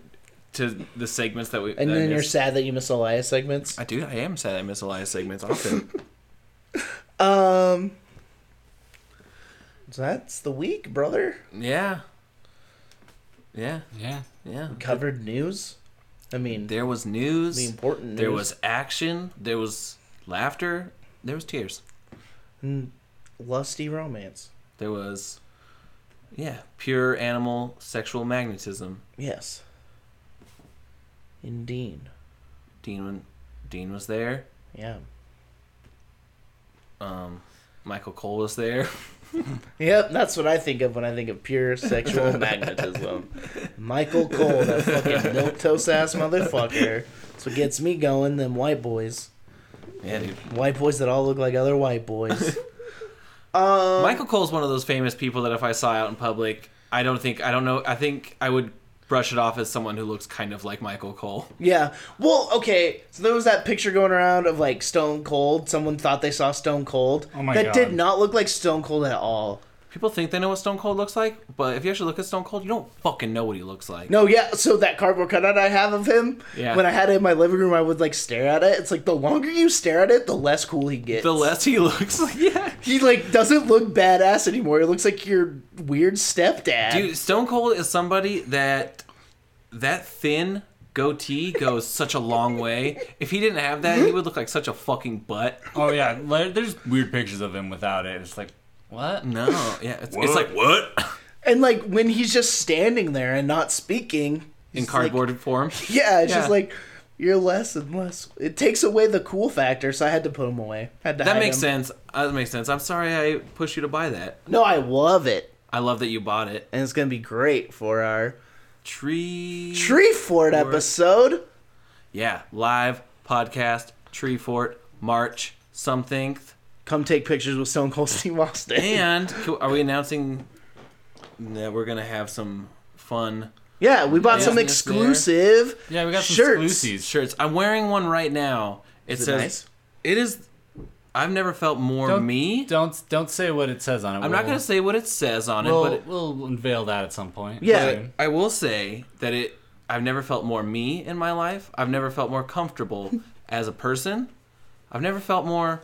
Speaker 3: to the segments that we.
Speaker 2: And
Speaker 3: that I
Speaker 2: then you're
Speaker 3: missed.
Speaker 2: sad that you miss Elias segments.
Speaker 3: I do. I am sad. I miss a lot of segments often.
Speaker 2: Um, so that's the week, brother.
Speaker 3: yeah. Yeah.
Speaker 4: yeah
Speaker 3: Yeah.
Speaker 2: Covered news. I mean,
Speaker 3: There was news.
Speaker 2: the important news.
Speaker 3: There was action. There was laughter. There was tears.
Speaker 2: lusty romance.
Speaker 3: There was, yeah, pure animal sexual magnetism.
Speaker 2: Yes. Indeed.
Speaker 3: Dean, Dean was there.
Speaker 2: Yeah.
Speaker 3: Um, Michael Cole was there.
Speaker 2: Yep, that's what I think of when I think of pure sexual magnetism. Michael Cole, that fucking milk toast ass motherfucker. That's what gets me going. Them white boys,
Speaker 3: Yeah, dude.
Speaker 2: white boys that all look like other white boys.
Speaker 3: Michael Cole's one of those famous people that if I saw out in public, I don't think I don't know. I think I would brush it off as someone who looks kind of like Michael Cole.
Speaker 2: Yeah. Well, okay. So there was that picture going around of like Stone Cold. Someone thought they saw Stone Cold.
Speaker 4: Oh my
Speaker 2: that
Speaker 4: God.
Speaker 2: did not look like Stone Cold at all.
Speaker 3: People think they know what Stone Cold looks like, but if you actually look at Stone Cold, you don't fucking know what he looks like.
Speaker 2: No, yeah. So that cardboard cutout I have of him,
Speaker 3: Yeah.
Speaker 2: when I had it in my living room, I would like stare at it. It's like the longer you stare at it, the less cool he gets.
Speaker 3: The less he looks like, yeah.
Speaker 2: he like doesn't look badass anymore. He looks like your weird stepdad.
Speaker 3: Dude, Stone Cold is somebody that that thin goatee goes such a long way. If he didn't have that, he would look like such a fucking butt.
Speaker 4: Oh yeah, like, there's weird pictures of him without it. It's like what?
Speaker 3: No, yeah, it's, it's like
Speaker 5: what?
Speaker 2: And like when he's just standing there and not speaking
Speaker 3: in
Speaker 2: it's like-
Speaker 3: cardboard form.
Speaker 2: yeah, it's just
Speaker 3: Yeah.
Speaker 2: like you're less and less. It takes away the cool factor, so I had to put him away. Had to
Speaker 3: That
Speaker 2: hide
Speaker 3: makes
Speaker 2: him.
Speaker 3: sense. Uh, That makes sense. I'm sorry I pushed you to buy that.
Speaker 2: No, I love it,
Speaker 3: I love that you bought it.
Speaker 2: and it's gonna be great for our
Speaker 3: Tree.
Speaker 2: tree fort episode.
Speaker 3: Yeah, live podcast Tree Fort March something.
Speaker 2: Come take pictures with Stone Cold Steve Austin.
Speaker 3: And can- are we announcing that we're gonna have some fun
Speaker 2: Yeah, we bought
Speaker 3: Yeah.
Speaker 2: some
Speaker 3: Isn't this
Speaker 2: exclusive.
Speaker 4: Yeah, we got some
Speaker 2: shirts.
Speaker 4: exclusives.
Speaker 3: shirts? I'm wearing one right now. It
Speaker 2: Is it
Speaker 3: says
Speaker 2: nice?
Speaker 3: it is. I've never felt more
Speaker 4: Don't-
Speaker 3: me.
Speaker 4: Don't don't say what it says on it.
Speaker 3: I'm not gonna say what it says on
Speaker 4: We'll,
Speaker 3: it, but it,
Speaker 4: we'll unveil that at some point.
Speaker 2: Yeah.
Speaker 4: Okay.
Speaker 3: I will say that it I've never felt more me in my life. I've never felt more comfortable as a person. I've never felt more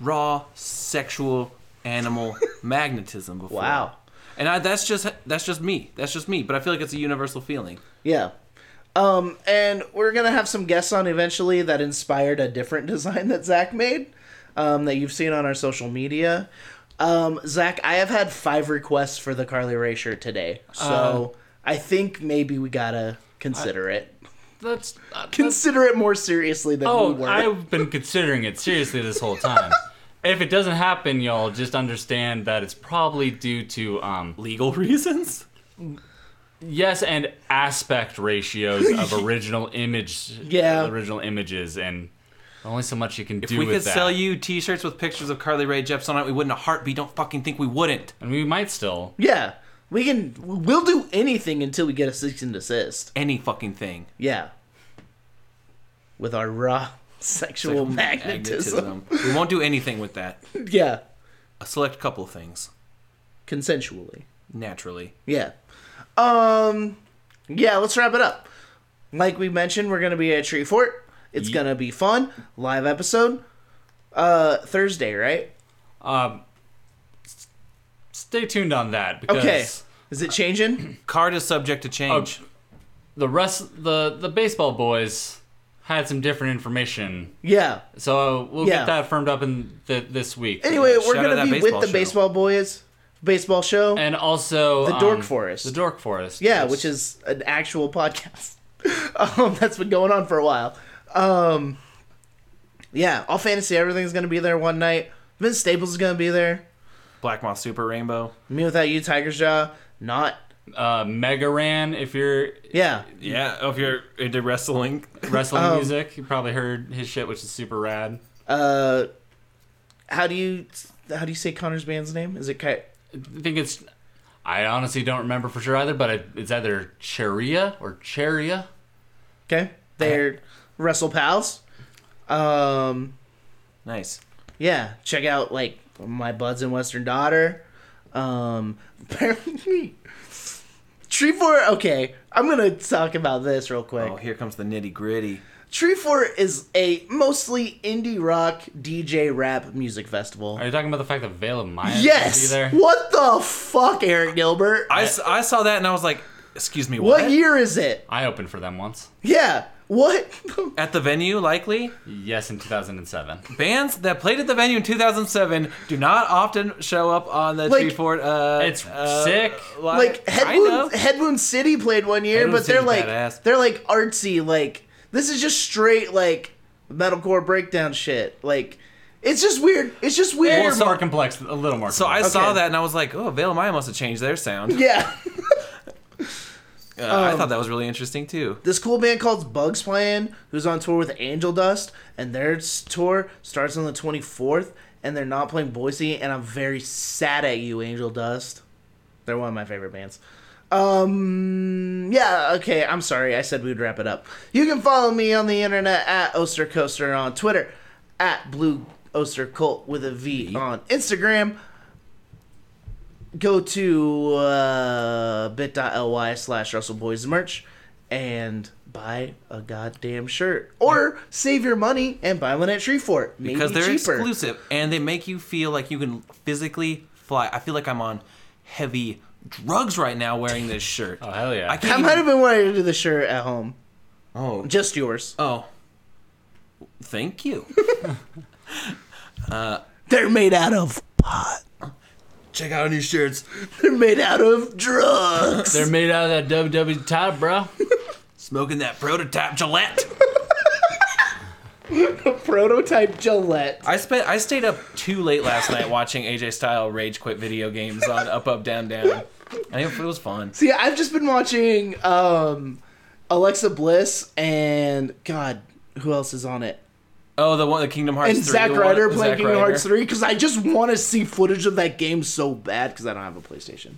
Speaker 3: raw sexual animal magnetism before.
Speaker 2: Wow.
Speaker 3: And I, that's just that's just me. That's just me, but I feel like it's a universal feeling.
Speaker 2: Yeah. Um, and we're gonna have some guests on eventually that inspired a different design that Zach made, um, that you've seen on our social media. Um, Zach, I have had five requests for the Carly Ray shirt today, so I think maybe we gotta consider it.
Speaker 4: That's, uh, that's
Speaker 2: Consider it more seriously than we
Speaker 4: oh,
Speaker 2: were.
Speaker 4: I've been considering it seriously this whole time. if it doesn't happen, y'all just understand that it's probably due to um,
Speaker 3: Legal reasons?
Speaker 4: Yes, and aspect ratios of original image,
Speaker 2: Yeah.
Speaker 4: original images, and only so much you can do
Speaker 3: if we
Speaker 4: with
Speaker 3: could
Speaker 4: that.
Speaker 3: sell you t-shirts with pictures of Carly Rae Jepsen on it, we wouldn't a heartbeat don't fucking think we wouldn't.
Speaker 4: and we might still.
Speaker 2: yeah, we can. We'll do anything until we get a cease and desist.
Speaker 3: Any fucking thing.
Speaker 2: Yeah, with our raw sexual magnetism.
Speaker 3: Magnetism. We won't do anything with that.
Speaker 2: Yeah,
Speaker 3: A select couple of things,
Speaker 2: consensually.
Speaker 3: naturally.
Speaker 2: Yeah. Um yeah, let's wrap it up. Like we mentioned, we're gonna be at Tree Fort. It's gonna be fun. Live episode. Uh Thursday, right?
Speaker 4: Um, s- stay tuned on that because
Speaker 2: Okay. Is it changing?
Speaker 3: Card is subject to change.
Speaker 4: the rest, the the baseball boys had some different information,
Speaker 2: yeah.
Speaker 4: so we'll
Speaker 2: Yeah.
Speaker 4: get that firmed up in th- this week.
Speaker 2: Anyway, we're
Speaker 3: shout
Speaker 2: gonna
Speaker 3: out that
Speaker 2: be
Speaker 3: baseball
Speaker 2: with the
Speaker 3: show.
Speaker 2: baseball boys baseball show.
Speaker 4: and also
Speaker 2: The Dork
Speaker 4: um,
Speaker 2: Forest.
Speaker 4: the Dork Forest,
Speaker 2: yeah, which is an actual podcast. um, that's been going on for a while. Um Yeah, all fantasy everything's gonna be there one night. Vince Staples is gonna be there.
Speaker 3: Black Moth Super Rainbow.
Speaker 2: Me without you, Tiger's Jaw. Not
Speaker 4: uh, Mega Ran. If you're
Speaker 2: yeah.
Speaker 3: Yeah, oh, if you're into wrestling.
Speaker 4: wrestling
Speaker 2: Um,
Speaker 4: music, you probably heard his shit, which is super rad.
Speaker 2: Uh, how do you how do you say Connor's band's name? Is it Ki-
Speaker 4: I think it's. I honestly don't remember for sure either, but I, it's either Cheria or Cheria.
Speaker 2: okay? They're Wrestle Pals. Um,
Speaker 3: Nice.
Speaker 2: yeah, check out like my buds and Western Daughter. Um, apparently, Tree Fort. Okay, I'm gonna talk about this real quick.
Speaker 3: Oh, here comes the nitty gritty.
Speaker 2: Tree Fort is a mostly indie rock DJ rap music festival.
Speaker 4: Are you talking about the fact that Vale of Maya is
Speaker 2: yes.
Speaker 4: gonna be there?
Speaker 2: What the fuck, Eric Gilbert?
Speaker 3: I, s- I saw that and I was like, excuse me, what?
Speaker 2: what year is it?
Speaker 4: I opened for them once.
Speaker 2: Yeah. What?
Speaker 3: At the venue, likely.
Speaker 4: Yes, in 2007.
Speaker 3: Bands that played at the venue in 2007 do not often show up on the
Speaker 2: Like,
Speaker 3: Tree Fort. Uh,
Speaker 4: It's
Speaker 3: uh,
Speaker 4: sick.
Speaker 3: li-
Speaker 2: like
Speaker 3: kind
Speaker 2: Headwound,
Speaker 3: of.
Speaker 2: Headwound City played one year,
Speaker 3: Headwound
Speaker 2: but they're
Speaker 3: City's
Speaker 2: like
Speaker 3: badass.
Speaker 2: they're like artsy. Like this is just straight like metalcore breakdown shit. Like it's just weird. It's just weird.
Speaker 4: More more complex, a little more.
Speaker 3: So I
Speaker 4: complex.
Speaker 3: saw that and I was like, oh, Veil of Maya must have changed their sound.
Speaker 2: yeah,
Speaker 3: Uh, I thought that was really interesting too.
Speaker 2: this cool band called Bugs Plan, who's on tour with Angel Dust, and their s- tour starts on the twenty fourth, and they're not playing Boise, and I'm very sad at you, Angel Dust. They're one of my favorite bands. Um. Yeah. Okay. I'm sorry. I said we'd wrap it up. You can follow me on the internet at Ostercoaster on Twitter, at Blue Ostercult with a V on Instagram. Go to uh, bit.ly slash merch and buy a goddamn shirt or save your money and buy one at Tree Fort. Maybe
Speaker 3: because they're
Speaker 2: cheaper.
Speaker 3: exclusive and they make you feel like you can physically fly. I feel like I'm on heavy drugs right now wearing this shirt.
Speaker 4: Oh hell yeah!
Speaker 3: I
Speaker 2: I
Speaker 3: can't.
Speaker 2: might
Speaker 3: even-
Speaker 2: have been wearing the shirt at home.
Speaker 3: Oh,
Speaker 2: Just yours.
Speaker 3: oh. Thank you.
Speaker 2: They're made out of pot.
Speaker 3: Check out our new shirts.
Speaker 2: They're made out of drugs.
Speaker 8: They're made out of that WW type, bro.
Speaker 3: Smoking that prototype Gillette.
Speaker 2: prototype Gillette.
Speaker 3: I spent. I stayed up too late last night watching AJ Style rage quit video games on Up Up Down Down. And it was fun.
Speaker 2: See, I've just been watching um, Alexa Bliss and God, who else is on it?
Speaker 3: Oh, the one, the Kingdom Hearts
Speaker 2: And
Speaker 3: 3
Speaker 2: Zack
Speaker 3: one-
Speaker 2: Ryder playing
Speaker 3: Zack
Speaker 2: Kingdom Hearts
Speaker 3: Ryder.
Speaker 2: Three because I just want to see footage of that game so bad because I don't have a PlayStation.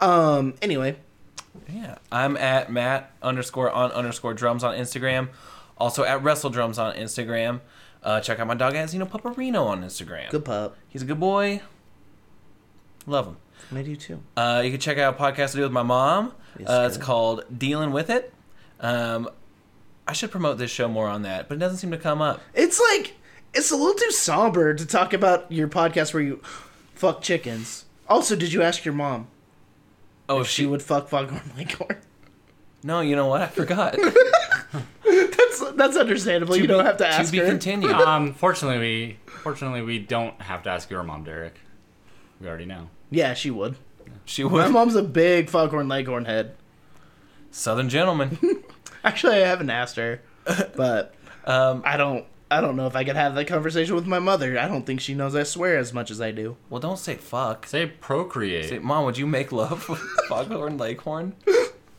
Speaker 2: Um. Anyway,
Speaker 3: Yeah, I'm at Matt underscore on underscore drums on Instagram. Also at Wrestle Drums on Instagram. Uh, check out my dog Azino Paparino on Instagram.
Speaker 2: good pup.
Speaker 3: He's a good boy. Love him.
Speaker 2: I do too.
Speaker 3: Uh, you can check out a podcast I do with my mom.
Speaker 2: Yes,
Speaker 3: Uh, it's
Speaker 2: good.
Speaker 3: called Dealing with It. Um, I should promote this show more on that, but it doesn't seem to come up.
Speaker 2: It's like it's a little too somber to talk about your podcast where you fuck chickens. Also, did you ask your mom
Speaker 3: Oh,
Speaker 2: if she would fuck Foghorn Leghorn?
Speaker 3: No, you know what? I forgot.
Speaker 2: That's that's understandable. you don't have to
Speaker 3: to
Speaker 2: ask
Speaker 3: be
Speaker 2: her.
Speaker 3: continued.
Speaker 4: um, fortunately, we fortunately we don't have to ask your mom, Derek. We already know.
Speaker 2: yeah, she would.
Speaker 3: She
Speaker 2: My
Speaker 3: was
Speaker 2: mom's a big foghorn leghorn head.
Speaker 3: Southern gentleman.
Speaker 2: Actually, I haven't asked her, but
Speaker 3: Um,
Speaker 2: I don't. I don't know if I could have that conversation with my mother. I don't think she knows I swear as much as I do.
Speaker 3: well, don't say fuck.
Speaker 4: Say procreate.
Speaker 3: Say, Mom, would you make love with Foghorn Leghorn?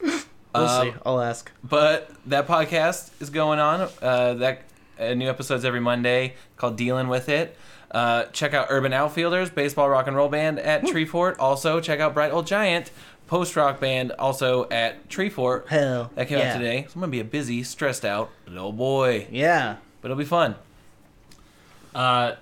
Speaker 2: We'll see. I'll ask.
Speaker 3: But that podcast is going on. Uh, that uh, new episodes every Monday called "Dealing with It." Uh, check out Urban Outfielders, baseball rock and roll band at Treefort. Also check out Bright Old Giant, post rock band, also at Treefort.
Speaker 2: Hell,
Speaker 3: that came
Speaker 2: yeah.
Speaker 3: out today. So I'm gonna be a busy, stressed out little boy,
Speaker 2: Yeah.
Speaker 3: but it'll be fun.
Speaker 4: Uh,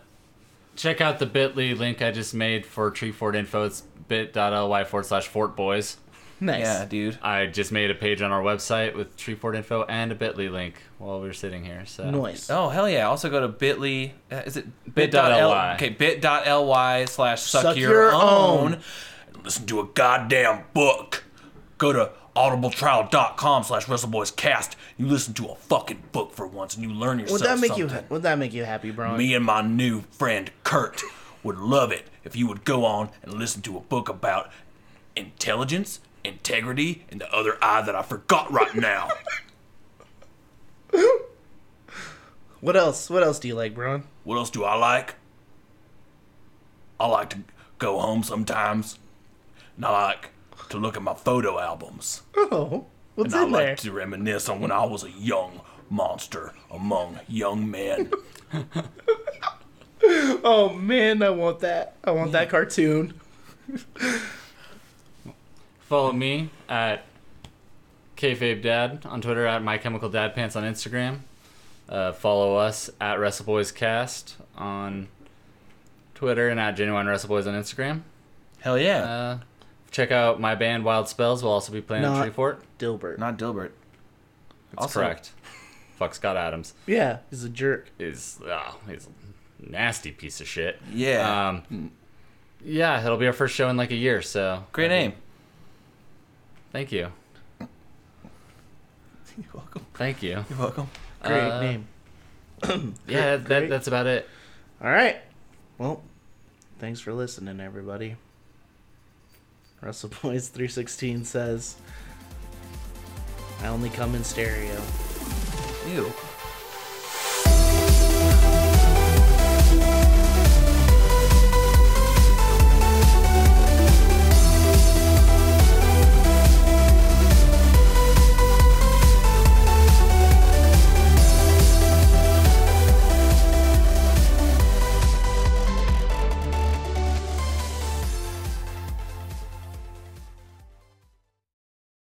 Speaker 4: check out the bit.ly link I just made for Tree Fort info. It's bit.ly forward slash Fort Boys.
Speaker 2: Nice.
Speaker 3: Yeah, dude.
Speaker 4: I just made a page on our website with Tree Fort info and a bit.ly link while we were sitting here. So
Speaker 2: Nice.
Speaker 3: Oh hell yeah! Also go to Bitly. uh, Is it
Speaker 4: Bit.ly.
Speaker 3: Okay, bit.ly slash suck
Speaker 2: Suck
Speaker 3: your,
Speaker 2: your
Speaker 3: own.
Speaker 5: Listen to a goddamn book. Go to audibletrial.com slash wrestleboyscast. You listen to a fucking book for once and you learn yourself
Speaker 2: Would that make you?
Speaker 5: something.
Speaker 2: Would that make you happy, Brian?
Speaker 5: Me and my new friend Kurt would love it if you would go on and listen to a book about intelligence, integrity, and the other eye that I forgot right now.
Speaker 2: What else? What else do you like, Brian?
Speaker 5: what else do I like? I like to go home sometimes, and I like to look at my photo albums,
Speaker 2: Oh, what's
Speaker 5: and I
Speaker 2: in
Speaker 5: like
Speaker 2: there?
Speaker 5: to reminisce on when I was a young monster among young men.
Speaker 2: Oh man, I want that. I want that cartoon.
Speaker 4: Follow me at kayfabe dad on Twitter at my chemical dad pants on Instagram. Uh, follow us at WrestleBoysCast on Twitter and at Genuine WrestleBoys on Instagram.
Speaker 3: Hell yeah!
Speaker 4: Uh, check out my band Wild Spells. We'll also be playing
Speaker 2: Not-
Speaker 4: at Tree Fort.
Speaker 2: Dilbert.
Speaker 3: Not Dilbert.
Speaker 4: That's
Speaker 3: Also-
Speaker 4: correct. Fuck Scott Adams.
Speaker 2: yeah, he's a jerk.
Speaker 4: is oh, he's a nasty piece of shit.
Speaker 3: Yeah.
Speaker 4: Um, yeah, it'll be our first show in like a year, so
Speaker 3: Great name.
Speaker 4: Thank you.
Speaker 3: You're welcome.
Speaker 4: Thank you.
Speaker 3: You're welcome.
Speaker 2: Great
Speaker 4: Uh,
Speaker 2: name.
Speaker 4: Yeah, that, that, that's about it.
Speaker 2: All right. Well, thanks for listening, everybody. Russell Boys 316 says, I only come in stereo.
Speaker 3: Ew.